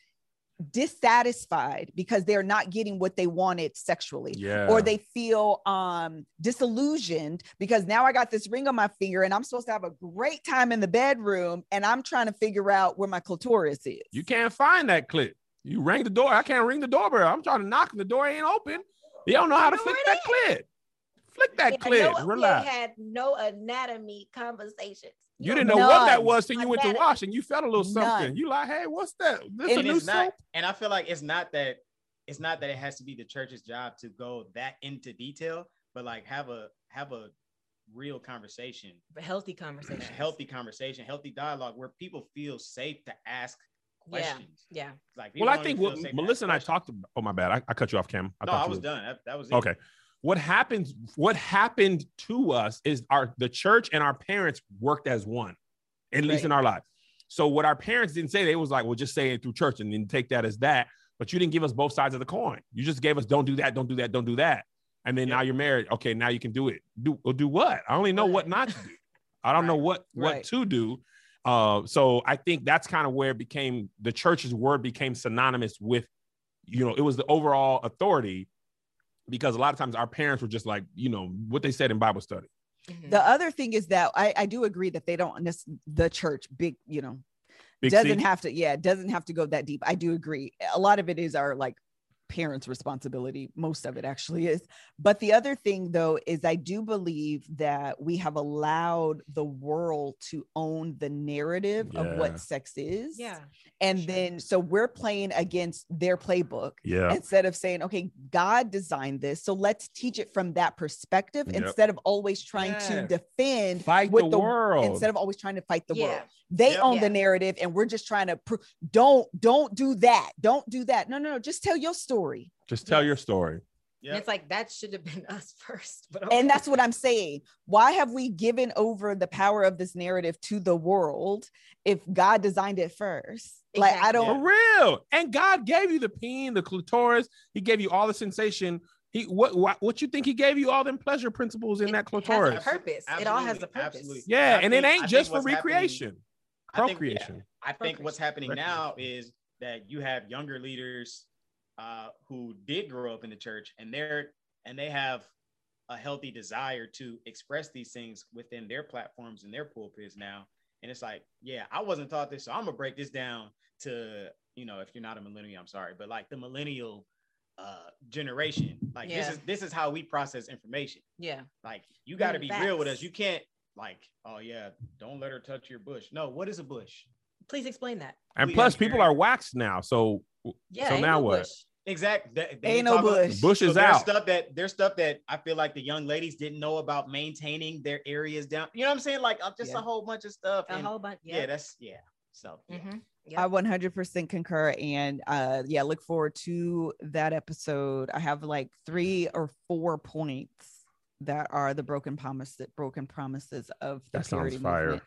Speaker 1: dissatisfied because they're not getting what they wanted sexually?
Speaker 2: Yeah.
Speaker 1: or they feel um disillusioned because now I got this ring on my finger and I'm supposed to have a great time in the bedroom and I'm trying to figure out where my clitoris is.
Speaker 2: you can't find that clip. You ring the door. I can't ring the doorbell. I'm trying to knock and the door ain't open. You don't know how to
Speaker 4: You know
Speaker 2: flick
Speaker 4: where
Speaker 2: that clip. Flick that
Speaker 4: Yeah,
Speaker 2: clip.
Speaker 4: no, we
Speaker 2: Relax.
Speaker 4: had no anatomy conversations
Speaker 2: You didn't know what that was till you went to
Speaker 4: None.
Speaker 2: wash and you felt a little something.
Speaker 1: None.
Speaker 2: You like, hey, what's that? This
Speaker 3: and
Speaker 2: a new
Speaker 3: it's not,
Speaker 2: soap?
Speaker 3: and I feel like it's not that it's not that it has to be the church's job to go that into detail, but like have a have a real conversation,
Speaker 4: But healthy
Speaker 3: a
Speaker 4: conversation
Speaker 3: healthy conversation, healthy dialogue where people feel safe to ask
Speaker 4: yeah
Speaker 3: questions.
Speaker 4: yeah
Speaker 3: Like people
Speaker 2: Well, I
Speaker 3: don't
Speaker 2: think
Speaker 3: even
Speaker 2: what
Speaker 3: feel safe to ask
Speaker 2: Melissa and I
Speaker 3: questions.
Speaker 2: talked about. Oh my bad, I, I cut you off, Cam.
Speaker 3: No,
Speaker 2: thought
Speaker 3: I
Speaker 2: you
Speaker 3: was
Speaker 2: were-
Speaker 3: done. That, that was it.
Speaker 2: Okay. What happens? What happened to us is our the church and our parents worked as one, at least
Speaker 1: Right.
Speaker 2: in our lives. So what our parents didn't say, they was like, well, just say it through church and then take that as that. But you didn't give us both sides of the coin. You just gave us don't do that, don't do that, don't do that. And then
Speaker 3: Yeah.
Speaker 2: now you're married. Okay, now you can do it. Do well, do what? I only know what
Speaker 4: Right.
Speaker 2: not to do. I don't know
Speaker 3: Right.
Speaker 2: what what
Speaker 1: Right.
Speaker 2: to do. Uh, so I think that's kind of where it became the church's word became synonymous with, you know, it was the overall authority because a lot of times our parents were just like, you know, what they said in Bible study.
Speaker 4: Mhm.
Speaker 1: The other thing is that I, I do agree that they don't nec- the church big you know
Speaker 2: Big C.
Speaker 1: doesn't have to yeah doesn't have to go that deep. I do agree. A lot of it is our like parents' responsibility. Most of it actually is. But the other thing, though, is I do believe that we have allowed the world to own the narrative of
Speaker 2: Yeah.
Speaker 1: what sex is.
Speaker 4: Yeah.
Speaker 1: And
Speaker 4: sure.
Speaker 1: then, so we're playing against their playbook
Speaker 2: Yeah.
Speaker 1: instead of saying, okay, God designed this. So let's teach it from that perspective
Speaker 2: Yep.
Speaker 1: instead of always trying
Speaker 2: Yeah.
Speaker 1: to defend
Speaker 2: Fight
Speaker 1: with
Speaker 2: the,
Speaker 1: the-
Speaker 2: world.
Speaker 1: instead of always trying to fight the
Speaker 4: yeah.
Speaker 1: world. They
Speaker 3: Yep.
Speaker 1: own
Speaker 4: Yeah.
Speaker 1: the narrative and we're just trying to pro- don't don't do that. Don't do that. No, no, no. Just tell your story.
Speaker 2: Just tell
Speaker 4: Yes.
Speaker 2: your story.
Speaker 4: And
Speaker 3: Yeah.
Speaker 4: it's like that should have been [LAUGHS] us first. But
Speaker 1: And that's what I'm saying. Why have we given over the power of this narrative to the world if God designed it first? Like I
Speaker 4: Exactly.
Speaker 1: don't
Speaker 2: For real. And God gave you the peen, the clitoris. He gave you all the sensation. He what what, what you think he gave you all them pleasure principles in that
Speaker 4: has a
Speaker 2: clitoris?
Speaker 3: Abso-
Speaker 4: purpose. It all has a
Speaker 3: absolutely,
Speaker 4: purpose.
Speaker 3: absolutely.
Speaker 2: Yeah,
Speaker 3: I
Speaker 2: and
Speaker 3: think-
Speaker 2: it
Speaker 3: I
Speaker 2: ain't
Speaker 3: think
Speaker 2: just for
Speaker 3: what's happening-
Speaker 2: recreation,
Speaker 3: I think- yeah.
Speaker 2: procreation.
Speaker 3: I think what's happening
Speaker 2: Recognition.
Speaker 3: now is that you have younger leaders uh, who did grow up in the church, and they're and they have a healthy desire to express these things within their platforms and their pulpits now. And it's like, yeah, I wasn't taught this, so I'm gonna break this down to you know, if you're not a millennial, I'm sorry, but like the millennial uh, generation, like
Speaker 4: Yeah.
Speaker 3: this is this is how we process information.
Speaker 4: Yeah.
Speaker 3: Like you got to
Speaker 4: Mm,
Speaker 3: be real with
Speaker 4: facts.
Speaker 3: us. You can't like, oh yeah, don't let her touch your bush. No, what is a bush?
Speaker 4: Please explain that.
Speaker 2: And
Speaker 3: we
Speaker 2: plus,
Speaker 3: have
Speaker 2: people
Speaker 3: here-
Speaker 2: are waxed now, so
Speaker 4: Yeah.
Speaker 2: So
Speaker 4: ain't
Speaker 2: now
Speaker 4: no
Speaker 2: what?
Speaker 4: bush.
Speaker 3: Exact. That, they
Speaker 1: ain't
Speaker 3: ain't
Speaker 1: no
Speaker 3: talking-
Speaker 1: bush.
Speaker 2: Bush
Speaker 3: So
Speaker 2: is
Speaker 3: there's
Speaker 2: out.
Speaker 3: stuff that there's stuff that I feel like the young ladies didn't know about maintaining their areas down. You know what I'm saying? Like uh, just
Speaker 1: Yeah.
Speaker 3: a whole bunch of stuff.
Speaker 4: A
Speaker 3: and-
Speaker 4: whole bunch.
Speaker 3: yeah.
Speaker 4: Yeah.
Speaker 3: that's yeah. So yeah.
Speaker 4: Mhm.
Speaker 1: I
Speaker 4: Yep.
Speaker 1: 100% concur. And uh, yeah, look forward to that episode. I have like three or four points that are the broken promises, broken promises of the
Speaker 2: That sounds
Speaker 1: purity
Speaker 2: fire.
Speaker 1: movement.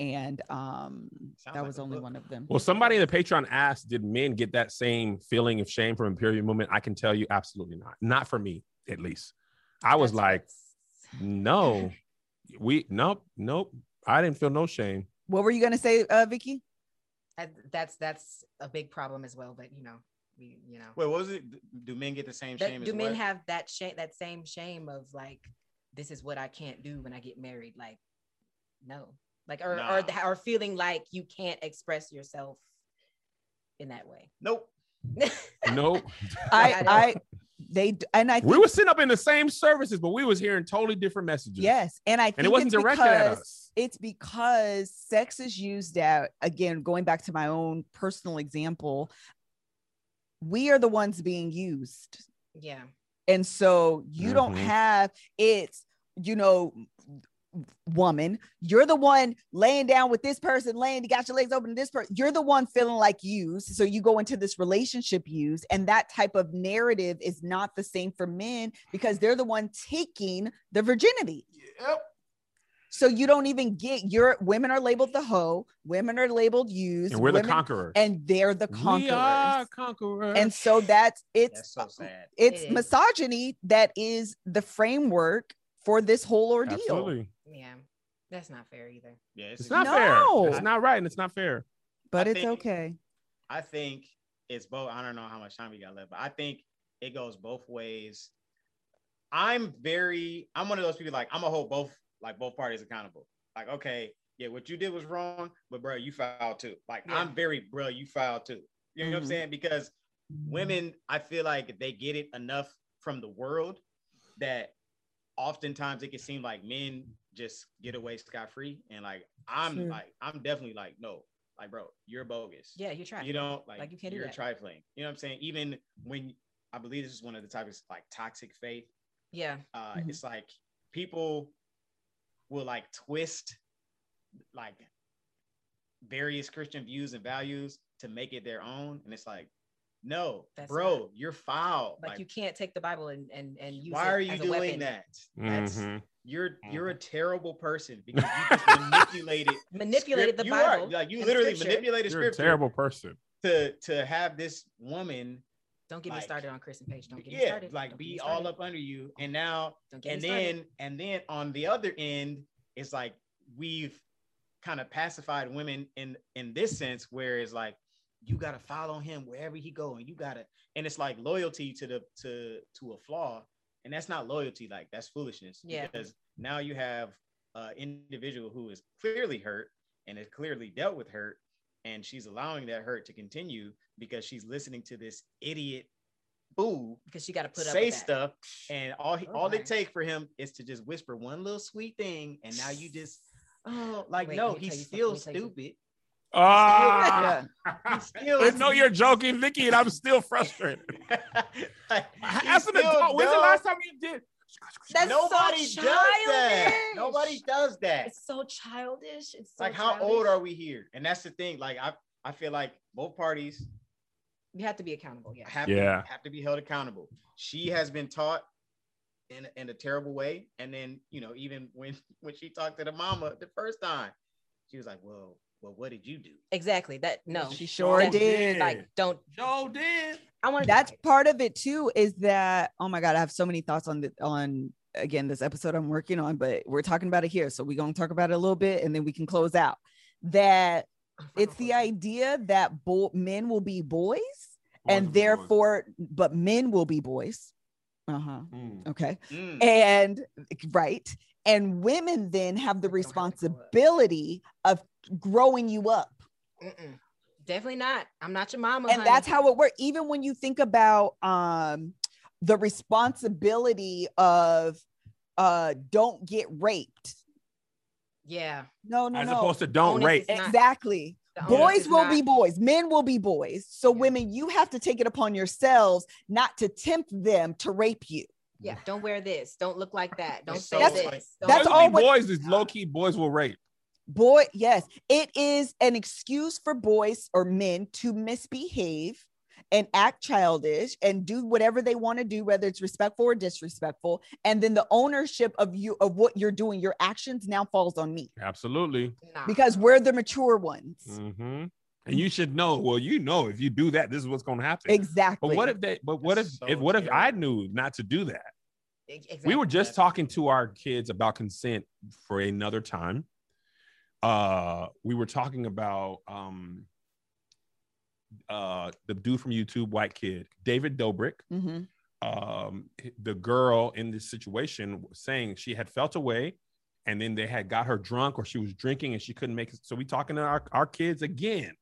Speaker 1: And um,
Speaker 3: Sounds
Speaker 1: that
Speaker 3: like
Speaker 1: was
Speaker 3: a
Speaker 1: only
Speaker 3: book.
Speaker 1: one of them.
Speaker 2: Well, somebody in the Patreon asked, did men get that same feeling of shame from Imperial Movement? I can tell you absolutely not. Not for me, at least. I was
Speaker 4: That's
Speaker 2: like,
Speaker 4: what's-
Speaker 2: no, we nope, nope. I didn't feel no shame.
Speaker 1: what were you going to say, uh, Vicky?
Speaker 4: I- that's that's a big problem as well. But you know, we you know,
Speaker 3: Wait, what was it? Do men get the same
Speaker 4: That-
Speaker 3: shame
Speaker 4: do
Speaker 3: as
Speaker 4: men
Speaker 3: what?
Speaker 4: have that shame? That same shame of like, this is what I can't do when I get married. Like, no, like or
Speaker 3: Nah.
Speaker 4: or, th- or feeling like you can't express yourself in that way.
Speaker 3: nope.
Speaker 2: Nope.
Speaker 1: I,
Speaker 4: I don't-
Speaker 1: I, they, d- and I think,
Speaker 2: we were sitting up in the same services, but we was hearing totally different messages.
Speaker 1: yes. And I think
Speaker 2: And it wasn't
Speaker 1: it's
Speaker 2: directed at
Speaker 1: because-
Speaker 2: us.
Speaker 1: it's because sex is used out again going back to my own personal example we are the ones being used
Speaker 4: yeah,
Speaker 1: and so you don't
Speaker 2: Mhm.
Speaker 1: have it's you know woman you're the one laying down with this person laying you got your legs open to this person you're the one feeling like used so you go into this relationship used and that type of narrative is not the same for men because they're the one taking the virginity so you don't even get your women are labeled the hoe, women are labeled used,
Speaker 2: And we're the
Speaker 1: women-
Speaker 2: conquerors.
Speaker 1: and they're the
Speaker 2: We are
Speaker 1: conquerors.
Speaker 2: conquerors.
Speaker 1: And so that's
Speaker 3: That's
Speaker 1: it's
Speaker 3: so sad.
Speaker 1: it's
Speaker 4: It is.
Speaker 1: misogyny that is the framework for this whole ordeal.
Speaker 2: Absolutely.
Speaker 4: yeah, that's not fair either.
Speaker 3: Yeah,
Speaker 2: It's not
Speaker 1: No.
Speaker 2: fair. It's not right and it's not fair.
Speaker 1: But
Speaker 3: I
Speaker 1: it's
Speaker 3: think-
Speaker 1: okay.
Speaker 3: I think it's both. I don't know how much time we got left, but I think it goes both ways. I'm very, I'm one of those people like I'm gonna hold both like both parties accountable. Like, okay, yeah, what you did was wrong, but bro, you filed too. Like,
Speaker 4: Yeah.
Speaker 3: I'm very bro, you filed too. You know what I'm
Speaker 1: Mhm.
Speaker 3: saying? Because women, I feel like they get it enough from the world that oftentimes it can seem like men just get away scot free. And like, I'm
Speaker 1: Sure.
Speaker 3: like, I'm definitely like, no, like, bro, you're bogus
Speaker 4: Yeah, you're trying.
Speaker 3: you know, like,
Speaker 4: Like, you can't do
Speaker 3: you're
Speaker 4: that.
Speaker 3: trifling. You know what I'm saying? Even when I believe this is one of the topics like toxic faith.
Speaker 4: yeah,
Speaker 3: Uh,
Speaker 1: Mhm.
Speaker 3: It's like people will like twist like various Christian views and values to make it their own, and it's like, no,
Speaker 4: That's
Speaker 3: bro,
Speaker 4: not-
Speaker 3: you're foul.
Speaker 4: like, you can't take the Bible and and and use.
Speaker 3: why
Speaker 4: it
Speaker 3: are you
Speaker 4: as a
Speaker 3: doing
Speaker 4: weapon.
Speaker 3: that? That's
Speaker 2: Mhm.
Speaker 3: you're you're a terrible person because you
Speaker 4: [LAUGHS]
Speaker 3: just manipulated
Speaker 4: Manipulated
Speaker 3: script-
Speaker 4: the
Speaker 3: you are,
Speaker 4: Bible.
Speaker 3: like you
Speaker 4: and
Speaker 3: literally
Speaker 4: scripture.
Speaker 3: manipulated
Speaker 2: You're a
Speaker 3: scripture
Speaker 1: [LAUGHS]
Speaker 2: terrible person.
Speaker 3: to to have this woman
Speaker 4: Don't get me
Speaker 3: like-
Speaker 4: started on Chris and Paige. Don't get me
Speaker 3: yeah,
Speaker 4: started.
Speaker 3: like
Speaker 4: Don't get me
Speaker 3: be all
Speaker 4: started.
Speaker 3: up under you. And now,
Speaker 4: Don't get
Speaker 3: and
Speaker 4: me started.
Speaker 3: then, and then on the other end, it's like we've kind of pacified women in in this sense, where it's like you gotta follow him wherever he go, and you gotta, and it's like loyalty to the to to a flaw, and that's not loyalty, like that's foolishness.
Speaker 4: Yeah.
Speaker 3: Because now you have an individual who is clearly hurt and has clearly dealt with hurt, and she's allowing that hurt to continue because she's listening to this idiot boo
Speaker 4: because she got to put up
Speaker 3: say
Speaker 4: with that.
Speaker 3: stuff, and all he,
Speaker 4: Oh,
Speaker 3: all
Speaker 4: my.
Speaker 3: it take for him is to just whisper one little sweet thing, and now you just oh like
Speaker 4: Wait,
Speaker 3: no,
Speaker 4: let me tell
Speaker 3: he's
Speaker 4: you something,
Speaker 3: still
Speaker 4: let me tell you- [LAUGHS]
Speaker 3: stupid.
Speaker 2: Ah,
Speaker 1: yeah.
Speaker 3: Still,
Speaker 2: [LAUGHS] I know you're joking, Vicky, and I'm still frustrated.
Speaker 3: [LAUGHS] Like,
Speaker 2: [LAUGHS] As
Speaker 3: he's
Speaker 2: an
Speaker 3: still
Speaker 2: adult, when's the
Speaker 3: dumb.
Speaker 2: last time you did?
Speaker 4: That's
Speaker 3: Nobody
Speaker 4: so
Speaker 3: does that.
Speaker 4: childish.
Speaker 3: Nobody does that.
Speaker 4: It's so childish. It's so
Speaker 3: like, how
Speaker 4: childish.
Speaker 3: old are we here? And that's the thing. Like, I I feel like both parties
Speaker 4: You have to be accountable. Yeah.
Speaker 3: have
Speaker 2: Yeah.
Speaker 3: to have to be held accountable. She has been taught in in a terrible way, and then you know even when [LAUGHS] when she talked to the mama the first time, she was like, "Well, well, what did you do?"
Speaker 4: Exactly. That no.
Speaker 1: She sure
Speaker 4: That's-
Speaker 1: did.
Speaker 4: Like don't.
Speaker 2: Joe did.
Speaker 4: I want to.
Speaker 1: That's part of it too. Is that oh my god, I have so many thoughts on the on again this episode I'm working on, but we're talking about it here, so we're gonna talk about it a little bit, and then we can close out. That it's the idea that bo- men will be boys, and therefore, but men will be boys. Uh
Speaker 4: Uh-huh.
Speaker 1: huh.
Speaker 2: Mm.
Speaker 4: [LAUGHS]
Speaker 1: Okay.
Speaker 3: Mm.
Speaker 1: and right and women then have the
Speaker 4: Don't have to grow up.
Speaker 1: responsibility of growing you up
Speaker 4: Mm-mm. Definitely not. I'm not your mama.
Speaker 1: and that's
Speaker 4: honey.
Speaker 1: how it works even when you think about um the responsibility of uh don't get raped
Speaker 4: Yeah.
Speaker 1: no no
Speaker 2: As
Speaker 1: no
Speaker 2: opposed to don't
Speaker 4: Onus
Speaker 2: rape.
Speaker 4: is not-
Speaker 1: exactly
Speaker 2: Oh,
Speaker 4: The onus
Speaker 1: boys
Speaker 4: is
Speaker 1: will
Speaker 4: not-
Speaker 1: be boys men will be boys so
Speaker 4: Yeah.
Speaker 1: women you have to take it upon yourselves not to tempt them to rape you
Speaker 4: Yeah. Don't wear this. Don't look like that. Don't
Speaker 3: It's
Speaker 4: say
Speaker 3: so
Speaker 4: this.
Speaker 3: like-
Speaker 4: Don't
Speaker 1: That's
Speaker 2: Basically,
Speaker 4: do
Speaker 1: all
Speaker 4: that.
Speaker 1: what-
Speaker 2: boys is low key. Boys will rape.
Speaker 1: Boy, yes, it is an excuse for boys or men to misbehave and act childish and do whatever they want to do, whether it's respectful or disrespectful. And then the ownership of you of what you're doing, your actions now falls on me
Speaker 2: Absolutely.
Speaker 4: Nah.
Speaker 2: Ah.
Speaker 1: because we're the mature ones.
Speaker 2: hmm And you should know. Well, you know, if you do that, this is what's going to happen.
Speaker 1: Exactly.
Speaker 2: But what if they? But what if?
Speaker 3: That's
Speaker 2: if
Speaker 3: so
Speaker 2: what if I
Speaker 3: terrible.
Speaker 2: knew not to do that?
Speaker 4: E-
Speaker 2: we were
Speaker 4: exactly.
Speaker 2: just talking to our kids about consent for another time uh we were talking about um uh the dude from youtube white kid david dobrik
Speaker 1: Mhm.
Speaker 2: um the girl in this situation was saying she had felt away and then they had got her drunk or she was drinking and she couldn't make it so we talking to our, our kids again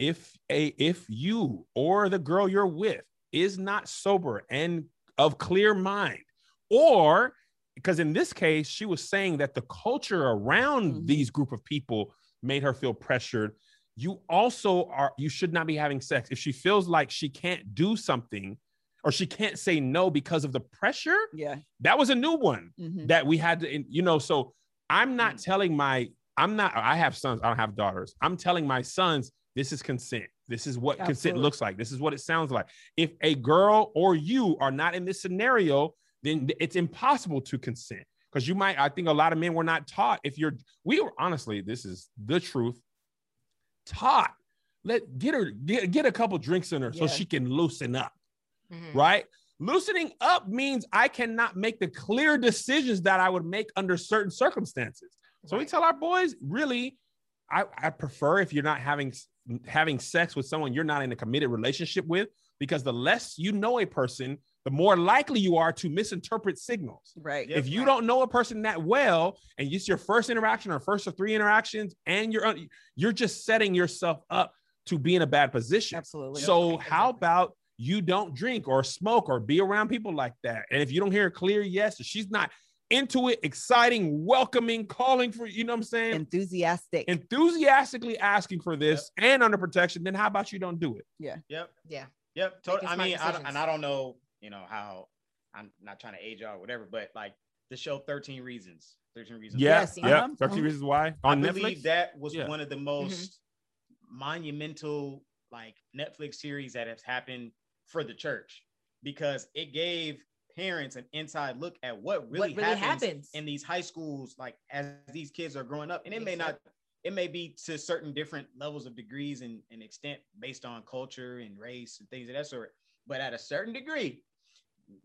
Speaker 2: if a if you or the girl you're with is not sober and of clear mind or because in this case she was saying that the culture around
Speaker 1: Mhm.
Speaker 2: these group of people made her feel pressured you also are you should not be having sex if she feels like she can't do something or she can't say no because of the pressure
Speaker 1: Yeah.
Speaker 2: that was a new one
Speaker 1: Mhm.
Speaker 2: that we had to, you know. So I'm not
Speaker 1: Mm.
Speaker 2: telling my, I'm not, I have sons, I don't have daughters. I'm telling my sons, this is consent. This is what consent
Speaker 1: Absolutely.
Speaker 2: looks like. This is what it sounds like. If a girl or you are not in this scenario, then it's impossible to consent because you might, I think a lot of men were not taught. If you're, we were honestly, this is the truth, taught. Let get her get, get a couple drinks in her so
Speaker 1: Yeah.
Speaker 2: she can loosen up
Speaker 4: Mhm.
Speaker 2: right? Loosening up means I cannot make the clear decisions that I would make under certain circumstances. So we
Speaker 4: Right.
Speaker 2: tell our boys, really, I, I prefer if you're not having having sex with someone you're not in a committed relationship with, because the less you know a person, the more likely you are to misinterpret signals.
Speaker 1: Right.
Speaker 3: Yeah.
Speaker 2: If you don't know a person that well, and it's your first interaction or first of three interactions, and you're un- you're just setting yourself up to be in a bad position.
Speaker 1: Absolutely.
Speaker 2: So
Speaker 4: Yep.
Speaker 2: how about you don't drink or smoke or be around people like that? And if you don't hear a clear yes, if she's not into it, exciting, welcoming, calling for you know what I'm saying,
Speaker 1: enthusiastic.
Speaker 2: enthusiastically asking for this and under protection, then how about you don't do it?
Speaker 3: Yep.
Speaker 4: Yeah.
Speaker 3: Yep. Tot-
Speaker 4: the
Speaker 3: I
Speaker 4: smart
Speaker 3: mean, I, don't-
Speaker 4: decisions.
Speaker 3: and I don't know, you know, how I'm not trying to age y'all or whatever, but like the show 13 Reasons, 13 Reasons.
Speaker 2: Yeah,
Speaker 4: Yes,
Speaker 2: yeah.
Speaker 1: uh-huh.
Speaker 2: 13 Reasons Why on
Speaker 3: I
Speaker 2: Netflix.
Speaker 3: believe that was
Speaker 2: Yeah.
Speaker 3: one of the most monumental like Netflix series that has happened for the church because it gave parents an inside look at what really,
Speaker 4: what really
Speaker 3: happens,
Speaker 4: happens?
Speaker 3: in these high schools like as these kids are growing up and it may not
Speaker 4: Exactly.
Speaker 3: it may be to certain different levels of degrees and, and extent based on culture and race and things of that sort but at a certain degree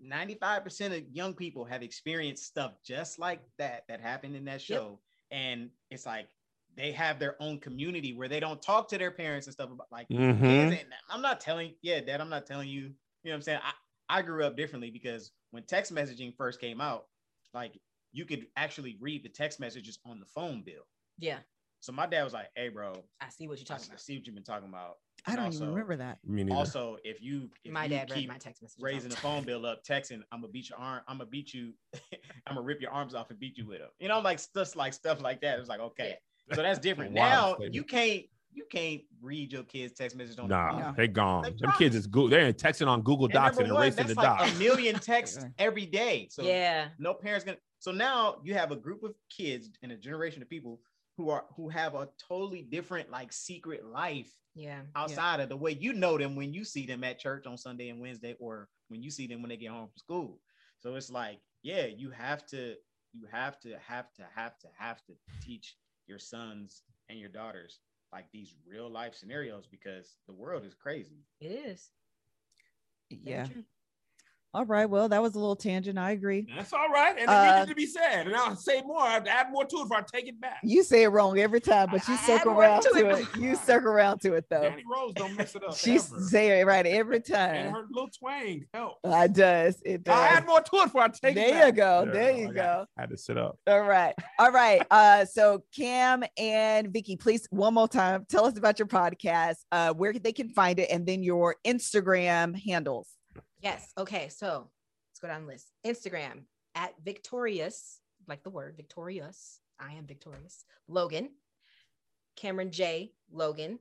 Speaker 3: 95% of young people have experienced stuff just like that that happened in that show and it's like they have their own community where they don't talk to their parents and stuff about like
Speaker 2: Mhm.
Speaker 3: kids ain't- i'm not telling yeah dad i'm not telling you you know what i'm saying i i grew up differently because when text messaging first came out like you could actually read the text messages on the phone bill
Speaker 4: yeah.
Speaker 3: so my dad was like hey bro
Speaker 4: I see what you're
Speaker 3: I
Speaker 4: talking about.
Speaker 3: see what you've been talking about
Speaker 1: I don't even
Speaker 3: also-
Speaker 1: remember that.
Speaker 2: Me neither.
Speaker 3: Also, if you if
Speaker 4: my
Speaker 3: you
Speaker 4: dad read
Speaker 3: keep
Speaker 4: my text message.
Speaker 3: raising the phone bill up, texting, I'm gonna beat your arm, I'm gonna beat you, [LAUGHS] I'm gonna rip your arms off and beat you with them. You know, like stuff like stuff like that. It's like okay, so that's different.
Speaker 2: [LAUGHS] Wild
Speaker 3: now
Speaker 2: statement.
Speaker 3: you can't you can't read your kids' text messages on
Speaker 2: nah,
Speaker 3: the phone.
Speaker 1: No.
Speaker 2: they gone.
Speaker 3: They
Speaker 2: Them kids is good. They're texting on Google
Speaker 3: And
Speaker 2: Docs
Speaker 3: number
Speaker 2: and
Speaker 3: one,
Speaker 2: erasing
Speaker 3: that's
Speaker 2: the
Speaker 3: like
Speaker 2: docs.
Speaker 3: a million texts every day. So
Speaker 4: yeah,
Speaker 3: no parents gonna so now you have a group of kids and a generation of people who are who have a totally different like secret life
Speaker 4: yeah.
Speaker 3: outside of the way you know them when you see them at church on sunday and wednesday or when you see them when they get home from school so it's like yeah you have to you have to have to have to have to teach your sons and your daughters like these real life scenarios because the world is crazy
Speaker 4: It is. Very
Speaker 1: Yeah.
Speaker 4: true.
Speaker 1: All right. Well, that was a little tangent. I agree.
Speaker 2: That's all right. And it
Speaker 1: Uh,
Speaker 2: needed to be said. And I'll say more. I'll add more to it before I take it back.
Speaker 1: You say it wrong every time, but you
Speaker 4: I- I
Speaker 1: circle
Speaker 4: had one
Speaker 1: around
Speaker 4: too.
Speaker 1: to it. You circle around to it though.
Speaker 2: Danny Rose don't mess it up.
Speaker 1: She
Speaker 2: ever.
Speaker 1: say it right every
Speaker 2: and
Speaker 1: time.
Speaker 2: her little twang help.
Speaker 1: I does. It
Speaker 2: I'll
Speaker 1: does.
Speaker 2: add more to it before I take it
Speaker 1: There
Speaker 2: back.
Speaker 1: you go.
Speaker 2: There
Speaker 1: There
Speaker 2: we
Speaker 1: you
Speaker 2: go.
Speaker 1: go.
Speaker 2: I had to sit up.
Speaker 1: All right. All right. Uh, so Cam and Vicky, please one more time tell us about your podcast, uh, where they can find it, and then your Instagram handles.
Speaker 4: Yes. Okay. So let's go down the list. Instagram at victorious, like the word victorious. I am victorious. Logan, Cameron J. Logan.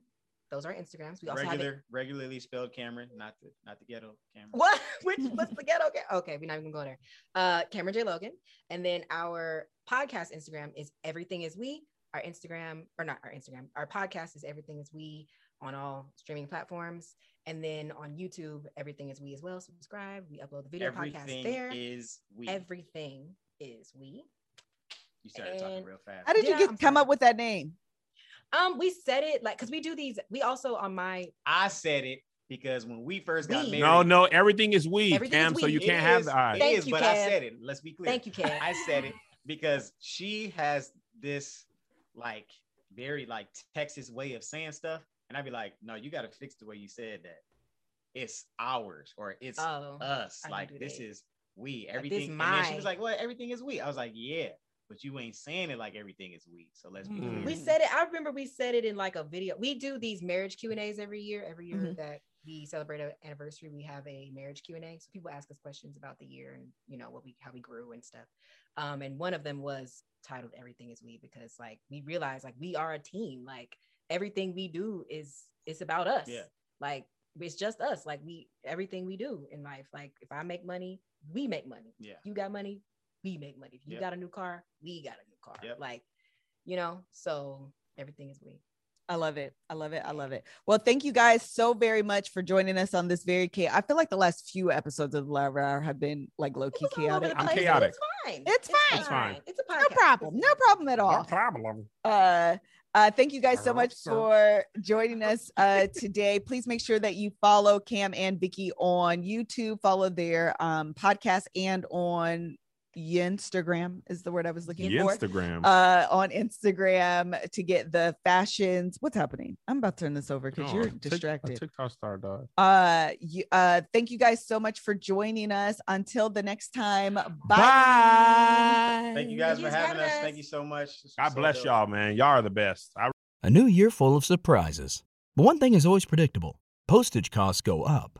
Speaker 4: Those are Instagrams. We also have it.
Speaker 3: regular regularly spelled cameron not the not the ghetto cameron
Speaker 4: [LAUGHS] What? Which what's the ghetto? ga- Okay, we're not even gonna go there. Uh, Cameron J. Logan, and then our podcast Instagram is Everything Is We. Our Instagram, or not our Instagram, our podcast is Everything Is We on all streaming platforms, and then on YouTube, Everything Is We as well. Subscribe. We upload the video podcast
Speaker 3: everything
Speaker 4: there.
Speaker 3: is we
Speaker 4: everything is we.
Speaker 3: you started talking
Speaker 4: and-
Speaker 3: real fast
Speaker 1: How did
Speaker 4: Yeah,
Speaker 1: you get
Speaker 4: I'm
Speaker 1: come
Speaker 4: sorry.
Speaker 1: up with that name?
Speaker 4: Um, we said it like because we do these. We also on my
Speaker 3: i said it because when we first got
Speaker 4: We.
Speaker 3: married
Speaker 2: No, no, everything is weed,
Speaker 4: Everything is
Speaker 2: Cam. So
Speaker 4: weed.
Speaker 2: you
Speaker 3: It
Speaker 2: can't have
Speaker 3: is-
Speaker 2: the eyes.
Speaker 3: It
Speaker 4: Thank
Speaker 3: is,
Speaker 4: you,
Speaker 3: but I
Speaker 4: Kev.
Speaker 3: said it. Let's be clear. [LAUGHS]
Speaker 4: thank you, Ken.
Speaker 3: I said it because she has this like very like Texas way of saying stuff, and I'd be like, "No, you got to fix the way you said that. It's ours or it's
Speaker 4: oh,
Speaker 3: us.
Speaker 4: I can
Speaker 3: like
Speaker 4: do
Speaker 3: this
Speaker 4: that.
Speaker 3: is we.
Speaker 4: this
Speaker 3: Everything." and then she was
Speaker 4: my-
Speaker 3: like, "Well, everything is we." I was like, "Yeah, but you ain't saying it like everything is we." So let's be
Speaker 2: Mm.
Speaker 3: clear.
Speaker 4: Mm-hmm. we said it. I remember we said it in like a video. We do these marriage Q and A's every year. Every year
Speaker 1: Mhm.
Speaker 4: that we celebrate an anniversary, we have a marriage Q and A. So people ask us questions about the year and you know what we how we grew and stuff. Um, and one of them was titled "Everything Is We" because like we realize like we are a team. Like everything we do is it's about us.
Speaker 3: Yeah.
Speaker 4: Like it's just us. Like we everything we do in life. Like if I make money, we make money.
Speaker 3: Yeah.
Speaker 4: You got money, we make money. If you
Speaker 3: Yep.
Speaker 4: got a new car, we got a new car.
Speaker 3: Yep.
Speaker 4: Like you know so everything is we
Speaker 1: I love it. I love it. I love it. Well, thank you guys so very much for joining us on this very chaotic. I feel like the last few episodes of Love Hour have been like low key chaotic.
Speaker 2: I'm
Speaker 4: but
Speaker 2: chaotic.
Speaker 4: it's fine
Speaker 1: It's fine.
Speaker 2: It's fine.
Speaker 4: it's a podcast
Speaker 1: No problem. No problem at all.
Speaker 2: No problem.
Speaker 1: uh, uh, thank you guys so
Speaker 2: Sir,
Speaker 1: much
Speaker 2: sir.
Speaker 1: for joining us uh, today. Please make sure that you follow Cam and Vicky on YouTube, follow their um, podcast, and on Instagram is the word I was looking for.
Speaker 2: Instagram.
Speaker 1: Uh, on Instagram to get the fashions. What's happening? I'm about to turn this over because
Speaker 2: No,
Speaker 1: you're
Speaker 2: Oh, I took- I
Speaker 1: distracted
Speaker 2: TikTok star dog.
Speaker 1: uh you uh thank you guys so much for joining us until the next time bye,
Speaker 3: Thank you guys
Speaker 4: You
Speaker 3: for
Speaker 4: guys
Speaker 3: having
Speaker 4: got
Speaker 3: us.
Speaker 4: us.
Speaker 3: Thank you so much. This was
Speaker 2: God
Speaker 3: so
Speaker 2: bless
Speaker 3: dope.
Speaker 2: y'all, man. Y'all are the best. I
Speaker 5: A new year full of surprises. But one thing is always predictable postage costs go up.